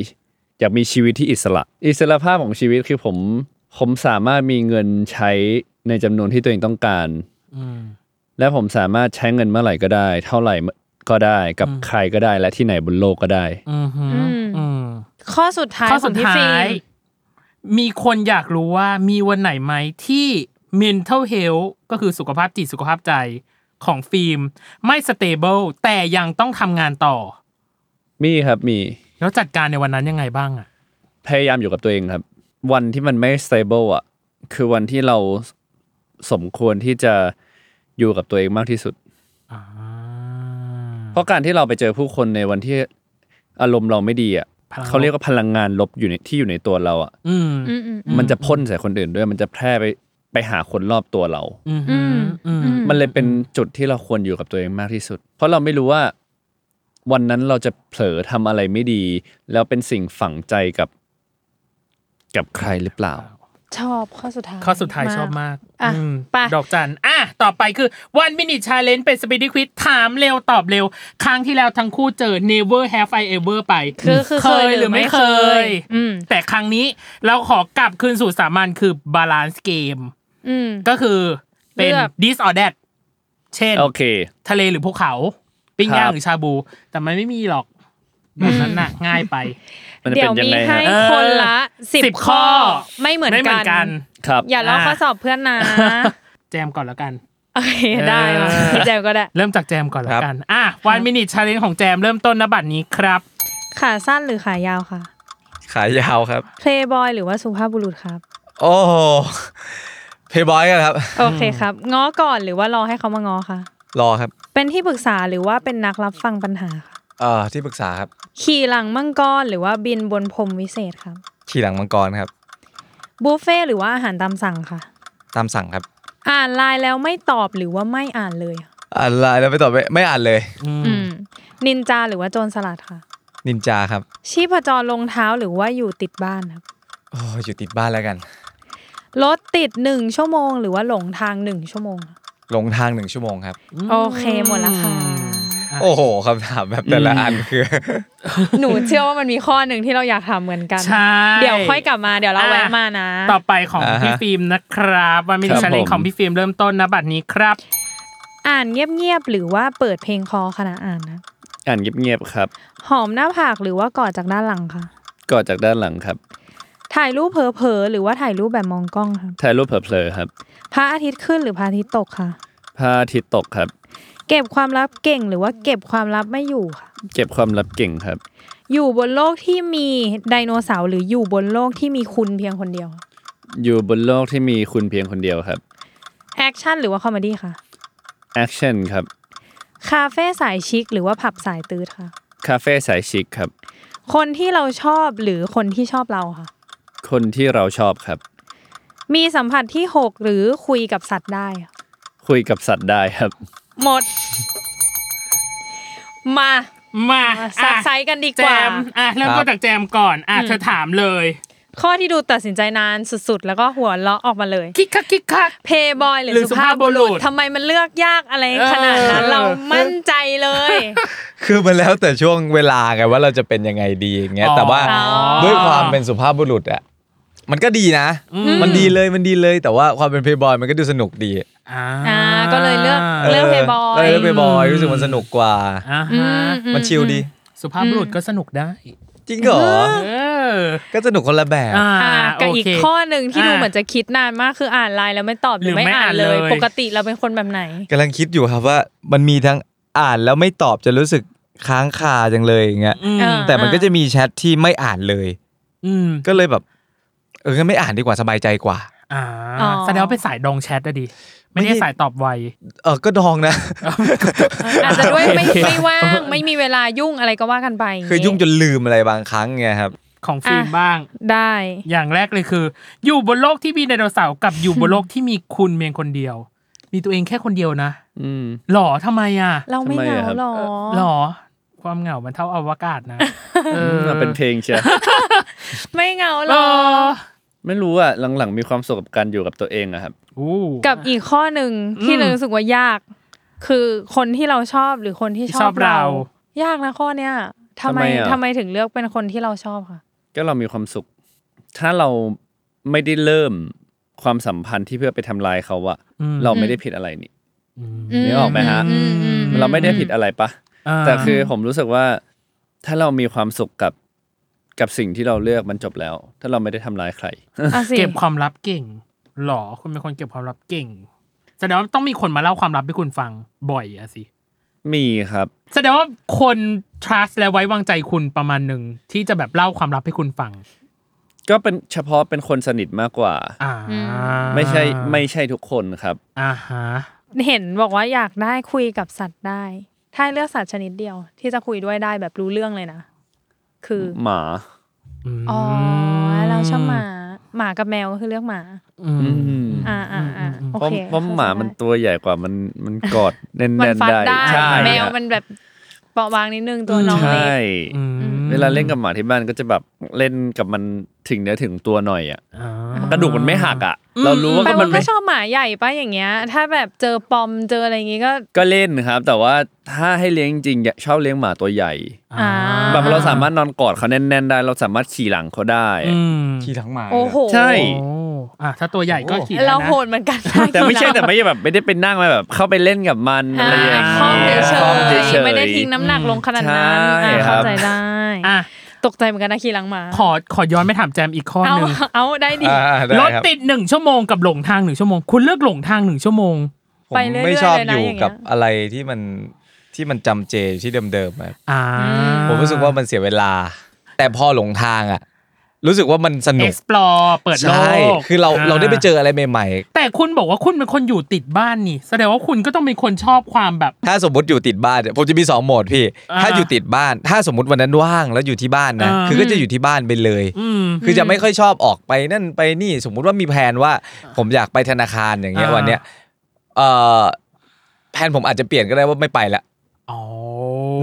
Speaker 5: อยากมีชีวิตที่อิสระ อิสระภาพของชีวิตคือผมผมสามารถมีเงินใช้ในจำนวนที่ตัวเองต้องการ
Speaker 2: อืม
Speaker 5: และผมสามารถใช้เงินเมื่อไหร่ก็ได้ เท่าไหร่ ก็ได้กับใครก็ได้และที่ไหนบนโลกก็ได้
Speaker 2: อืมฮึ
Speaker 3: อืม
Speaker 2: อืม
Speaker 3: ข้อสุดท้าย
Speaker 2: ข้อ
Speaker 3: ข
Speaker 2: สุ
Speaker 3: อง
Speaker 2: ด
Speaker 3: พี่
Speaker 2: ท้า
Speaker 3: ฟิล์
Speaker 2: ย
Speaker 3: ม
Speaker 2: มีคนอยากรู้ว่ามีวันไหนไหมที่ mental health ก็คือสุขภาพจิตสุขภาพใจของฟิล์ม ไม่ stable แต่ยังต้องทำงานต่อ
Speaker 5: มีครับมี
Speaker 2: แล้วจัดการในวันนั้นยังไงบ้างอะ
Speaker 5: พยายามอยู่กับตัวเองครับ วันที่มันไม่ stable อ่ะ คือวันที่เราสมควรที่จะอยู่กับตัวเองมากที่สุด เพราะการที่เราไปเจอผู้คนในวันที่อารมณ์เราไม่ดีอ่ะ
Speaker 2: พลังลบ
Speaker 5: เขาเรียกว่าพลังงานลบอยู่ในที่อยู่ในตัวเราอ่ะ
Speaker 2: อืม
Speaker 3: อืมอืมอืม
Speaker 5: มันจะพ่นใส่คนอื่นด้วย มันจะแพร่ไปไปหาคนรอบตัวเรา
Speaker 2: อืมฮึ
Speaker 3: ม
Speaker 2: อืม
Speaker 5: มันเลยเป็นจุดที่เราควรอยู่กับตัวเองมากที่สุด เพราะเราไม่รู้ว่าวันนั้นเราจะเผลอทำอะไรไม่ดี แล้วเป็นสิ่งฝังใจกับ กับใครหรือเปล่า
Speaker 3: ชอบข้อสุดท้าย
Speaker 2: ข้อสุดท้ายชอบมาก
Speaker 3: อ่ะ
Speaker 2: ม
Speaker 3: ไป
Speaker 2: ดอกจัน อ่ะ ต่อไปคือ one minute challenge เป็น speed quiz ถามเร็วตอบเร็ว ครั้งที่แล้วทั้งคู่เจอ never have I ever ไป
Speaker 3: คือคือเคยหรือไม่เคย อืม
Speaker 2: แต่ครั้งนี้เราขอกลับคืนสู่สามัญคือ balance game
Speaker 3: อืม
Speaker 2: ก็คือเป็น
Speaker 3: เลือก
Speaker 2: this or that เช่น
Speaker 5: โอเค
Speaker 2: ทะเลหรือภูเขา ปิ้งย่าง
Speaker 5: ครับ
Speaker 2: หรือชาบู แต่มันไม่มีหรอกแบบนั้นน่ะง่ายไป
Speaker 5: มันจะ
Speaker 3: เดี๋ยว
Speaker 5: เป็นยัง
Speaker 3: มี
Speaker 5: ไง
Speaker 3: ให้
Speaker 5: ฮะ
Speaker 3: คนละสิบ
Speaker 2: เออ10ข้
Speaker 3: ข้อ
Speaker 2: อ
Speaker 3: ไม่เหมือน
Speaker 2: ไม่เหมือน
Speaker 3: กั
Speaker 2: กัน น
Speaker 5: ครับ
Speaker 3: อย่าลอก
Speaker 2: อ่ะ
Speaker 3: ข้อสอบเพื่อน นะ
Speaker 2: แจมก่อนแล้วกัน
Speaker 3: โอเค ได้มา
Speaker 2: เออ
Speaker 3: พี่แจวก็ได้
Speaker 2: เริ่มจากแจมก่อนแล้ว
Speaker 4: ครับ
Speaker 2: กัน อ่ะวันมินิชาเลนของแจมเริ่มต้นนบัตรนี้ครับ
Speaker 3: ขาสั้นหรือขายาวค่ะ
Speaker 4: ขายาวครับ
Speaker 3: เพลย์บอยหรือว่าสุภาพบุรุษครับ
Speaker 4: โอ้เพย์บอยครับ
Speaker 3: โอเคครับ ง้อก่อนหรือว่ารอให้เขามาง้อค่ะ
Speaker 4: รอครับ
Speaker 3: เป็นที่ปรึกษาหรือว่าเป็นนักรับฟังปัญหาค่ะ
Speaker 4: เอ่อที่ปรึกษาครับ
Speaker 3: ขี่หลังมังกรหรือว่าบินบนพรมวิเศษครับ
Speaker 4: ขี่หลังมังกรครับ
Speaker 3: บุฟเฟ่ต์หรือว่าอาหารตามสั่งค่ะ
Speaker 4: ตามสั่งครับ
Speaker 3: อ่านไลน์แล้วไม่ตอบหรือว่าไม่อ่านเลย
Speaker 4: อะไรแล้วไปต่อไปไม่อ่านเลย
Speaker 3: อืม นินจาหรือว่าโจรสลัดค่ะ
Speaker 4: นินจาครับ
Speaker 3: ชีพจรลงเท้าหรือว่าอยู่ติดบ้านครับ
Speaker 4: โอ้อยู่ติดบ้านแล้วกัน
Speaker 3: รถติดหนึ่งชั่วโมง หรือว่าหลงทางหนึ่งชั่วโมง
Speaker 4: ลงทางหนึ่งชั่วโมงครับ
Speaker 3: โอเคหมดแล้วค่ะ
Speaker 4: โอ้โหคำถามแบบแต่ละอันคือ
Speaker 3: หนูเชื่อว่ามันมีข้อหนึ่งที่เราอยากทำเหมือนกัน
Speaker 2: ใช่
Speaker 3: เดี๋ยวค่อยกลับมาเดี๋ยวเรา
Speaker 2: อ่ะ
Speaker 3: แวะมานะ
Speaker 2: ต่อไปของ
Speaker 4: อ่าฮะ
Speaker 2: พี่ฟิล์มนะครับวันมิ
Speaker 5: ค
Speaker 2: นิ
Speaker 5: รับ
Speaker 2: ชาเลน
Speaker 5: ผม
Speaker 2: ของพี่ฟิล์มเริ่มต้นนบัตรนี้ครับ
Speaker 3: อ่านเงียบๆหรือว่าเปิดเพลงคอขณะอ่านนะ
Speaker 5: อ่านเงียบๆครับ
Speaker 3: หอมหน้าผากหรือว่ากอดจากด้านหลังค่ะ
Speaker 5: ก่อจากด้านหลังครับ
Speaker 3: ถ่ายรูปเผลอๆหรือว่าถ่ายรูปแบบมองกล้องค่ะ
Speaker 5: ถ่ายรูปเผลอๆครับ
Speaker 3: พระอาทิตย์ขึ้นหรือพระอาทิตย์ตกค่ะ
Speaker 5: พระอาทิตย์ตกครับ
Speaker 3: เก็บความลับเก่งหรือว่าเก็บความลับไม่อยู่ค่ะ
Speaker 5: เก็บความลับเก่งครับ
Speaker 3: อยู่บนโลกที่มีไดโนเสาร์หรืออยู่บนโลกที่มีคุณเพียงคนเดียวค่ะ
Speaker 5: อยู่บนโลกที่มีคุณเพียงคนเดียวครับ
Speaker 3: แอคชั่นหรือว่าคอมเมดี้ค่ะ
Speaker 5: แอคชั่นครับ
Speaker 3: คาเฟ่สายชิคหรือว่าผับสายตืดค่ะ
Speaker 5: คาเฟ่สายชิคครับ
Speaker 3: คนที่เราชอบหรือคนที่ชอบเราค่ะ
Speaker 5: คนที่เราชอบครับ
Speaker 3: มีสัมผัสที่ 6 หรือคุยกับสัตว์ได้ค่ะ
Speaker 5: คุยกับสัตว์ได้ครับ
Speaker 3: หมด มา
Speaker 2: มา
Speaker 3: สัก
Speaker 2: อ่ะ
Speaker 3: ไซส์กันดี
Speaker 2: แจ
Speaker 3: กว่า
Speaker 2: มอ่ะเริ่ม
Speaker 4: ครั
Speaker 2: ต้น
Speaker 4: บ
Speaker 2: จากแจมก่อนอ่ะเธอถามเลย
Speaker 3: ข้อที่ดูตัดสินใจนานสุดๆ แล้วก็หัวเราะออกมาเลย
Speaker 2: คิกคักคิกคัก
Speaker 3: เพย์บอยหรือ
Speaker 2: หรือ
Speaker 3: สุภาพบุ
Speaker 2: สุ
Speaker 3: รุ
Speaker 2: ภาพบุรุ
Speaker 3: ษ
Speaker 2: ษ
Speaker 3: ทำไมมันเลือกยากอะไรขนาดนั้น
Speaker 2: เออ
Speaker 3: เรามั่นใจเลย
Speaker 4: คือมันแล้วแต่ช่วงเวลาไงว่าเราจะเป็นยังไงดีอย่างเงี้ย แต่ว่า
Speaker 3: อ๋อ
Speaker 4: ด้วยความเป็นสุภาพบุรุษอะมันก็ดีนะ มันดีเลยมันดีเลย แต่ว่าความเป็นเพย์บอยมันก็ดูสนุกดี
Speaker 2: อ่า
Speaker 3: อ่าก็เลยเลือกเลือกเพย์บอย
Speaker 4: เลือกเพย์บอยรู้สึกมันสนุกกว่า
Speaker 2: อ่า
Speaker 3: อื
Speaker 2: ฮะ
Speaker 3: ม
Speaker 4: มันชิลดี
Speaker 2: สุภาพบุรุษก็สนุกได้
Speaker 4: จริงเหรอ
Speaker 2: เออ
Speaker 4: ก็สนุกคนละแบบ
Speaker 2: อ่า
Speaker 3: อ่ากับอีก
Speaker 2: โเค
Speaker 3: ข้อหนึ่งที่ดู
Speaker 2: อ่ะ
Speaker 3: เหมือนจะคิดนานมากคืออ่านไลน์แล้วไม่ตอบห
Speaker 2: หรื
Speaker 3: รือ
Speaker 2: อ
Speaker 3: ไม่
Speaker 2: ไม่
Speaker 3: อ่า
Speaker 2: อ่าน น
Speaker 3: เลย
Speaker 2: เลย
Speaker 3: ปกติเราเป็นคนแบบไหน
Speaker 4: กำลังคิดอยู่ครับว่ามันมีทั้งอ่านแล้วไม่ตอบจะรู้สึกค้างคาจังเลยอย่างเงี้ย
Speaker 2: อืม
Speaker 3: เออ
Speaker 4: แต่มันก็จะมีแชทที่ไม่อ่านเลย
Speaker 2: อืม
Speaker 4: ก็เลยแบบ เอองั้นไม่อ่านดีกว่าสบายใจกว่า
Speaker 2: อ่า
Speaker 3: อ๋อ
Speaker 2: แสดงว่าเป็นสายดองแชทอะดิไม่
Speaker 4: ไม่
Speaker 2: ได้
Speaker 4: ได้
Speaker 2: สายตอบไว
Speaker 4: เออก็ดองนะ
Speaker 3: อาจจะด้วยไม่
Speaker 2: โอเค
Speaker 3: ไม่ว่างไม่มีเวลายุ่งอะไรก็ว่ากันไป
Speaker 4: คือยุ่งจนลืมอะไรบางครั้งไงครับ
Speaker 2: ของฟิล์มบ้าง
Speaker 3: ได้
Speaker 2: อย่างแรกเลยคือ อยู่บนโลกที่มีไดโนเสาร์กับอยู่บนโลกที่มีคุณเพียงคนเดียว มีตัวเองแค่คนเดียวนะ
Speaker 5: อืม
Speaker 2: หรอทำไมอ่ะ
Speaker 3: เราไม่เห
Speaker 5: ทำไม
Speaker 3: งา
Speaker 5: อะครับ
Speaker 3: หรอ
Speaker 2: หรอ ความเหงามันเท่าอวกาศนะเออ
Speaker 5: มันเป็นเพลงเชียร์
Speaker 3: ไม่เหงาห
Speaker 2: ห
Speaker 3: ร
Speaker 2: ร
Speaker 3: อ
Speaker 2: อ
Speaker 5: ไม่รู้อะหลังๆ มีความสุขกับการอยู่กับตัวเองอะครับ
Speaker 2: อู้
Speaker 3: กับอีกข้อหนึ่งที่เรารู้สึกว่ายาก คือคนที่เราชอบหรือคนที่ช
Speaker 2: ช
Speaker 3: อ
Speaker 2: อ
Speaker 3: บบ เรา
Speaker 2: เรา
Speaker 3: ยากนะข้อเนี้ยทำไม
Speaker 5: ทำไมอะ
Speaker 3: ทำไมถึงเลือกเป็นคนที่เราชอบค่ะ
Speaker 5: ก็เรามีความสุข ถ้าเราไม่ได้เริ่มความสัมพันธ์ที่เพื่อไปทำลายเขาอะ
Speaker 2: อืม
Speaker 5: เราไม่ได้ผิดอะไรนี่
Speaker 2: อืม
Speaker 5: นึกออกไหมฮะ
Speaker 3: อืมอืมอืม
Speaker 5: เราไม่ได้ผิดอะไรปะ
Speaker 2: า
Speaker 5: แต่คือผมรู้สึกว่าถ้าเรามีความสุขกับกับสิ่งที่เราเลือกมันจบแล้ว ถ้าเราไม่ได้ทำร้ายใคร
Speaker 3: อ่ะสิ
Speaker 2: เก็บความลับเก่งหรอคุณเป็นคนเก็บความลับเก่งแสดงว่าต้องมีคนมาเล่าความลับให้คุณฟังบ่อยอะสิ
Speaker 5: มีครับ
Speaker 2: แสดงว่าคน trust และไว้วางใจคุณประมาณหนึ่งที่จะแบบเล่าความลับให้คุณฟัง
Speaker 5: ก็เป็นเฉพาะเป็นคนสนิทมากกว่า
Speaker 2: อ่า
Speaker 5: ไม่ใช่ไม่ใช่ทุกคนครับ
Speaker 2: อ่าฮะ
Speaker 3: เห็นบอกว่าอยากได้คุยกับสัตว์ได้ ถ้าเลือกสัตว์ชนิดเดียว ที่จะคุยด้วยได้แบบรู้เรื่องเลยนะ คือ
Speaker 5: หมา
Speaker 2: ม
Speaker 3: อ๋อเราชอบหมา หมากับแมวก็คือเลือกหมา
Speaker 2: อืม
Speaker 5: ม
Speaker 3: อ่าอ่าอ่าโอ
Speaker 5: เพราะ
Speaker 3: เค
Speaker 5: เพราะหมามันตัวใหญ่กว่ามันมันก อดแน่น
Speaker 3: มัน
Speaker 5: ๆ
Speaker 3: ฟัด
Speaker 5: ได้
Speaker 3: ได้
Speaker 5: ใช่
Speaker 3: แมวมันแบบเปราะบางนิดนึงตัวน้อง
Speaker 5: ใช
Speaker 3: เล็ก่
Speaker 5: เวลาเล่นกับหมาที่บ้านก็จะแบบเล่นกับมันถึงเนื้อถึงตัวหน่อยอ่ะกระดูกมันไม่หักอ่ะ เรารู้ว่า
Speaker 3: แปล
Speaker 5: มั
Speaker 3: ว่าน ก็
Speaker 5: ไม่
Speaker 3: ชอบหมาใหญ่ปะอย่างเงี้ย ถ้าแบบเจอปอมเจออะไรอย่างงี้ก็
Speaker 5: ก็เล่นครับ แต่ว่าถ้าให้เลี้ยงจริงๆอยากชอบเลี้ยงหมาตัวใหญ่
Speaker 3: อ่า
Speaker 5: แบบเราสามารถนอนกอดเขาแน่น ๆ ได้ เราสามารถขี่หลังเขาได้
Speaker 2: อืม
Speaker 4: ขี่ทั้งหมา
Speaker 3: โอ้โห
Speaker 5: ใช่
Speaker 2: โอ้อ่ะถ้าตัวใหญ่ก็ขี่ได้นะ
Speaker 3: เราโหดเหมือนกันนะ
Speaker 5: แต่ไม่ใช่
Speaker 3: ขี่หลัง
Speaker 5: แต่ไม่ได้แบบไม่ได้เป็นนั่งมาแบบ เข้าไปเล่นกับมัน
Speaker 3: อ่า
Speaker 5: อะไรอย่าง
Speaker 3: คล่อม
Speaker 5: เงี้ย
Speaker 3: เฉ
Speaker 5: คล่อม
Speaker 3: ย
Speaker 5: เฉย
Speaker 3: ๆไม่ได้ทิ้งน้ำหนักลงขนาดนั้น
Speaker 5: ใช่
Speaker 3: อ่า
Speaker 5: ครั
Speaker 3: เข้า
Speaker 5: บ
Speaker 3: ใจได้
Speaker 2: อ่ะ
Speaker 3: ตกใจเหมือนกันนะขี่หลังหมา
Speaker 2: ขอขอย้อนไปถามแจมอีกข้อ
Speaker 3: เอา
Speaker 2: หนึ่ง
Speaker 3: เอาได้ดิ
Speaker 4: อ่าได้
Speaker 2: รถ
Speaker 4: ครับ
Speaker 2: ติดหนึ่งชั่วโมงกับหลงทางหนึ่งชั่วโมง คุณเลือกหลงทางหนึ่งชั่วโมง
Speaker 4: ผม
Speaker 3: ไปเรื่อยๆ
Speaker 4: ไม่ชอบ
Speaker 3: เลยนะ
Speaker 4: อยู่
Speaker 3: อย่างเงี้ย
Speaker 4: กับอะไรที่มันที่มันจำเจอยู่ที่เดิมๆอะ
Speaker 2: อ่า
Speaker 4: ผมรู้สึกว่ามันเสียเวลา แต่พอหลงทางอ่ะ รู้สึกว่ามันส
Speaker 2: น
Speaker 4: นุก
Speaker 2: explore เปิดโล
Speaker 4: ใช่
Speaker 2: ก
Speaker 4: คือเราเราได้ไปเจออะไรใหม่
Speaker 2: แต่คุณบอกว่าคุณเป็นคนอยู่ติดบ้านนี่ แสดงว่าคุณก็ต้องเป็นคนชอบความแบบ
Speaker 4: ๆ ถ้าสมมติอยู่ติดบ้านเนี่ยผมจะมีสองโหมดพี่
Speaker 2: อ่า
Speaker 4: ถ้าอยู่ติดบ้าน ถ้าสมมติวันนั้นว่างแล้วอยู่ที่บ้านนะ
Speaker 2: อ่า
Speaker 4: คือก็จะอยู่ที่บ้านไปเลย
Speaker 2: อืม
Speaker 4: คือจะไม่ค่อยชอบออกไปนั่นไปนี่สมมุติว่ามีแผนว่า ผมอยากไปธนาคารอย่างเงี้ย
Speaker 2: อ่า
Speaker 4: วันเนี้ยเอ่อแผนผมอาจจะเปลี่ยนก็ได้ว่าไม่ไปละ
Speaker 2: อ๋อ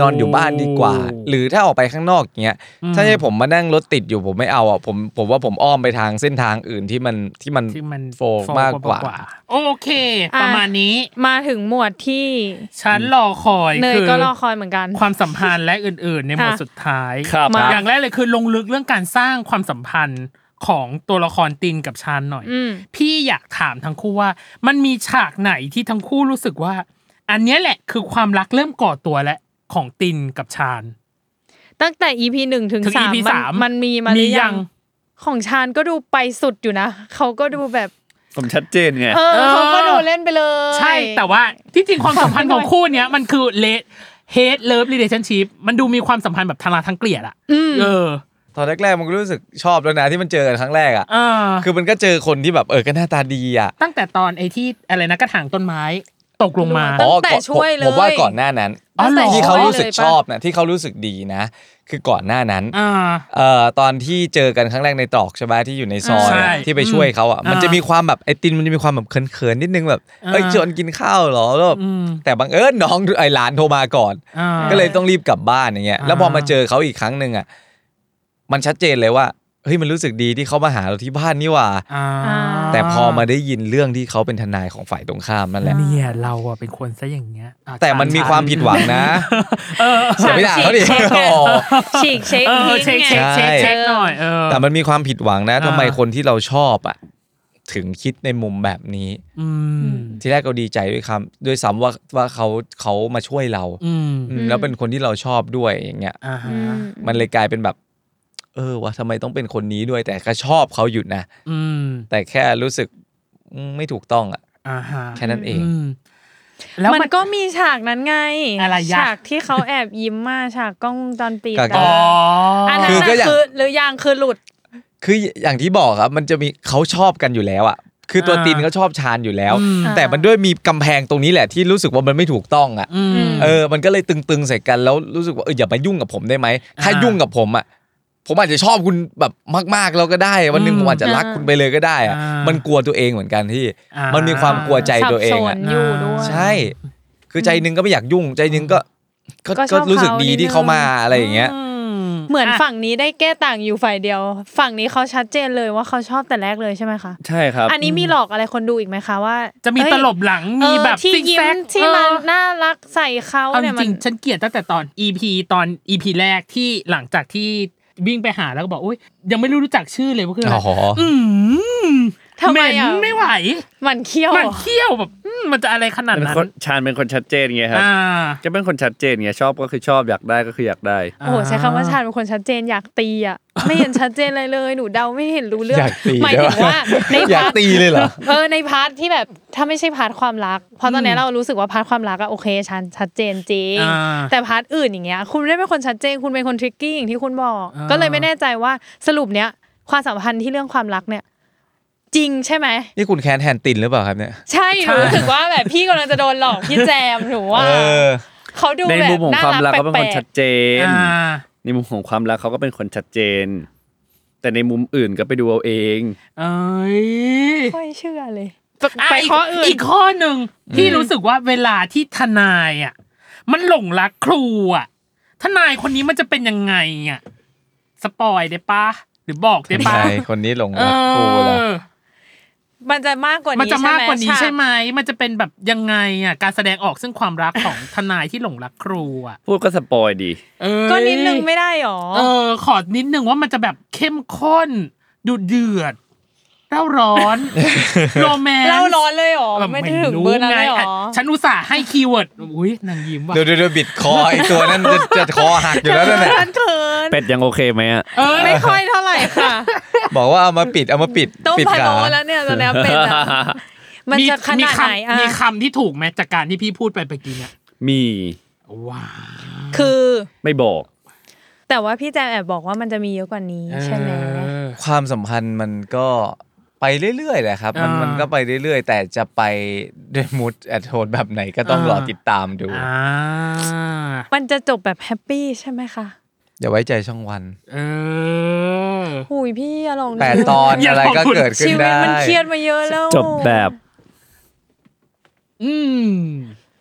Speaker 2: น
Speaker 4: อนอยู่บ้านดีกว่า หรือถ้าออกไปข้างนอกอย่างเงี้ยถ้าให้ผมมานั่งรถติดอยู่ผมไม่เอาอ่ะผมผมว่าผมอ้อมไปทางเส้นทางอื่นที่มันที่มัน
Speaker 2: ที่มัน
Speaker 4: โฟล์มากกว่า
Speaker 2: โอเค ประมาณนี้
Speaker 3: มาถึงหมวดที่
Speaker 2: ฉันรอคอย
Speaker 3: เนย
Speaker 2: คือ
Speaker 3: ก็รอคอยเหมือนกัน
Speaker 2: ความสัมพันธ์และอื่น ๆ ในหมวด
Speaker 3: ค่ะ
Speaker 2: สุดท้าย
Speaker 5: ครับ
Speaker 3: มา
Speaker 2: อย่างแรกเลยคือลงลึกเรื่องการสร้างความสัมพันธ์ของตัวละครตินกับชานหน่อย
Speaker 3: อืม
Speaker 2: พี่อยากถามทั้งคู่ว่า มันมีฉากไหนที่ทั้งคู่รู้สึกว่า อันเนี้ยแหละคือความรักเริ่มก่อตัวและของตินกับชาน
Speaker 3: ตั้งแต่ EP หนึ่งถึง
Speaker 2: ถึง
Speaker 3: สาม
Speaker 2: EP
Speaker 3: มัน
Speaker 2: สาม
Speaker 3: มันมีมาห
Speaker 2: มี
Speaker 3: รือ
Speaker 2: ยั
Speaker 3: ยัง ง ของชานก็ดูไปสุดอยู่นะ เขาก็ดูแบบ
Speaker 5: ผมชัดเจนไง
Speaker 3: เออ
Speaker 2: เออ
Speaker 3: เขาก็ดูเล่นไปเลย
Speaker 2: ใช่แต่ว่าที่จริงความสัมพันธ์ของคู่เนี้ยมันคือเลดเฮดเลิฟรีเลชั่นชีพมันดูมีความสัมพันธ์แบบทางรักทั้งเกลียดอะเออ
Speaker 4: ตอนแรกๆมันก็รู้สึกชอบแล้วนะที่มันเจอกันครั้งแรกอ่ะ
Speaker 2: อ่า
Speaker 4: คือมันก็เจอคนที่แบบเออก็หน้าตาดีอ่ะ
Speaker 2: ตั้งแต่ตอนไอ้ที่อะไรนะกระถางต้นไม้ตกลงมา
Speaker 3: ตั้ง
Speaker 4: อ๋อ
Speaker 3: แต่
Speaker 4: ก่อน
Speaker 3: ช่วยเลย
Speaker 4: ผมว่าก่อนหน้านั้น
Speaker 2: อ๋อเหรอ
Speaker 4: ที่เขารู้สึก
Speaker 3: เลยปะ
Speaker 4: ชอบนะที่เขารู้สึกดีนะ คือก่อนหน้านั้น
Speaker 2: อ่า
Speaker 4: เอ่อตอนที่เจอกันครั้งแรกในตรอกใช่ไหมที่อยู่ในซอย
Speaker 2: ใช่
Speaker 4: อะที่ไปช่วยเขาอ่ะ
Speaker 2: อ่ามั
Speaker 4: มันจะมีความแบบไอตินมันจะมีความแบบเขินๆนิดนึงแบบ
Speaker 2: อ่า
Speaker 4: เอ้ยชวนกินข้าวเหรอแล้วแบบ
Speaker 2: อืม
Speaker 4: แต่บังเอิญน้องไอหลานโทรมาก่อน
Speaker 2: อ่า
Speaker 4: ก็เลยต้องรีบกลับบ้านอย่างเงี้ย
Speaker 2: อ่า
Speaker 4: แล้วพอมาเจอเขาอีกครั้งหนึ่งอ่ะมันชัดเจนเลยว่าเฮ้ยมันรู้สึกดีที่เขามาหาเราที่บ้านนี่หว่า
Speaker 2: อ่า
Speaker 4: แต่พอมาได้ยินเรื่องที่เขาเป็นทนายของฝ่ายตรงข้ามนั่นแหละ
Speaker 2: เนี่ยเราอะเป็นคนซะอย่างเงี้ยอ่ะ
Speaker 4: แต่มันมีความผิดหวังนะ
Speaker 2: เออ
Speaker 4: เสียไม่ด่าเขาดิ
Speaker 3: เช็คไง
Speaker 4: โอ้
Speaker 3: ฉีกเช็ค
Speaker 2: เออ
Speaker 3: ทิ้ง
Speaker 2: เช็ค
Speaker 3: ไง
Speaker 2: เช็คเช็ค
Speaker 4: ใช่
Speaker 2: เช็คหน่อยเออ
Speaker 4: แต่มันมีความผิดหวังนะ
Speaker 2: อ่า
Speaker 4: ทำไมคนที่เราชอบอ่ะ ถึงคิดในมุมแบบนี้
Speaker 2: อืม
Speaker 4: ทีแรกเราดีใจด้วยคำด้วยซ้ำว่าว่าเขาเขามาช่วยเรา
Speaker 2: อืม
Speaker 4: อืมแล้วเป็นคนที่เราชอบด้วยอย่างเงี้ย
Speaker 2: อ่าฮะ
Speaker 4: มันเลยกลายเป็นแบบ เออวะทำไมต้องเป็นคนนี้ด้วย แต่ก็ชอบเขาอยู่นะ
Speaker 2: อืม
Speaker 4: แต่แค่รู้สึกอืมไม่ถูกต้องอ่ะ
Speaker 2: อ่าฮะ
Speaker 4: แค่นั้นเอง
Speaker 2: อืมแล้ว
Speaker 3: มั
Speaker 2: มัน น
Speaker 3: ก็มีฉากนั้นไง
Speaker 2: อะไรยะ
Speaker 3: ฉากที่เขาแอบยิ้มมาฉากกล้องวงจอนปี
Speaker 4: ก็
Speaker 2: อ๋ออั
Speaker 3: อัน
Speaker 4: คื
Speaker 3: นั้
Speaker 4: อนก็
Speaker 3: น่ะ
Speaker 4: อย่าง
Speaker 3: คือหรือยังคือหลุด
Speaker 4: คืออย่างที่บอกครับ มันจะมีเขาชอบกันอยู่แล้วอ่ะ คือตัวตินก็ชอบชานอยู่แล้ว แต่มันด้วยมีกำแพงตรงนี้แหละที่รู้สึกว่ามันไม่ถูกต้องอ่ะ
Speaker 2: อืม
Speaker 4: เออ มันก็เลยตึงๆใส่กันแล้วรู้สึกว่าเอออย่ามายุ่งกับผมได้ไหม ถ้า
Speaker 2: อ่ายุ่
Speaker 4: ยุ่งกับผมอ่ะ ผมอาจจะชอบคุณแบบมากๆแล้วก็ได้ วันหนึ่ง
Speaker 2: อืม
Speaker 4: ผมอาจจะรักคุณไปเลยก็ได้อะ
Speaker 2: อ่ามั
Speaker 4: มันกลัวตัวเองเหมือนกันที่
Speaker 2: อ่ามั
Speaker 4: มันมีความกลัวใจตัวเอง
Speaker 3: สั
Speaker 4: อ่ะ
Speaker 3: บสนอยู่ด้วย
Speaker 4: ใช่ คือใจหนึงก็ไม่อยากยุ่ง ใจหนึงก็ก็
Speaker 3: ก็ช
Speaker 4: ก็
Speaker 3: อบ
Speaker 4: รู้สึก
Speaker 3: เขา
Speaker 4: ดี
Speaker 3: นิด
Speaker 4: ที่เขา
Speaker 3: นึง
Speaker 4: มาอะไรอย่างเงี้ย
Speaker 3: เหมือน
Speaker 2: อ่ะ
Speaker 3: ฝั่งนี้ได้แก้ต่างอยู่ฝ่ายเดียว ฝั่งนี้เขาชัดเจนเลยว่าเขาชอบแต่แรกเลยใช่ไหมคะ
Speaker 5: ใช่ครับ
Speaker 3: อันนี้มีหลอกอะไรคนดูอีกไหมคะว่า
Speaker 2: จะมี
Speaker 3: เอ้ย
Speaker 2: ตลบหลังมี
Speaker 3: เออ
Speaker 2: แบบ
Speaker 3: ที่
Speaker 2: ซิก
Speaker 3: ยิ้
Speaker 2: แซ
Speaker 3: ม
Speaker 2: ก
Speaker 3: ที่
Speaker 2: เออ
Speaker 3: มันน่ารักใส่เขา
Speaker 2: เอาจ
Speaker 3: เนี่ยมั
Speaker 2: ริ
Speaker 3: น
Speaker 2: งๆฉันเกลียดตั้งแต่ตอน EP ตอน EP แรกที่หลังจากที่วิ่งไปหาแล้วก็บอกอุ้ยยังไม่รู้รู้จักชื่อเลยว่าคืออะไร
Speaker 4: อ๋อ
Speaker 2: อืม
Speaker 3: ทำไมอ่ะ
Speaker 2: เหนไม่ไหว
Speaker 3: มันเคี้ยว
Speaker 2: มันเคี้ยวแบบอืม มมันจะอะไรขนาด
Speaker 5: เป็น
Speaker 2: นั้
Speaker 5: คน
Speaker 2: น
Speaker 5: ชาญเป็นคนชัดเจนไงครับ
Speaker 2: อ่า
Speaker 5: จะเป็นคนชัดเจนไงชอบก็คือชอบอยากได้ก็คืออยากได้
Speaker 3: โอ้โหใช้คำว่าชาญเป็นคนชัดเจนอยากตีอ่ะ ไม่เห็นชัดเจนเลยเลย หนูเดาไม่เห็นรู้เรื่อง
Speaker 4: อยากตี
Speaker 3: หมายถึงว่าใน
Speaker 4: อยาก
Speaker 3: พาร์ท
Speaker 4: ตีเลยเหรอ
Speaker 3: เออในพาร์ทที่แบบถ้าไม่ใช่พาร์ทความรักเพราะตอนนี้เรารู้สึกว่าพาร์ทความรักอะโอเคชันชัดเจนจริง
Speaker 2: อ่า
Speaker 3: แต่พาร์ทอื่นอย่างเงี้ยคุณไม่ได้เป็นคนชัดเจนคุณเป็นคนทริกกี้อย่างที่คุณบอก
Speaker 2: อ่า
Speaker 3: ก็เลยไม่แน่ใจว่าสรุปเนี้ยความสัมพันธ์ที่เรื่องความรักเนี่ย จริงใช่ไหม
Speaker 4: นี่คุณแคนแทนตินหรือเปล่าครับเนี่ย
Speaker 3: ใช่หนูรู้สึกว่าแบบพี่กำลังจะโดนหลอกพี่แจมหนูว่า
Speaker 4: เออ
Speaker 3: เขาดู
Speaker 5: ใน
Speaker 3: แบ
Speaker 5: มุ
Speaker 3: บ
Speaker 5: มของ
Speaker 3: น่า
Speaker 5: ความ
Speaker 3: รัก
Speaker 5: รัก
Speaker 3: แป
Speaker 5: เขาเป็น
Speaker 3: ล
Speaker 5: คน
Speaker 3: ก
Speaker 5: ชัดเจน
Speaker 2: อ่า
Speaker 5: ในมุมของความรักเขาก็เป็นคนชัดเจน แต่ในมุมอื่นก็ไปดูเอาเอง
Speaker 2: เอ้ย
Speaker 3: ๆค่อยเชื่อเลย
Speaker 2: อ่ะ
Speaker 3: ไปข้ออื่น
Speaker 2: กข้อหนึ่งที่รู้สึกว่าเวลาที่ทนายอ่ะมันหลงรักครูอ่ะทนายคนนี้มันจะเป็นยังไงอ่ะสปอยได้ปะหรือบอกได้
Speaker 4: ใค
Speaker 2: ปะ
Speaker 4: รคนนี้หลง
Speaker 2: เอ
Speaker 4: รักครูเหรอ
Speaker 2: อ
Speaker 3: มันจะมากกว่า
Speaker 2: มัน
Speaker 3: นี้
Speaker 2: จะมากกว่านี้
Speaker 3: ฉ
Speaker 2: ใช่ไหมมันจะเป็นแบบยังไงอ่ะการแสดงออกซึ่งความรักของ ทนายที่หลงรักครูอ่ะ
Speaker 5: พูดก็สปอยดี
Speaker 2: เอ้ย
Speaker 3: ก็นิดนึงไม่ได้หรอ
Speaker 2: เออ ขอนิดนึงว่ามันจะแบบเข้มข้นดูเดือดเร่าร้ อนโรแมน
Speaker 3: เล่าร้อนเลยหรอ ไม่ถึงเบอร์นั้นเลยหร
Speaker 2: ไงะ
Speaker 3: อ
Speaker 2: ฉันอุตส่าห์ให้คีย์เวิร์ด อุ้ยนางยิ้มว่ะ
Speaker 4: เดี๋ยวเดี๋ยวเดี๋ยวบิดคอไอตัวนั้นจะจะคอหักอยู่แล้วนั่นแหละ
Speaker 3: ฉันเขิน
Speaker 5: เป็ดยังโอเคไหมอะ
Speaker 2: เออ
Speaker 3: ไม่ค่อยเท่าไหร่ค่ะ
Speaker 4: บอกว่าเอามาปิดเอามาปิด
Speaker 3: ต้ม
Speaker 4: ปิด
Speaker 3: พะ
Speaker 4: ขา
Speaker 3: โล้แล้วเนี่ยตอนเนี้ยเป็นอะมันจะขนาดไหนอะ
Speaker 2: มีคำมีคำที่ถูกไหมจากการที่พี่พูดไปเมื่อกี้เนี่ย
Speaker 5: มี
Speaker 2: ว้าว
Speaker 3: คือ
Speaker 5: ไม่บอก
Speaker 3: แต่ว่าพี่แจมแอบบอกว่ามันจะมีเยอะกว่านี้ใช่ไหม
Speaker 4: ความสัมพันธ์มันก็ไปเรื่อยๆแหละครับ มัน
Speaker 2: อ่ามั
Speaker 4: มันก็ไปเรื่อยๆ แต่จะไปด้วยมูดแอดโทนแบบไหนก็ต้อง
Speaker 2: อ่าร ร
Speaker 4: อติดตามดู
Speaker 2: อ่า
Speaker 3: มันจะจบแบบแฮปปี้ใช่ไหมคะ
Speaker 4: อย่าไว้ใจช่องวัน
Speaker 2: เออ
Speaker 3: หุยพี่อย่าลองดู
Speaker 4: แต่ตอน
Speaker 2: อย่า
Speaker 4: อะไร
Speaker 2: ข
Speaker 4: ก็
Speaker 2: อบคุณ
Speaker 4: เกิดขึ้น
Speaker 3: ชีวิต
Speaker 4: ได้
Speaker 3: มันเครียดมาเยอะแล้ว
Speaker 5: จบแบบ
Speaker 2: อืม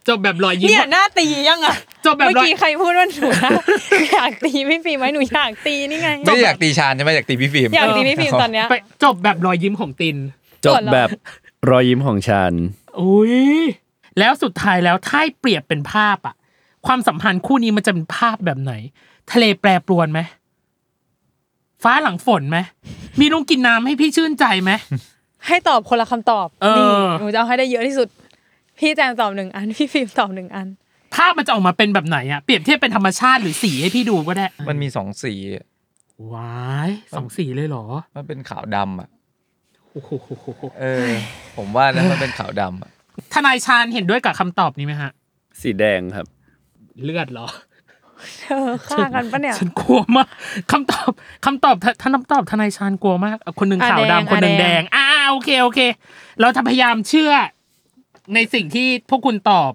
Speaker 2: จบแบบรอยยิ้ม
Speaker 3: เนี่ยหน้าตียังอ่ะ
Speaker 2: จบแบบ
Speaker 3: เมื่อ
Speaker 2: รอย
Speaker 3: กี้ใครพูดว่าหนูนะอยากตีพี่ฟิล์มไหมหนูอยากตีนี่ไง
Speaker 4: ไม่ได้อยากตีชานใช่ไหมอยากตีพี่ฟิล์ม
Speaker 3: อยากตีพี่ฟิล์มตอนเนี้ย
Speaker 2: ไปจบแบบรอยยิ้มของติน
Speaker 5: จบแบบรอยยิ้มของฉัน
Speaker 2: อุ้ยแล้วสุดท้ายแล้วถ้าให้เปรียบเป็นภาพอะความสัมพันธ์คู่นี้มันจะเป็นภาพแบบไหน ทะเลแปรปรวนไหมฟ้าหลังฝนไหมมีลุงกินน้ำให้พี่ชื่นใจ ไหม
Speaker 3: ให้ตอบคนละคำตอบ
Speaker 2: เออ
Speaker 3: นี่หนูจะเอาให้ได้เยอะที่สุด พี่แจมตอบหนึ่ง อันพี่ฟิล์มตอบหนึ่งอัน
Speaker 2: ภาพมันจะออกมาเป็นแบบไหนอะเปรียบเทียบเป็นธรรมชาติหรือสีให้พี่ดูก็ได้
Speaker 4: มันมีสองสี
Speaker 2: ว้ายสองสีเลยเหรอ
Speaker 4: มันเป็นขาวดำอ่ะ
Speaker 2: โอ้โห
Speaker 4: เออ ผมว่านะมันเป็นขาวดำอ่ะ
Speaker 2: ทนายชาญเห็นด้วยกับคำตอบนี้ไหมฮะ
Speaker 5: สีแดงครับ
Speaker 2: เลือดเหรอ
Speaker 3: เธอฆ่ากันปะเนี่ย
Speaker 2: ฉันกลัวมากคำตอบคำตอบท่านคำตอบทนายชาญกลัวมากอ่ะคนหนึ่ง
Speaker 3: อ่ะ
Speaker 2: ขาว
Speaker 3: แดง
Speaker 2: ดำคนหนึ่ง
Speaker 3: อ่ะแด
Speaker 2: แด
Speaker 3: ง
Speaker 2: ง อ่าโอเคโอเค เราจะพยายามเชื่อในสิ่งที่พวกคุณตอบ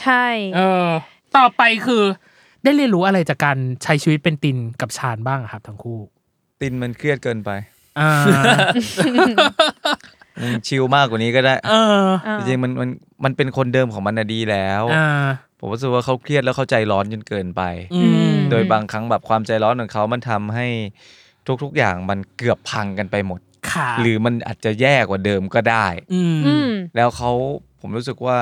Speaker 3: ใช่
Speaker 2: เออ ต่อไปคือ ได้เรียนรู้อะไรจากการใช้ชีวิตเป็นตินกับชาญบ้างอะครับทั้งคู่
Speaker 4: ตินมันเครียดเกินไป
Speaker 2: อ่า
Speaker 4: มึงชิลมากกว่านี้ก็ได้
Speaker 2: เออ
Speaker 3: อ่า
Speaker 4: จริงๆมันมันมันเป็นคนเดิมของมันนะดีแล้ว
Speaker 2: อ่า
Speaker 4: ผมรู้สึกว่าเขาเครียดแล้วเขาใจร้อนจนเกินไป
Speaker 2: อืม
Speaker 4: โดยบางครั้งแบบความใจร้อนของเขามันทำให้ทุกๆอย่างมันเกือบพังกันไปหมด
Speaker 2: ขา
Speaker 4: หรือมันอาจจะแย่กว่าเดิมก็ได้
Speaker 2: อืม
Speaker 3: อืม
Speaker 4: แล้วเขาผมรู้สึกว่า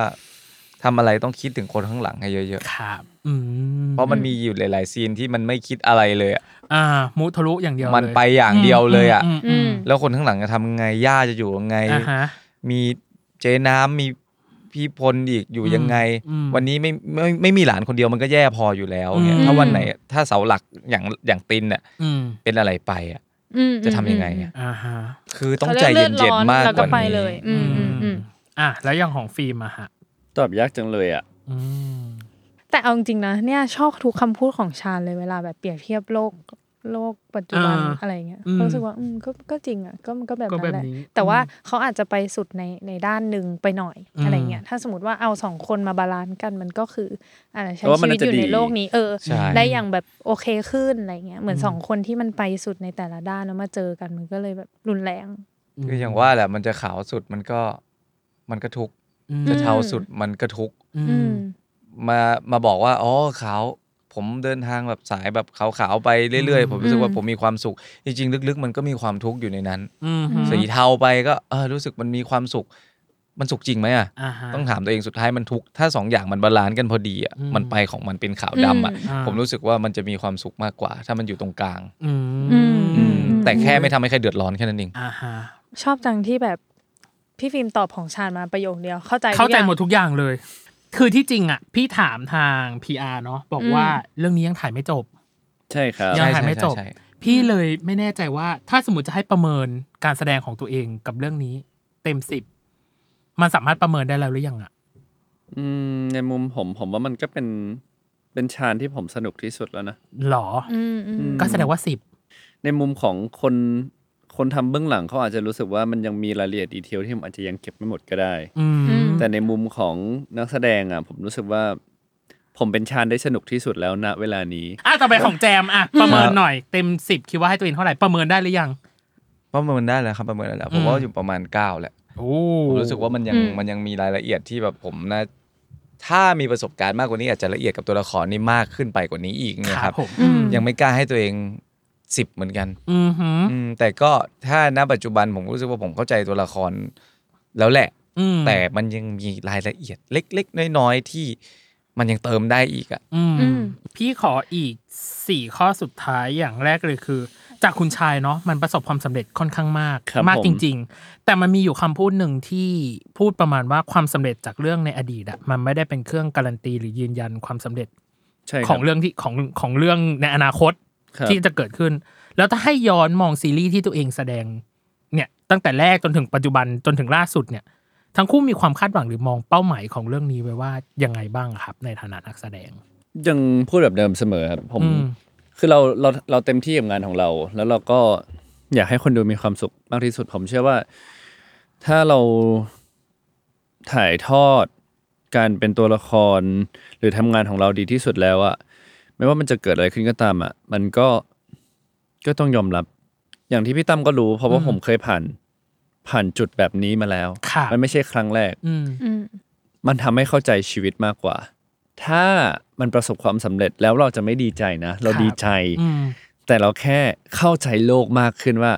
Speaker 4: ทำอะไรต้องคิดถึงคนข้างหลังให้เยอะ
Speaker 2: ครับอืม
Speaker 4: ๆ เพราะมันมีอยู่หลายๆซีนที่มันไม่คิดอะไรเลยอะ
Speaker 2: อ่ามุทะลุอย่างเดียวเลย
Speaker 4: มันไปอย่างเดียวเลยอ่ะ
Speaker 2: มอืม
Speaker 4: แล้วคนข้างหลังจะทำไงย่าจะอยู่ยังไง
Speaker 2: อ่าฮะ
Speaker 4: มีเจ๊น้ำมีพี่พลอีกอยู่ยังไง
Speaker 2: อืม
Speaker 4: วันนี้ไม่ไม่ไม่มีหลานคนเดียวมันก็แย่พออยู่แล้วเนี่ย
Speaker 2: อืม
Speaker 4: ถ้าวันไหนถ้าเสาหลักอย่างอย่างตินอ่ะ
Speaker 2: อืม
Speaker 4: เป็นอะไรไปอ่ะ
Speaker 3: อืม
Speaker 4: จะทำยังไงอะ
Speaker 2: อ่าฮะ
Speaker 4: คือต้องใจเย็นๆ มาก
Speaker 3: แล้ว
Speaker 4: ก
Speaker 3: ก็
Speaker 4: ว่า
Speaker 3: ไป
Speaker 4: นี้
Speaker 3: เลย อืมอืมอืม
Speaker 2: อ่ะแล้วอย่างของฟิล์มอะฮะ
Speaker 5: ตอบยากจังเลยอ่ะ
Speaker 2: อืม
Speaker 3: แต่เอาจริงๆนะเนี่ยชอบทุกคำพูดของชาญเลยเวลาแบบเปรียบเทียบโลกโลกปัจจุบัน
Speaker 2: อ่า
Speaker 3: อะไรเงี้ย
Speaker 2: อืม
Speaker 3: รู้สึกว่าอืมก็ก็จริงอ่ะก็มันก็แบบ
Speaker 2: ก็
Speaker 3: นั้
Speaker 2: แบ
Speaker 3: น
Speaker 2: บ
Speaker 3: แหละ
Speaker 2: นี้
Speaker 3: แต่ว่าเขาอาจจะไปสุดในในด้านหนึ่งไปหน่อย
Speaker 2: อืม
Speaker 3: อะไรเงี้ยถ้าสมมติว่าเอาสองคนมาบาลานซ์กันมันก็คืออ่าใช้
Speaker 5: แต่ว่ามั
Speaker 3: ชี
Speaker 5: น
Speaker 3: วิตอยู่
Speaker 5: น่าจะดี
Speaker 3: ในโลกนี้เออ
Speaker 4: ใช่
Speaker 3: ได้อย่างแบบโอเคขึ้นอะไรเงี้ยเหมือนสองคนที่มันไปสุดในแต่ละด้านแล้วมาเจอกันมันก็เลยแบบรุนแรง
Speaker 4: คืออย่างว่าแหละมันจะขาวสุดมันก็มันก็ทุกข์
Speaker 2: อืม
Speaker 4: จะเทาสุดมันก็ทุกข์
Speaker 2: อื
Speaker 3: อื
Speaker 2: ม
Speaker 3: ม
Speaker 4: มามาบอกว่าอ๋อขาวผมเดินทางแบบสายแบบขาวๆไปเรื่อย
Speaker 2: อื
Speaker 4: ๆ
Speaker 2: ม
Speaker 4: ผมรู้สึกว่า
Speaker 3: อืม
Speaker 4: ผมมีความสุข จริงๆ ลึกๆ มันก็มีความทุกข์อยู่ในนั้น
Speaker 2: อืม
Speaker 4: สีเทาไปก็เออรู้สึกมันมีความสุข มันสุขจริงไหมอ่ะ
Speaker 2: อ่าฮะ
Speaker 4: ต้องถามตัวเองสุดท้ายมันทุกข์ถ้าสองอย่างมันบาลานซ์กันพอดีอ่ะ
Speaker 2: อืม
Speaker 4: มันไปของมันเป็นขาวดำอ่ะ
Speaker 2: อ่า
Speaker 4: ผมรู้สึกว่ามันจะมีความสุขมากกว่า ถ้ามันอยู่ตรงกลาง
Speaker 2: อืม
Speaker 3: อืม
Speaker 4: แต่แค่ไม่ทำให้ใครเดือดร้อนแค่นั้นเอง
Speaker 2: อ่าฮะ
Speaker 3: ชอบจังที่แบบ พี่ฟิล์มตอบของชาญมาประโยคเดียวเข้าใจ
Speaker 2: เข้าใจหมด
Speaker 3: รือ
Speaker 2: ทุกอย่างเลย คือที่จริงอ่ะ พี่ถามทาง PR เนาะบอกว่าเรื่องนี้ยังถ่ายไม่จบ
Speaker 5: ใช่ครับ
Speaker 2: ยั
Speaker 4: ใช่
Speaker 2: งถ่ายไม่
Speaker 4: ใช่
Speaker 2: จบ
Speaker 4: ใช่
Speaker 2: พี่เลยไม่แน่ใจว่า ถ้าสมมติจะให้ประเมินการแสดงของตัวเองกับเรื่องนี้ เต็มสิบมันสามารถประเมินได้แล้วหรือยังอ่ะ
Speaker 5: อืมในมุมผมผมว่ามันก็เป็นเป็นชานที่ผมสนุกที่สุดแล้วนะ
Speaker 2: หรอ
Speaker 5: อืม
Speaker 2: ก็แสดงว่าสิบ
Speaker 5: ในมุมของคนคนทำเบื้องหลังเขาอาจจะรู้สึกว่ามันยังมีรายละเอียดดีเทลที่ผมอาจจะยังเก็บไม่หมดก็ได้
Speaker 2: อืม
Speaker 3: อืม
Speaker 5: แต่ในมุมของนักแสดงอ่ะ ผมรู้สึกว่า ผมเป็นชานได้สนุกที่สุดแล้วณเวลานี้
Speaker 2: อ่ะต่อไปของแจมอ่ะ ประเมินหน่อยเต็มสิบคิดว่าให้ตัวเองเท่าไหร่ประเมินได้หรือยัง
Speaker 4: ประเมินได้แล้วครับประเมินได้แล้ว
Speaker 2: อืม
Speaker 4: ผมว่าอยู่ประมาณเก้าแหละ
Speaker 2: โอ้
Speaker 4: ผมรู้สึกว่ามันยัง
Speaker 3: อืม
Speaker 4: มันยังมีรายละเอียดที่แบบผมนะถ้ามีประสบการณ์มากกว่านี้อาจจะละเอียดกับตัวละครนี่มากขึ้นไปกว่านี้อีกเนย
Speaker 2: ค
Speaker 4: ค
Speaker 2: รั
Speaker 4: รั
Speaker 2: บบ ผม
Speaker 3: อืม
Speaker 4: ยังไม่กล้าให้ตัวเองสิบเหมือนกัน
Speaker 2: อือหือ
Speaker 4: อืมแต่ก็ถ้าณปัจจุบันผมรู้สึกว่าผมเข้าใจตัวละครแล้วแหละ
Speaker 2: อืม
Speaker 4: แต่มันยังมีรายละเอียดเล็ก ๆ น้อยๆที่มันยังเติมได้อีกอ่ะ
Speaker 2: อืม
Speaker 3: อืม
Speaker 2: พี่ขออีกสี่ข้อสุดท้ายอย่างแรกเลยคือ จากคุณชายเนาะมันประสบความสำเร็จค่อนข้างมาก
Speaker 5: ครับ
Speaker 2: มาก
Speaker 5: ผม
Speaker 2: จริง ๆ แต่มันมีอยู่คำพูดหนึ่งที่พูดประมาณว่าความสำเร็จจากเรื่องในอดีตอะมันไม่ได้เป็นเครื่องการันตีหรือยืนยันความสำเร็จ
Speaker 5: ใช่คบ
Speaker 2: ของเรื่องที่ของของเรื่องในอนาคต
Speaker 5: ครับ
Speaker 2: ที่จะเกิดขึ้น แล้วถ้าให้ย้อนมองซีรีส์ที่ตัวเองแสดง เนี่ย ตั้งแต่แรกจนถึงปัจจุบันจนถึงล่าสุดเนี่ย ทั้งคู่มีความคาดหวังหรือมองเป้าหมายของเรื่องนี้ไว้ว่ายังไงบ้างครับ ในฐานะนักแสดง
Speaker 5: ยังพูดแบบเดิมเสมอครับผม
Speaker 2: อืม
Speaker 5: คือเราเราเราเต็มที่กับงานของเรา แล้วเราก็อยากให้คนดูมีความสุขมากที่สุด ผมเชื่อว่า ถ้าเราถ่ายทอดการเป็นตัวละคร หรือทำงานของเราดีที่สุดแล้วอะไม่ว่ามันจะเกิดอะไรขึ้นก็ตามอะมันก็ก็ต้องยอมรับ อย่างที่พี่ตั้มก็รู้ เพราะว่า
Speaker 2: อืม
Speaker 5: ผมเคยผ่านผ่านจุดแบบนี้มาแล้ว
Speaker 2: ค่ะ
Speaker 5: มันไม่ใช่ครั้งแรก
Speaker 2: อืม
Speaker 3: อืม
Speaker 5: มันทำให้เข้าใจชีวิตมากกว่า ถ้ามันประสบความสำเร็จแล้วเราจะไม่ดีใจนะ เรา
Speaker 2: ครับ
Speaker 5: ดีใจ
Speaker 2: อืม
Speaker 5: แต่เราแค่เข้าใจโลกมากขึ้นว่า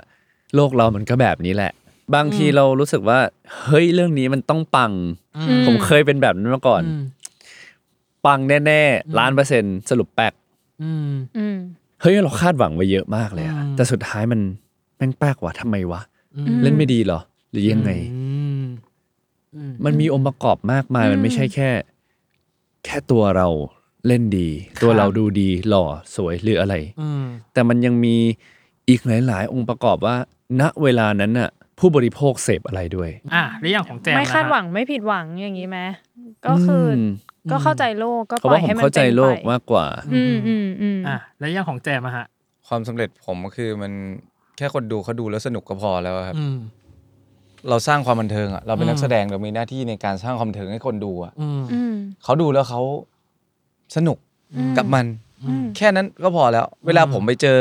Speaker 5: โลกเรามันก็แบบนี้แหละ บางทีเรารู้สึกว่า เฮ้ยเรื่องนี้มันต้องปัง
Speaker 3: อืม
Speaker 5: ผมเคยเป็นแบบนั้นมาก่อน
Speaker 2: อืม
Speaker 5: ปังแน่ๆล้านเปอร์เซ็นต์สรุปแป๊ก
Speaker 2: อืม
Speaker 3: อืม
Speaker 5: เฮ้ยเราคาดหวังไว้เยอะมากเลยอะ
Speaker 2: อืม
Speaker 5: แต่สุดท้ายมันแม่งแป๊กวะทำไมวะ
Speaker 2: อืม
Speaker 3: ม
Speaker 5: เล่นไม่ดีเหรอ หรือยังไง
Speaker 2: อืมอืม
Speaker 5: มันมีองค์ประกอบมากมาย
Speaker 3: อืม
Speaker 5: มันไม่ใช่แค่ แค่ตัวเราเล่นดี ตัว
Speaker 2: ครับ
Speaker 5: เราดูดีหล่อสวยหรืออะไร
Speaker 2: อืม
Speaker 5: แต่มันยังมีอีกหลาย ๆ องค์ประกอบว่า ณเวลานั้นน่ะ ผู้บริโภคเสพอะไรด้วย
Speaker 2: อ่ะแล้วอย่างของแจม
Speaker 3: ไม่
Speaker 2: นะ
Speaker 3: คาดหวั
Speaker 2: ฮะ
Speaker 3: งไม่ผิดหวังอย่างนี้ไหมก็คืออ
Speaker 5: ม
Speaker 3: ก็เข้าใจโลกก็
Speaker 5: เพราะ
Speaker 3: ปล่
Speaker 5: ว่า
Speaker 3: อย
Speaker 5: ผม
Speaker 3: ให้มัน
Speaker 5: เข้าใจ
Speaker 3: ป็นไป
Speaker 5: โลกมากกว่า
Speaker 3: อืมอืมอืม
Speaker 2: อ่ะแล้วอย่างของแจมอะฮะ
Speaker 4: ความสำเร็จผมก็คือมันแค่คนดูเขาดูแล้วสนุกก็พอแล้วครับ
Speaker 2: อืม
Speaker 4: เราสร้างความบันเทิงอ่ะเราเป็นนั
Speaker 2: อื
Speaker 4: ก
Speaker 2: ม
Speaker 4: แสดงเรามีหน้าที่ในการสร้างความบันเทิงให้คนดูอ่ะ
Speaker 2: อืม
Speaker 3: อืม
Speaker 4: เขาดูแล้วเขาสนุก
Speaker 3: อืม
Speaker 4: กับมัน
Speaker 3: อืม
Speaker 4: แค่นั้นก็พอแล้ว เวลาผมไปเจอ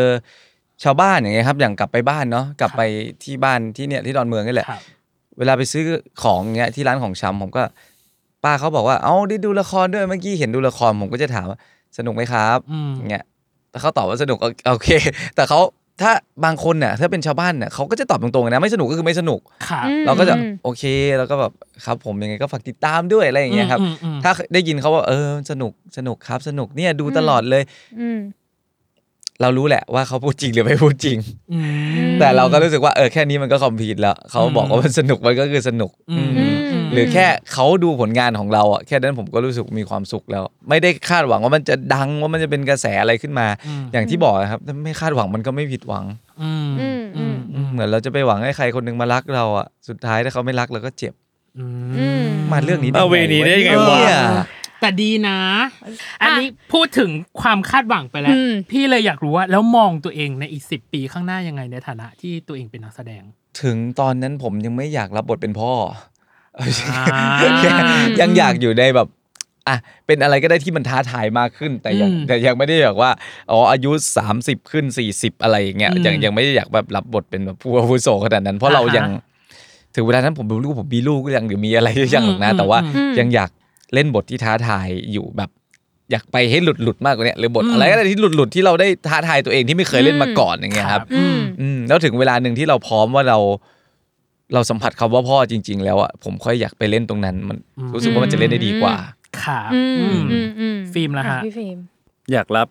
Speaker 4: ชาวบ้านอย่างเงี้ยครับ อย่างกลับไปบ้านเนาะกลับไปที่บ้านที่เนี่ยที่ดอนเมืองนี่แหละ
Speaker 2: ครับ
Speaker 4: เวลาไปซื้อของเงี้ยที่ร้านของชำผมก็ ป้าเขาบอกว่าเอ้าได้ดูละครด้วยเมื่อกี้เห็นดูละครผมก็จะถามว่าสนุกไหมครับ
Speaker 2: อืม
Speaker 4: อย่างเงี้ยแต่เขาตอบว่าสนุกโอโอเค แต่เขาถ้าบางคนเนี่ยถ้าเป็นชาวบ้านเนี่ยเขาก็จะตอบตรงๆเลยนะไม่สนุกก็คือไม่สนุก
Speaker 2: ครับ
Speaker 3: อืม
Speaker 4: เราก็จะ
Speaker 3: อืม
Speaker 4: โอเคแล้วก็แบบครับผมยังไงก็ฝากติดตามด้วยอะไรอย่างเงี้ยครับ
Speaker 2: อืมอืมอืม
Speaker 4: ถ้าได้ยินเขาว่าเออสนุกสนุกครับสนุกเนี่ยดูตลอดเลย
Speaker 3: อืม
Speaker 4: เรารู้แหละว่าเขาพูดจริงหรือไม่พูดจริง
Speaker 2: อืม
Speaker 4: แต่เราก็รู้สึกว่าเออแค่นี้มันก็คอมพีทแล้วเขาบอกว่ามันสนุกมันก็คือสนุก
Speaker 2: อืม
Speaker 4: อืม
Speaker 3: อืม
Speaker 4: หรือแค่เขาดูผลงานของเราอะแค่นั้นผมก็รู้สึกมีความสุขแล้ว ไม่ได้คาดหวังว่ามันจะดังว่ามันจะเป็นกระแสอะไรขึ้นมา
Speaker 2: อืม
Speaker 4: อย่างที่บอกครับถ้าไม่คาดหวังมันก็ไม่ผิดหวัง
Speaker 2: อืม
Speaker 3: อืมอืม
Speaker 4: เหมือนเราจะไปหวังให้ใครคนหนึงมารักเราอะสุดท้ายถ้าเขาไม่รักเราก็เจ็บ
Speaker 2: อื
Speaker 3: อื
Speaker 2: ม
Speaker 3: ม
Speaker 4: มาเรื่องนี้
Speaker 5: เอาเวนี้ได้ไงวะ
Speaker 4: เนี่ย
Speaker 2: แต่ดีนะ อันนี้พูดถึงความคาดหวังไปแล้ว
Speaker 3: อืม
Speaker 2: พี่เลยอยากรู้ว่าแล้วมองตัวเองในอีกสิปีข้างหน้ายังไงในฐานะที่ตัวเองเป็นนักแสดง
Speaker 4: ถึงตอนนั้นผมยังไม่อยากรับบทเป็นพ่อ
Speaker 2: อ่า
Speaker 4: ยังอยากอยู่ในแบบอ่ะเป็นอะไรก็ได้ที่มันท้าทายมากขึ้น แต่ยัง
Speaker 2: อืม
Speaker 4: แต่ยังไม่ได้แบบว่าอ๋ออายุ 30 ขึ้น 40 อะไรอย่างเงี้ย
Speaker 2: อืม
Speaker 4: ยังยังไม่ได้อยากแบบรับบทเป็นแบบผู้อาวุโสขนาดนั้น เพราะเรา
Speaker 2: อ่าฮะ
Speaker 4: ยังถึงเวลานั้นผมเป็นลูกผมมีลูกก็ยังหรือมีอะไร ก็ยังหรอกนะ
Speaker 2: อืม
Speaker 4: แต่ว่า
Speaker 2: อืม
Speaker 4: ยังอยากเล่นบทที่ท้าทายอยู่แบบ อยากไปให้หลุดหลุดๆมากกว่าเนี้ยหรือบท
Speaker 2: อืม
Speaker 4: อะไรก็ได้ที่หลุดหลุดๆที่เราได้ท้าทายตัวเองที่ไม่เคยเล่นมาก่อนอย่างเงี้ยครับ
Speaker 3: อืม
Speaker 4: อืมแล้วถึงเวลาหนึ่งที่เราพร้อมว่าเราเราสัมผัสคำว่าพ่อจริง ๆ แล้วอ่ะผมค่อยอยากไปเล่นตรงนั้น มัน
Speaker 2: อืม
Speaker 4: รู้สึกว่ามันจะเล่นได้ดีกว่า
Speaker 2: ครับ
Speaker 3: อื
Speaker 2: อื
Speaker 3: ม
Speaker 2: ม
Speaker 3: อืมอืม
Speaker 2: ฟิล์มล่ะฮะ
Speaker 3: อ่พี่ฟิล์ม
Speaker 5: อยากรับ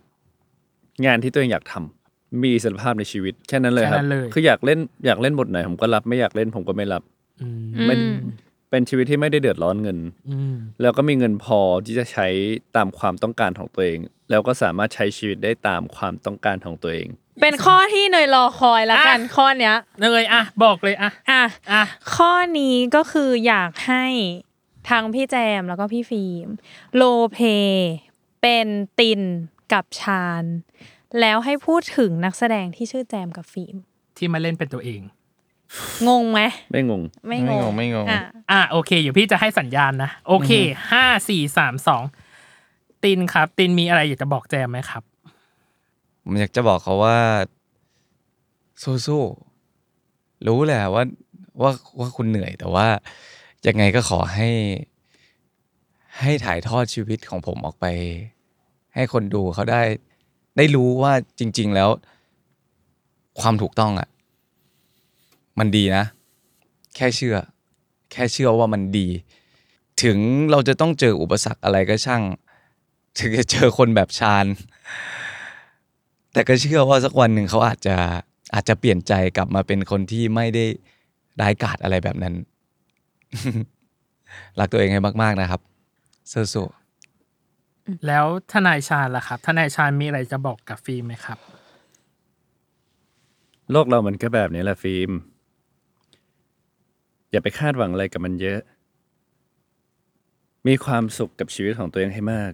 Speaker 5: งานที่ตัวเองอยากทำมีอิสรภาพในชีวิตแค่นั้นเลยครั
Speaker 2: แค่
Speaker 5: บ
Speaker 2: นั้นเลย
Speaker 5: คืออยากเล่นอยากเล่นบทไหนผมก็รับไม่อยากเล่นผมก็ไม่รับ
Speaker 2: อืม
Speaker 3: อืม
Speaker 5: มันเป็นชีวิตที่ไม่ได้เดือดร้อนเงิน
Speaker 2: อืม
Speaker 5: แล้วก็มีเงินพอที่จะใช้ตามความต้องการของตัวเอง แล้วก็สามารถใช้ชีวิตได้ตามความต้องการของตัวเอง
Speaker 3: เป็นข้อที่เนยรอคอยละกันข้อเนี้ย
Speaker 2: เนยอ่ะบอกเลยอ่ะ
Speaker 3: อ่ะ
Speaker 2: อ่ะ
Speaker 3: ข้อนี้ก็คืออยากให้ทางพี่แจมแล้วก็พี่ฟิล์มโลเพเป็นตินกับชาญ แล้วให้พูดถึงนักแสดงที่ชื่อแจมกับฟิล์ม
Speaker 2: ที่มาเล่นเป็นตัวเอง
Speaker 3: งงไหม
Speaker 5: ไม่งง
Speaker 3: ไม่
Speaker 4: ไม่
Speaker 3: ง
Speaker 4: ง
Speaker 3: ง
Speaker 4: งไม่งง
Speaker 3: อ่ะ
Speaker 2: อ่ะโอเคอยู่พี่จะให้สัญญาณนะ โอเคห้าสี่สามสองตินครับ ตินมีอะไรอยากจะบอกแจมไหมครับ
Speaker 4: ผมอยากจะบอกเขาว่า สู้ๆรู้แหละว่าว่าว่าคุณเหนื่อย แต่ว่ายังไงก็ขอให้ ให้ถ่ายทอดชีวิตของผมออกไป ให้คนดูเขาได้ ได้รู้ว่าจริง ๆ แล้ว ความถูกต้องอ่ะ มันดีนะ แค่เชื่อ แค่เชื่อว่ามันดี ถึงเราจะต้องเจออุปสรรคอะไรก็ช่าง ถึงจะเจอคนแบบชาญ แต่ก็เชื่อว่าสักวันหนึ่งเขาอาจจะอาจจะเปลี่ยนใจกลับมาเป็นคนที่ไม่ได้ร้ายกาจอะไรแบบนั้น รักตัวเองให้มาก ๆนะครับสู้
Speaker 2: แล้วทนายชาญล่ะครับ ทนายชาญมีอะไรจะบอกกับฟิล์มไหมครับ
Speaker 5: โลกเรามันก็แบบนี้แหละฟิล์ม อย่าไปคาดหวังอะไรกับมันเยอะ มีความสุขกับชีวิตของตัวเองให้มาก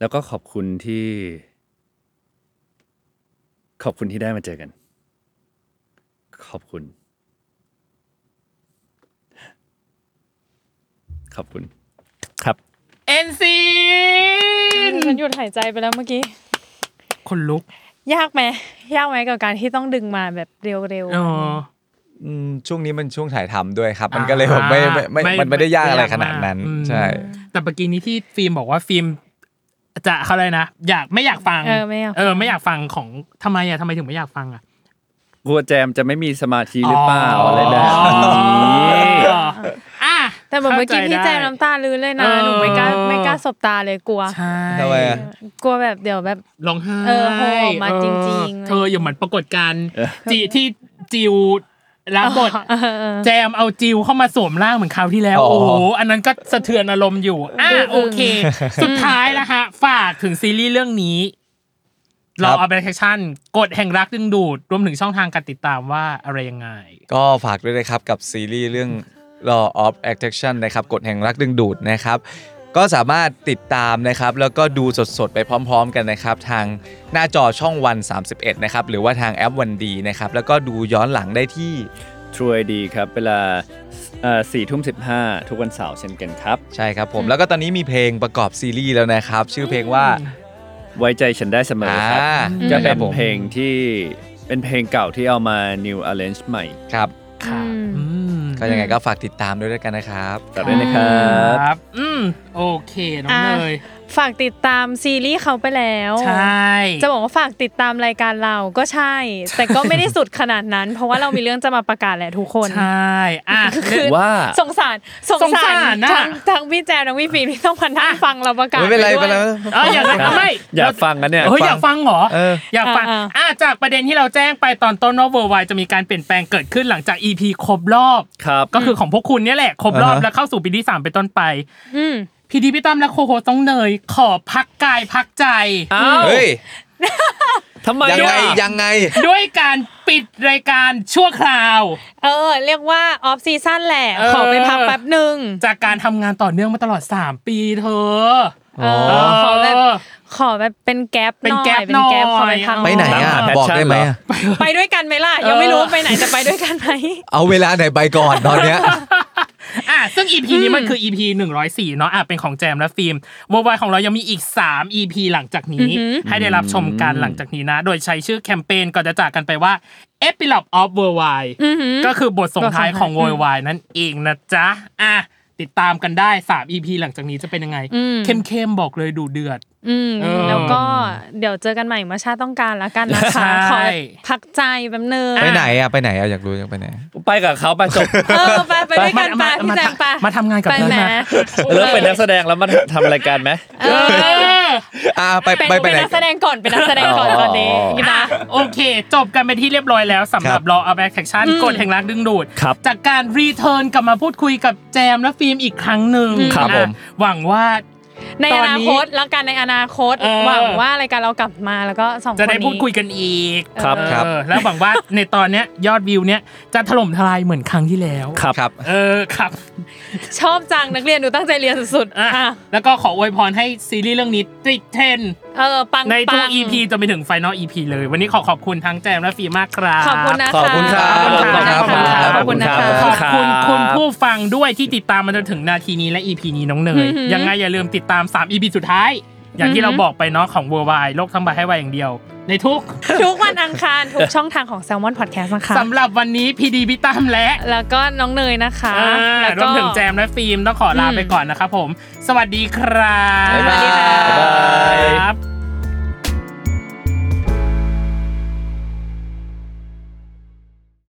Speaker 5: แล้วก็ขอบคุณที่ ขอบคุณที่ได้มาเจอกัน ขอบคุณ ขอบคุณ ครับ
Speaker 2: เอ็นซีน
Speaker 3: ฉันหยุดหายใจไปแล้วเมื่อกี้
Speaker 2: คนลุก
Speaker 3: ยากไหมยากไหมกับการที่ต้องดึงมาแบบเร็ว
Speaker 2: อ๋อ
Speaker 4: ๆอืมช่วงนี้มันช่วงถ่ายทำด้วยครับ มันก็เลยแบบไม่ไม่ไม่
Speaker 2: ไม่
Speaker 4: มันไม่ได้ยากอะไร
Speaker 2: ไม่ยาก
Speaker 4: ขนาดนั้น
Speaker 2: มากอืม
Speaker 4: ใช่
Speaker 2: แต่เมื่อกี้นี้ที่ฟิล์มบอกว่าฟิล์มจะเขาอะไรนะอยากไม่อยากฟัง
Speaker 3: ๆเออไม่เอา
Speaker 2: เออไม่อยากฟังของทำไมอ่ะทำไมถึงไม่อยากฟังอ่ะ
Speaker 5: กลัวแจมจะไม่มีสมาธิหรือเปล่าอะไรแบบนี้
Speaker 2: อ๋ออ่ะ
Speaker 3: แต่เหมือนเมื่อกี้พี่แจมน้ำตาลื้นเลยนะ
Speaker 2: เออ
Speaker 3: หนูไม่กล้าไม่กล้าสบตาเลยกลัว
Speaker 2: ใช่
Speaker 4: ทำไมอะ
Speaker 3: กลัวแบบเดี๋ยวแบบ
Speaker 2: ร้องไห้
Speaker 3: เออโผล่ออกมา
Speaker 2: เออ
Speaker 3: จริงๆ
Speaker 2: เธออย่าเหมือนปรากฏการณ์จีที่จิวรับบท
Speaker 3: เออเออ
Speaker 2: แจมเอาจิวเข้ามาสวมร่างเหมือนคราวที่แล้ว
Speaker 4: อ๋อ
Speaker 2: โอ้โห อันนั้นก็สะเทือนอารมณ์อยู่ อ่ะ
Speaker 3: อืม
Speaker 2: โอเค สุดท้ายนะคะ ฝากถึงซีรีส์เรื่องนี้รอเอาไปแคชั่นกดแห่งรักดึงดูด รวมถึงช่องทางการติดตามว่าอะไรยังไง
Speaker 4: ก็ฝากด้วยนะครับกับซีรีส์เรื่อง Law of Attraction นะครับกฎแห่งรักดึงดูดนะครับ ก็สามารถติดตามนะครับ แล้วก็ดูสดๆ ไปพร้อม ๆ กันนะครับ ทางหน้าจอช่องวัน 31 นะครับ หรือว่าทางแอปวันดีนะครับ แล้วก็ดูย้อนหลังได้ที่
Speaker 5: ทรูไอดีครับ เวลาสี่ทุ่มสิบห้าทุกวันเสาร์เช่นกันครับ
Speaker 4: ใช่ครับผมแล้วก็ตอนนี้มีเพลงประกอบซีรีส์แล้วนะครับ ชื่อเพลงว่า
Speaker 5: ไว้ใจฉันได้เสมอครับ
Speaker 4: อ่า
Speaker 5: จะ
Speaker 4: ค
Speaker 5: เป็
Speaker 4: รั
Speaker 5: น
Speaker 4: บผม
Speaker 5: เพลงที่เป็นเพลงเก่าที่เอามา new arrange ใหม่
Speaker 4: ครับ
Speaker 2: ครับ อืม
Speaker 4: ก็ยังไงก็ฝากติดตามด้วยแล้วกันนะครับ
Speaker 5: ต่อด้วยนะครับ
Speaker 2: ครับ อืม โอเค น้องเนย
Speaker 3: ฝากติดตามซีรีส์เขาไปแล้ว
Speaker 2: ใช่
Speaker 3: จะบอกว่าฝากติดตามรายการเราก็ใช่ แต่ก็ไม่ได้สุดขนาดนั้น เพราะว่าเรามีเรื่องจะมาประกาศแหละทุกคน
Speaker 2: ใช่ อ่ะ
Speaker 5: ว่า
Speaker 3: สงสารสง
Speaker 2: สง
Speaker 3: สา
Speaker 2: สาร รน่ะ
Speaker 3: ทั้งทั้งพี่แจนทั้งพี่ฟิล์มที่ต้องพันนั่งฟังเราประกาศ
Speaker 4: ไม่เป็นไร
Speaker 3: ป
Speaker 4: ไป
Speaker 3: ด้
Speaker 4: แล้ว วย
Speaker 2: เอออยากไม่
Speaker 5: อยากฟังกันเนี่ย
Speaker 2: เฮ้ยอยากฟังเหรอ
Speaker 4: เออ
Speaker 2: อยากฟัง
Speaker 3: อ่าๆ
Speaker 2: อ่ะจากประเด็นที่เราแจ้งไปตอนต้นว่าเวอร์ไวจะมีการเปลี่ยนแปลงเกิดขึ้นหลังจาก EP ครบรอบ
Speaker 5: ครับ
Speaker 2: ก็คือของพวกคุณเนี่ยแหละ ครบรอบ
Speaker 4: อ่าฮะ
Speaker 2: แล้วเข้าสู่ปีที่สามเป็นต้นไป
Speaker 3: อืม
Speaker 2: พี่ดีพี่ตั้มและโคโคต้องเนย ขอพักกายพักใจ
Speaker 5: อ้าว
Speaker 4: เฮ้ย
Speaker 5: ทำไม
Speaker 4: ยังไง
Speaker 5: อ่ะ
Speaker 4: ยังไง
Speaker 2: ด้วยการปิดรายการชั่วคราว
Speaker 3: เออ เรียกว่าออฟซีซั่นแหละ
Speaker 2: เออ
Speaker 3: ขอไปพักแป๊บหนึ่ง
Speaker 2: จากการทำงานต่อเนื่องมาตลอด 3 ปีเธอ
Speaker 3: เออ
Speaker 2: เ
Speaker 3: ขอแบบขอแบบเป็นแก๊ปห
Speaker 2: เป็น
Speaker 3: น่อย
Speaker 2: แก๊ป
Speaker 3: เป็นแก๊ป
Speaker 2: หน่อย
Speaker 3: ขอไปพัก
Speaker 4: ไปไหนอ่ะ บอกได้ไหมอะ
Speaker 3: ไปด้วยกันไหมล่ะยังไม่รู้ว่าไปไหนจะไปด้วยกันไหม
Speaker 4: เอาเวลาไหนไปก่อนตอนเนี้ย
Speaker 2: อ่ะซึ่ง EP นี้มันคือ EP 104 เนาะอ่ะเป็นของแจมและฟิล์มวอยวายของเรายังมีอีก 3 EP หลังจากนี้ ให้ได้รับชมกันหลังจากนี้นะ โดยใช้ชื่อแคมเปญก่อนจะจากกันไปว่า Epilogue of w o r l d w i d e ก็คือบทส่งท้ายของ w o r l d w i d e นั่นเองนะจ๊ะ อ่ะ ติดตามกันได้ 3 EP หลังจากนี้จะเป็นยังไง เข้มๆ บอกเลยดูเดือด
Speaker 3: อืม
Speaker 2: เออ
Speaker 3: แล้วก็เดี๋ยวเจอกันใหม่เมื่อชาติต้องการละกันนะ
Speaker 2: ใช่
Speaker 3: คะขอพักใจแป๊บนึง
Speaker 4: ไปไหนอ่ะไปไหนอ่ะอยากรู้อยากไปไหน
Speaker 5: ไปกับเขาไปจบ
Speaker 3: เออไปไปด้วยกันไป
Speaker 2: มา
Speaker 3: พี่แจงไป
Speaker 2: มาทำงานกับ
Speaker 3: ไป
Speaker 2: เพื่อน
Speaker 3: ไหม
Speaker 2: มา
Speaker 5: เลิกเป็นนักแสดงแล้วมาทำรายการไหม
Speaker 3: เออ
Speaker 2: เออ
Speaker 4: อ่าไปไป
Speaker 3: เป็นเป็น
Speaker 4: ไปไหน
Speaker 3: นักแสดงก่อนเป็นนักแสดงก่อนตอนนี้นะ
Speaker 2: โอเค จบกันไปนที่เรียบร้อยแล้วสำหรับ Law of Attraction กฎแห่งรักดึงดูด
Speaker 5: ครับ
Speaker 2: จากการรีเทิร์นกลับมาพูดคุยกับแจมและฟิล์มอีกครั้งหนึ่ง
Speaker 4: ครับ
Speaker 2: อ่ะ
Speaker 4: ผม
Speaker 2: หวังว่า
Speaker 3: ในอ
Speaker 2: ตอน
Speaker 3: นา
Speaker 2: นี้
Speaker 3: คตแล้วกันในอนาคต
Speaker 2: เออ
Speaker 3: หวังว่ารายการเรากลับมาแล้วก็สองคน
Speaker 2: จะได้
Speaker 3: นี้
Speaker 2: พูดคุยกันอีก
Speaker 5: ครับ
Speaker 2: เออ
Speaker 4: ครับ
Speaker 2: แล้วหวังว่า ในตอนเนี้ยยอดวิวเนี้ยจะถล่มทลายเหมือนครั้งที่แล้ว
Speaker 5: ครับ
Speaker 4: ครับ
Speaker 2: เออครับ
Speaker 3: ชอบจังนักเรียนดูตั้งใจเรียนสุดๆ
Speaker 2: อ่ะ
Speaker 3: อ่ะ
Speaker 2: แล้วก็ขออวยพรให้ซีรีส์เรื่องนี้ติดเทรนด์
Speaker 3: เออปัง
Speaker 2: ในทุก
Speaker 3: ปัง
Speaker 2: EP จนไปถึงไฟนอล EP เลย วันนี้ขอขอบคุณทั้งแจมและฟิล์มมากครับ
Speaker 3: ขอบคุณนะคะ
Speaker 4: ขอบคุณครับ
Speaker 3: ขอบคุณ
Speaker 2: ขอบคุณครั
Speaker 3: ค่ะ
Speaker 2: บ
Speaker 3: ขอบคุณนะ
Speaker 5: ขอบ
Speaker 3: คะ
Speaker 5: คุณ
Speaker 2: ข
Speaker 5: รั
Speaker 2: อบคุณ
Speaker 5: ครับ
Speaker 2: คุณผู้ฟังด้วยที่ติดตามมาจนถึงนาทีนี้และ EP นี้น้องเนย ยังไงอย่าลืมติดตาม 3 EP สุดท้าย อย่างที่เราบอกไปเนาะของ Worldwide โลกทั้งใบให้ไวอย่างเดียว ในทุก
Speaker 3: ทุกวันอังคารทุกช่องทางของ Salmon Podcast นะคะ
Speaker 2: สำหรับวันนี้พีดีพี่ตั้มและ
Speaker 3: แล้วก็น้องเนยนะคะ
Speaker 2: อ่า
Speaker 3: แล้ว
Speaker 2: ร
Speaker 3: ก็
Speaker 2: วมถึงแจมและฟิล์มต้องขอลา
Speaker 3: อืม
Speaker 2: ไปก่อนนะครับผม สวัสดีครับ
Speaker 4: บ๊ายบาย
Speaker 2: ครับ